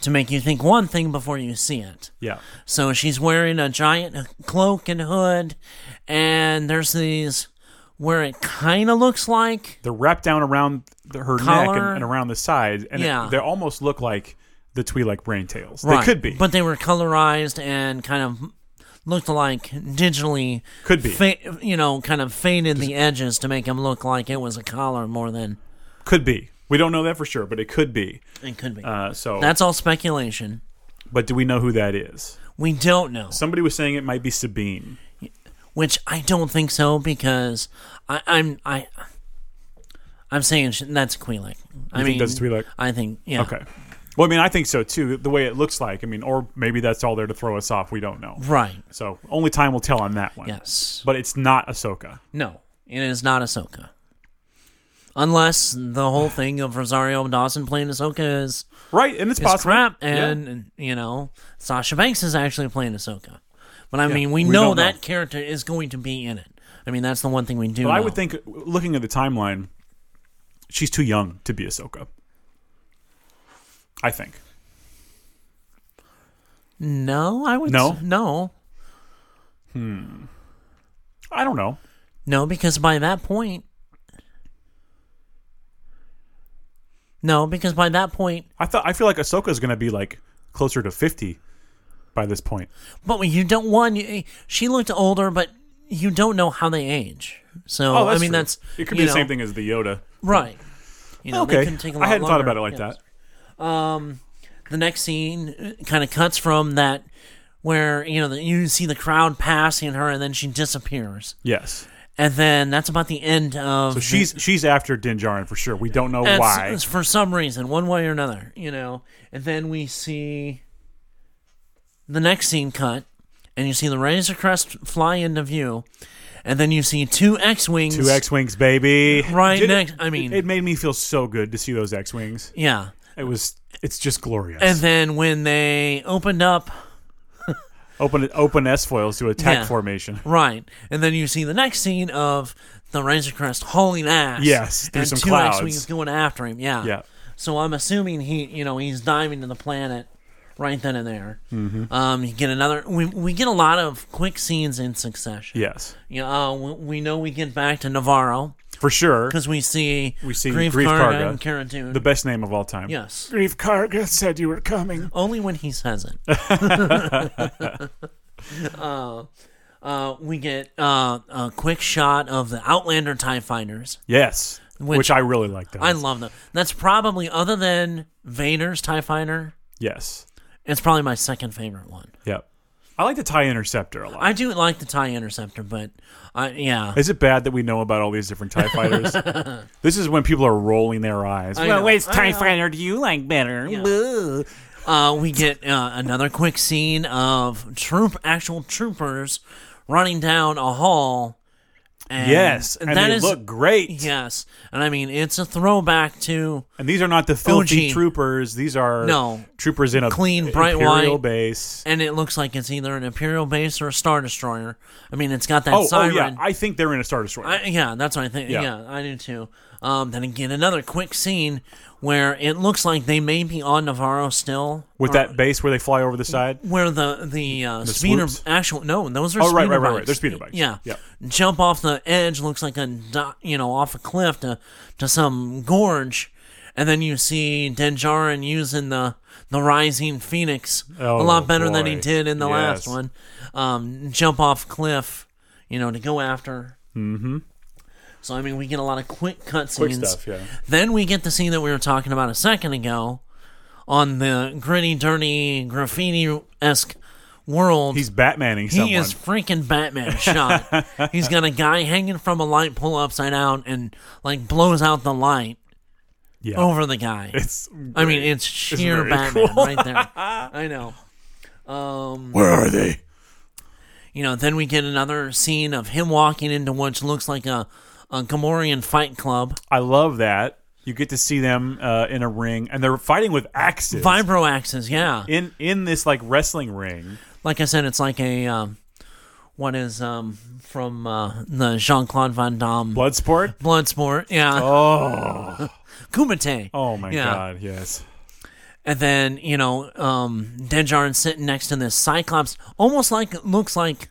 Speaker 1: to make you think one thing before you see it.
Speaker 2: Yeah.
Speaker 1: So she's wearing a giant cloak and hood, and there's these where it kind of looks like
Speaker 2: They're wrapped down around the, her neck and,
Speaker 1: Collar.
Speaker 2: and around the sides, and it-
Speaker 1: Yeah.
Speaker 2: they almost look like the Twi'lek brain tails.
Speaker 1: right,
Speaker 2: They could be.
Speaker 1: but they were colorized and kind of looked like digitally
Speaker 2: Could be.
Speaker 1: fa- you know, kind of faded the edges to make him look like it was a collar more than
Speaker 2: could be. We don't know that for sure, but it could be.
Speaker 1: it could be.
Speaker 2: Uh, so,
Speaker 1: That's all speculation.
Speaker 2: but do we know who that is?
Speaker 1: We don't know,
Speaker 2: Somebody was saying it might be Sabine.
Speaker 1: which I don't think so because I, I'm I. I'm saying sh- that's Twi'lek. I
Speaker 2: think
Speaker 1: mean,
Speaker 2: that's Twi'lek?
Speaker 1: I think, yeah.
Speaker 2: Okay. Well, I mean, I think so too. The way it looks like, I mean, or maybe that's all there to throw us off. We don't know.
Speaker 1: Right.
Speaker 2: So only time will tell on that one.
Speaker 1: Yes.
Speaker 2: But it's not Ahsoka.
Speaker 1: No, it is not Ahsoka. Unless the whole thing of Rosario Dawson playing Ahsoka is,
Speaker 2: Right, and it's
Speaker 1: is
Speaker 2: possible.
Speaker 1: crap, and you know Sasha Banks is actually playing Ahsoka. But I mean, we,
Speaker 2: we
Speaker 1: know
Speaker 2: don't know.
Speaker 1: that character is going to be in it. I mean, that's the one thing we do.
Speaker 2: But I
Speaker 1: know.
Speaker 2: would think, looking at the timeline, she's too young to be Ahsoka. I think.
Speaker 1: no, I would
Speaker 2: No?
Speaker 1: s- no,
Speaker 2: I don't know.
Speaker 1: no, because by that point, no, because by that point,
Speaker 2: I thought I feel like Ahsoka is going to be like closer to fifty by this point.
Speaker 1: but you don't one. you- She looked older, but you don't know how they age. So
Speaker 2: Oh,
Speaker 1: I
Speaker 2: that's
Speaker 1: mean
Speaker 2: true.
Speaker 1: that's
Speaker 2: it could
Speaker 1: you
Speaker 2: be the
Speaker 1: know,
Speaker 2: same thing as the Yoda.
Speaker 1: right? You know, they
Speaker 2: okay,
Speaker 1: can take a
Speaker 2: I
Speaker 1: lot
Speaker 2: hadn't thought
Speaker 1: longer.
Speaker 2: about it like
Speaker 1: Yeah.
Speaker 2: that.
Speaker 1: the next scene kind of cuts from that where you know the, you see the crowd passing her and then she disappears
Speaker 2: Yes,
Speaker 1: and then that's about the end of
Speaker 2: so she's she's after Din Djarin for sure. We don't know
Speaker 1: the,
Speaker 2: why.
Speaker 1: it's- for some reason one way or another you know and then we see the next scene cut and you see the razor crest fly into view and then you see two x-wings
Speaker 2: Two X wings, baby.
Speaker 1: Right
Speaker 2: Did it-
Speaker 1: next- I mean-
Speaker 2: it made me feel so good to see those X wings.
Speaker 1: yeah
Speaker 2: It was, it's just glorious.
Speaker 1: and then when they opened up
Speaker 2: open open S foils to attack
Speaker 1: Yeah.
Speaker 2: formation.
Speaker 1: Right. And then you see the next scene of the Razor Crest hauling ass.
Speaker 2: Yes, through
Speaker 1: and
Speaker 2: some
Speaker 1: two
Speaker 2: clouds.
Speaker 1: X-Wings going after him. Yeah.
Speaker 2: Yeah.
Speaker 1: So I'm assuming he, you know, he's diving to the planet right then and there. Mm-hmm. Um, you get another. We, we get a lot of quick scenes in succession.
Speaker 2: Yes,
Speaker 1: You know, uh, we, we know we get back to Navarro
Speaker 2: for sure.
Speaker 1: because we see
Speaker 2: We see
Speaker 1: Grief,
Speaker 2: Grief
Speaker 1: Karga,
Speaker 2: Karga.
Speaker 1: and Cara Dune.
Speaker 2: The best name of all time.
Speaker 1: yes.
Speaker 2: Grief Karga said you were coming.
Speaker 1: Only when he says it. uh, uh, we get uh, a quick shot of the Outlander TIE fighters.
Speaker 2: Yes, which,
Speaker 1: Which-
Speaker 2: I really like. Those.
Speaker 1: I love them. That's probably, other than Vader's TIE fighter,
Speaker 2: yes.
Speaker 1: it's probably my second favorite one.
Speaker 2: Yep. I like the tie interceptor a lot.
Speaker 1: I do like the TIE Interceptor, but I, yeah.
Speaker 2: is it bad that we know about all these different TIE fighters? this is when people are rolling their eyes.
Speaker 1: I
Speaker 2: Well,
Speaker 1: know,
Speaker 2: wait,
Speaker 1: I
Speaker 2: TIE
Speaker 1: know.
Speaker 2: fighter do you like better? Boo.
Speaker 1: Uh, we get uh, another quick scene of troop actual troopers running down a hall. And
Speaker 2: Yes, and
Speaker 1: that
Speaker 2: they
Speaker 1: is-
Speaker 2: look great.
Speaker 1: Yes, and I mean it's a throwback to
Speaker 2: And these are not the filthy
Speaker 1: OG.
Speaker 2: troopers. These are
Speaker 1: No.
Speaker 2: troopers in a
Speaker 1: Clean, bright
Speaker 2: imperial
Speaker 1: white.
Speaker 2: base.
Speaker 1: and it looks like it's either an Imperial base or a Star Destroyer. I mean, it's got that
Speaker 2: Oh, oh,
Speaker 1: siren.
Speaker 2: yeah, I think they're in a star destroyer.
Speaker 1: I- yeah, that's what I think.
Speaker 2: Yeah.
Speaker 1: Yeah. I do too. Um, then again, another quick scene where it looks like they may be on Navarro still.
Speaker 2: with
Speaker 1: or-
Speaker 2: that base where they fly over the side.
Speaker 1: Where the the, uh, speeder
Speaker 2: swoops?
Speaker 1: actual no those are
Speaker 2: Oh,
Speaker 1: speeder
Speaker 2: right, right, right,
Speaker 1: bikes.
Speaker 2: right. They're speeder bikes.
Speaker 1: Yeah.
Speaker 2: Yeah.
Speaker 1: jump off the edge looks like a do- you know off a cliff to to some gorge, and then you see Denjarin using the the rising phoenix
Speaker 2: Oh,
Speaker 1: a lot better than he
Speaker 2: boy.
Speaker 1: did in the last
Speaker 2: Yes.
Speaker 1: one. Um, jump off cliff, you know, to go after. Mm-hmm. So I mean, we get a lot of quick cutscenes.
Speaker 2: Quick stuff, yeah.
Speaker 1: Then we get the scene that we were talking about a second ago, on the gritty, dirty, graffiti esque world.
Speaker 2: He's Batmaning someone.
Speaker 1: He is freaking Batman shot. He's got a guy hanging from a light pole upside down and like blows out the light
Speaker 2: yeah.
Speaker 1: over the guy.
Speaker 2: It's
Speaker 1: I mean, it's sheer
Speaker 2: very
Speaker 1: Batman right there. I know. Um,
Speaker 2: where are they?
Speaker 1: you know, then we get another scene of him walking into what looks like a, a Gamorrean fight club,
Speaker 2: I love that. You get to see them uh, in a ring, and they're fighting with axes
Speaker 1: vibro axes. Yeah,
Speaker 2: in in this like wrestling ring.
Speaker 1: like I said, it's like a um, what is um from uh, the Jean Claude Van Damme
Speaker 2: Bloodsport.
Speaker 1: Bloodsport. Yeah,
Speaker 2: Oh,
Speaker 1: Kumite.
Speaker 2: oh my
Speaker 1: Yeah.
Speaker 2: God! Yes,
Speaker 1: And then, you know, um, Denjarin's sitting next to this Cyclops, almost like, looks like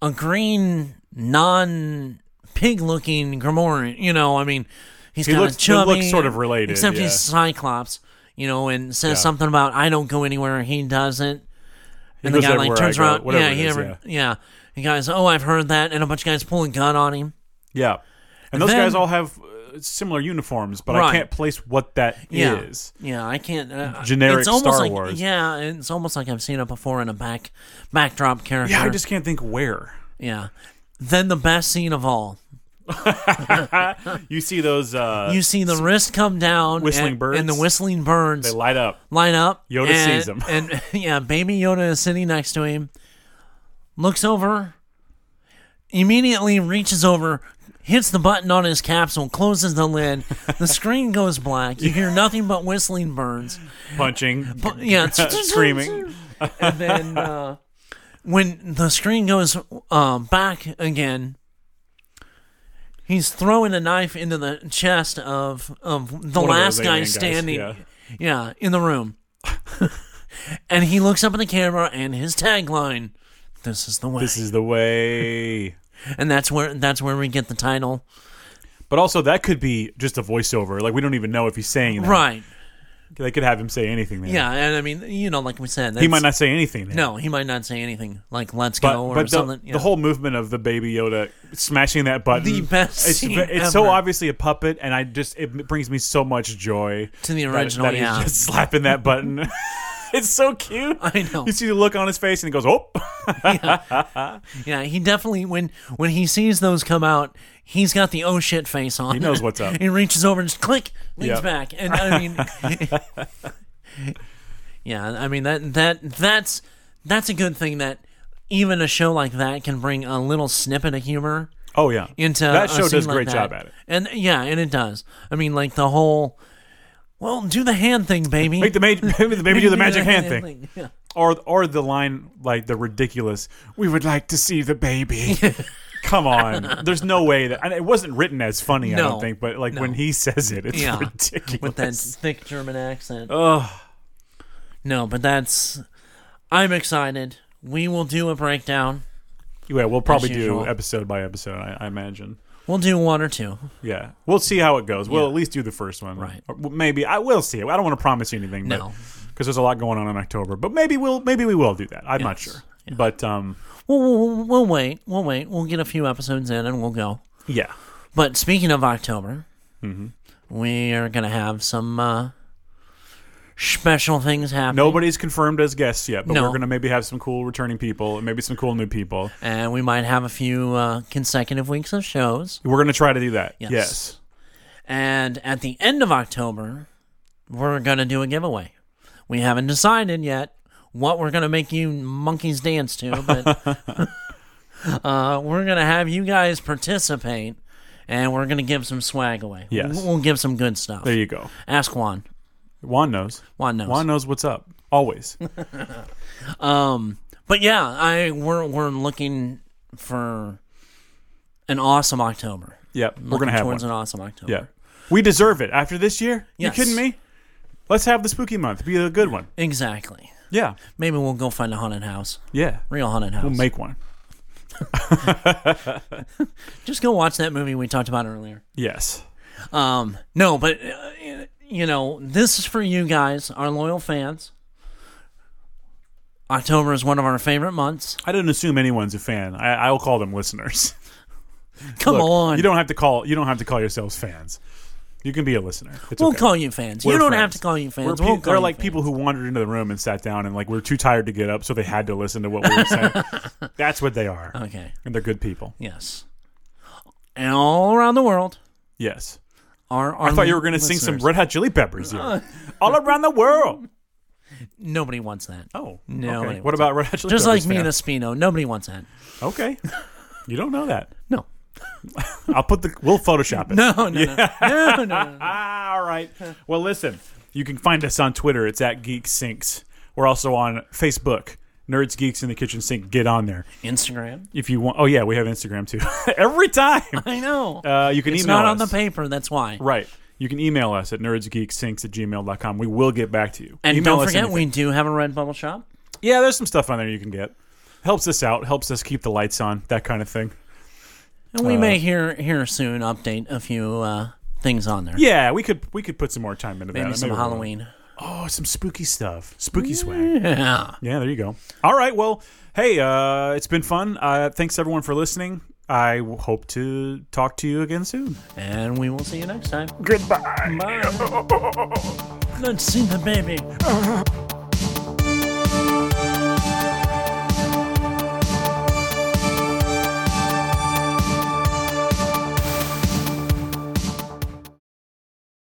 Speaker 1: a green, non pig looking Grimorian. You know, I mean, he's
Speaker 2: He
Speaker 1: kind
Speaker 2: looks-
Speaker 1: of
Speaker 2: he
Speaker 1: chubby.
Speaker 2: looks sort of related,
Speaker 1: Except
Speaker 2: yeah.
Speaker 1: he's Cyclops, you know, and says
Speaker 2: Yeah.
Speaker 1: something about, I don't go anywhere, he doesn't. And
Speaker 2: goes
Speaker 1: the guy
Speaker 2: everywhere
Speaker 1: like
Speaker 2: I
Speaker 1: turns
Speaker 2: go,
Speaker 1: around.
Speaker 2: whatever
Speaker 1: yeah,
Speaker 2: it
Speaker 1: he
Speaker 2: is,
Speaker 1: never- yeah. The guy's, oh, I've heard that. And a bunch of guys pulling gun on him.
Speaker 2: yeah. And those
Speaker 1: Then-
Speaker 2: guys all have uh, similar uniforms, but I
Speaker 1: Right.
Speaker 2: can't place what that is.
Speaker 1: Yeah. Yeah, I can't. Uh,
Speaker 2: Generic
Speaker 1: it's almost
Speaker 2: Star
Speaker 1: like,
Speaker 2: Wars.
Speaker 1: Yeah, it's almost like I've seen it before in a back backdrop character.
Speaker 2: Yeah, I just can't think where.
Speaker 1: yeah. Then the best scene of all,
Speaker 2: You see those uh,
Speaker 1: you see the wrist come down,
Speaker 2: Whistling
Speaker 1: and,
Speaker 2: birds?
Speaker 1: and the whistling
Speaker 2: they
Speaker 1: birds
Speaker 2: light up.
Speaker 1: line up.
Speaker 2: Yoda
Speaker 1: and,
Speaker 2: sees 'em.
Speaker 1: and yeah, baby Yoda is sitting next to him, looks over, immediately reaches over. Hits the button on his capsule, closes the lid. The screen goes black. You hear nothing but whistling birds.
Speaker 2: punching,
Speaker 1: But, yeah,
Speaker 2: screaming.
Speaker 1: and then uh, when the screen goes uh, back again, he's throwing a knife into the chest of of the
Speaker 2: One of
Speaker 1: last
Speaker 2: those
Speaker 1: guy
Speaker 2: alien guys,
Speaker 1: standing,
Speaker 2: yeah.
Speaker 1: yeah, in the room. and he looks up at the camera, and his tagline, "This is the way,"
Speaker 2: This is the way.
Speaker 1: and that's where that's where we get the title,
Speaker 2: But also, that could be just a voiceover. Like we don't even know if he's saying that.
Speaker 1: right?
Speaker 2: They could have him say anything. There.
Speaker 1: Yeah, and I mean, you know, like we said,
Speaker 2: He might
Speaker 1: that's-
Speaker 2: not say anything. There.
Speaker 1: No, he might not say anything like "Let's
Speaker 2: But,
Speaker 1: go" or
Speaker 2: but the,
Speaker 1: something. yeah.
Speaker 2: the whole movement of the baby Yoda smashing that button.
Speaker 1: The best
Speaker 2: It's,
Speaker 1: scene
Speaker 2: it's so
Speaker 1: ever.
Speaker 2: obviously a puppet, and I just it brings me so much joy
Speaker 1: To the
Speaker 2: that-
Speaker 1: original,
Speaker 2: That,
Speaker 1: yeah.
Speaker 2: he's just slapping that button. it's so cute.
Speaker 1: I know.
Speaker 2: You see the look on his face, and he goes, "Oh."
Speaker 1: Yeah, he definitely when when he sees those come out, he's got the oh shit face on. He
Speaker 2: knows what's up.
Speaker 1: he reaches over and just click, leans
Speaker 2: Yeah.
Speaker 1: back, and I mean, yeah, I mean that that that's that's a good thing that even a show like that can bring a little snippet of humor
Speaker 2: Oh yeah.
Speaker 1: into
Speaker 2: that
Speaker 1: uh, a
Speaker 2: show
Speaker 1: scene
Speaker 2: does a
Speaker 1: like
Speaker 2: great
Speaker 1: that.
Speaker 2: job at it.
Speaker 1: and yeah, and it does. I mean, like the whole. Well, do the hand thing, baby.
Speaker 2: Make the ma- maybe the baby do the magic hand thing.
Speaker 1: Yeah.
Speaker 2: or or the line like the ridiculous we would like to see the baby come on there's no way that and it wasn't written as funny i
Speaker 1: No.
Speaker 2: don't think but like when he says it it's
Speaker 1: Yeah.
Speaker 2: ridiculous
Speaker 1: with that thick German accent.
Speaker 2: Ugh.
Speaker 1: No, but that's. I'm excited. We will do a breakdown.
Speaker 2: yeah we'll probably
Speaker 1: As
Speaker 2: do
Speaker 1: usual.
Speaker 2: episode by episode I, I imagine
Speaker 1: We'll do one or two.
Speaker 2: yeah we'll see how it goes we'll at least do the first one
Speaker 1: Right.
Speaker 2: Or maybe i will see it i don't want to promise you anything
Speaker 1: No.
Speaker 2: because there's a lot going on in october but maybe we'll maybe we will do that i'm not
Speaker 1: Yes.
Speaker 2: sure but um
Speaker 1: We'll, we'll, we'll wait. We'll wait. We'll get a few episodes in and we'll go.
Speaker 2: yeah
Speaker 1: But speaking of October, we are going to have some uh, special things happen.
Speaker 2: Nobody's confirmed as guests yet, but
Speaker 1: No.
Speaker 2: we're going to maybe have some cool returning people and maybe some cool new people.
Speaker 1: And we might have a few uh, consecutive weeks of shows.
Speaker 2: We're going to try to do that.
Speaker 1: Yes.
Speaker 2: Yes.
Speaker 1: And at the end of October, we're going to do a giveaway. We haven't decided yet what we're going to make you monkeys dance to, but uh, we're going to have you guys participate and we're going to give some swag away.
Speaker 2: Yes.
Speaker 1: We'll we'll give some good stuff.
Speaker 2: There you go.
Speaker 1: Ask Juan.
Speaker 2: Juan knows.
Speaker 1: Juan knows.
Speaker 2: Juan knows what's up. Always.
Speaker 1: Um, but yeah, I we're, we're looking for an awesome October.
Speaker 2: Yep. We're going
Speaker 1: Looking
Speaker 2: to have one.
Speaker 1: towards an awesome October.
Speaker 2: Yeah. We deserve it after this year.
Speaker 1: Yes.
Speaker 2: You kidding me? Let's have the spooky month. Be a good one.
Speaker 1: Exactly.
Speaker 2: Yeah.
Speaker 1: Maybe we'll go find a haunted house.
Speaker 2: Yeah.
Speaker 1: Real haunted house.
Speaker 2: We'll make one.
Speaker 1: Just go watch that movie we talked about earlier.
Speaker 2: Yes.
Speaker 1: Um, no, but uh, you know, this is for you guys, our loyal fans. October is one of our favorite months.
Speaker 2: I didn't assume anyone's a fan. I, I'll call them listeners.
Speaker 1: Come
Speaker 2: Look,
Speaker 1: on,
Speaker 2: You don't have to call. You don't have to call yourselves fans. You can be a listener. It's
Speaker 1: we'll
Speaker 2: okay.
Speaker 1: call you fans. you
Speaker 2: We're
Speaker 1: don't
Speaker 2: friends.
Speaker 1: have to call you
Speaker 2: We're
Speaker 1: fans.
Speaker 2: pe-
Speaker 1: we'll call
Speaker 2: they're
Speaker 1: you
Speaker 2: like
Speaker 1: fans.
Speaker 2: people who wandered into the room and sat down and like were too tired to get up, so they had to listen to what we were saying. That's what they are,
Speaker 1: Okay.
Speaker 2: and they're good people.
Speaker 1: Yes. And all around the world
Speaker 2: Yes,
Speaker 1: are our
Speaker 2: I thought you were going to sing some Red Hot Chili Peppers
Speaker 1: Oh.
Speaker 2: here, all around the world.
Speaker 1: Nobody wants that.
Speaker 2: Oh,
Speaker 1: No,
Speaker 2: okay.
Speaker 1: they-
Speaker 2: What about Red Hot Chili
Speaker 1: Just
Speaker 2: Peppers?
Speaker 1: like me
Speaker 2: fan?
Speaker 1: and a Spino, nobody wants that.
Speaker 2: Okay, you don't know that.
Speaker 1: No.
Speaker 2: I'll put the. We'll Photoshop it.
Speaker 1: No, no, no. no, no, no, no.
Speaker 2: Ah, all right. Well, listen, you can find us on Twitter. It's at Geek Sinks. We're also on Facebook. Nerds, geeks in the kitchen sink. Get on there
Speaker 1: Instagram.
Speaker 2: if you want. Oh yeah, we have Instagram too. Every time.
Speaker 1: I know.
Speaker 2: Uh, you can
Speaker 1: it's
Speaker 2: email
Speaker 1: not
Speaker 2: us.
Speaker 1: on the paper, that's why.
Speaker 2: Right. You can email us at nerdsgeeksinks at gmail.com. We will get back to you.
Speaker 1: And
Speaker 2: email
Speaker 1: don't
Speaker 2: us
Speaker 1: forget,
Speaker 2: anything.
Speaker 1: we do have a Redbubble shop.
Speaker 2: Yeah, there's some stuff on there you can get. Helps us out, helps us keep the lights on, that kind of thing.
Speaker 1: And we
Speaker 2: Uh,
Speaker 1: may hear here soon update a few uh, things on there.
Speaker 2: Yeah, we could we could put some more time into
Speaker 1: Maybe
Speaker 2: that.
Speaker 1: some
Speaker 2: we'll-
Speaker 1: Halloween.
Speaker 2: Oh, some spooky stuff. Spooky swag.
Speaker 1: Yeah.
Speaker 2: Yeah, there you go. All right, well, hey, uh, it's been fun. Uh, thanks everyone for listening. I w- hope to talk to you again soon.
Speaker 1: And we will see you next time.
Speaker 2: Goodbye.
Speaker 1: Let's see the baby.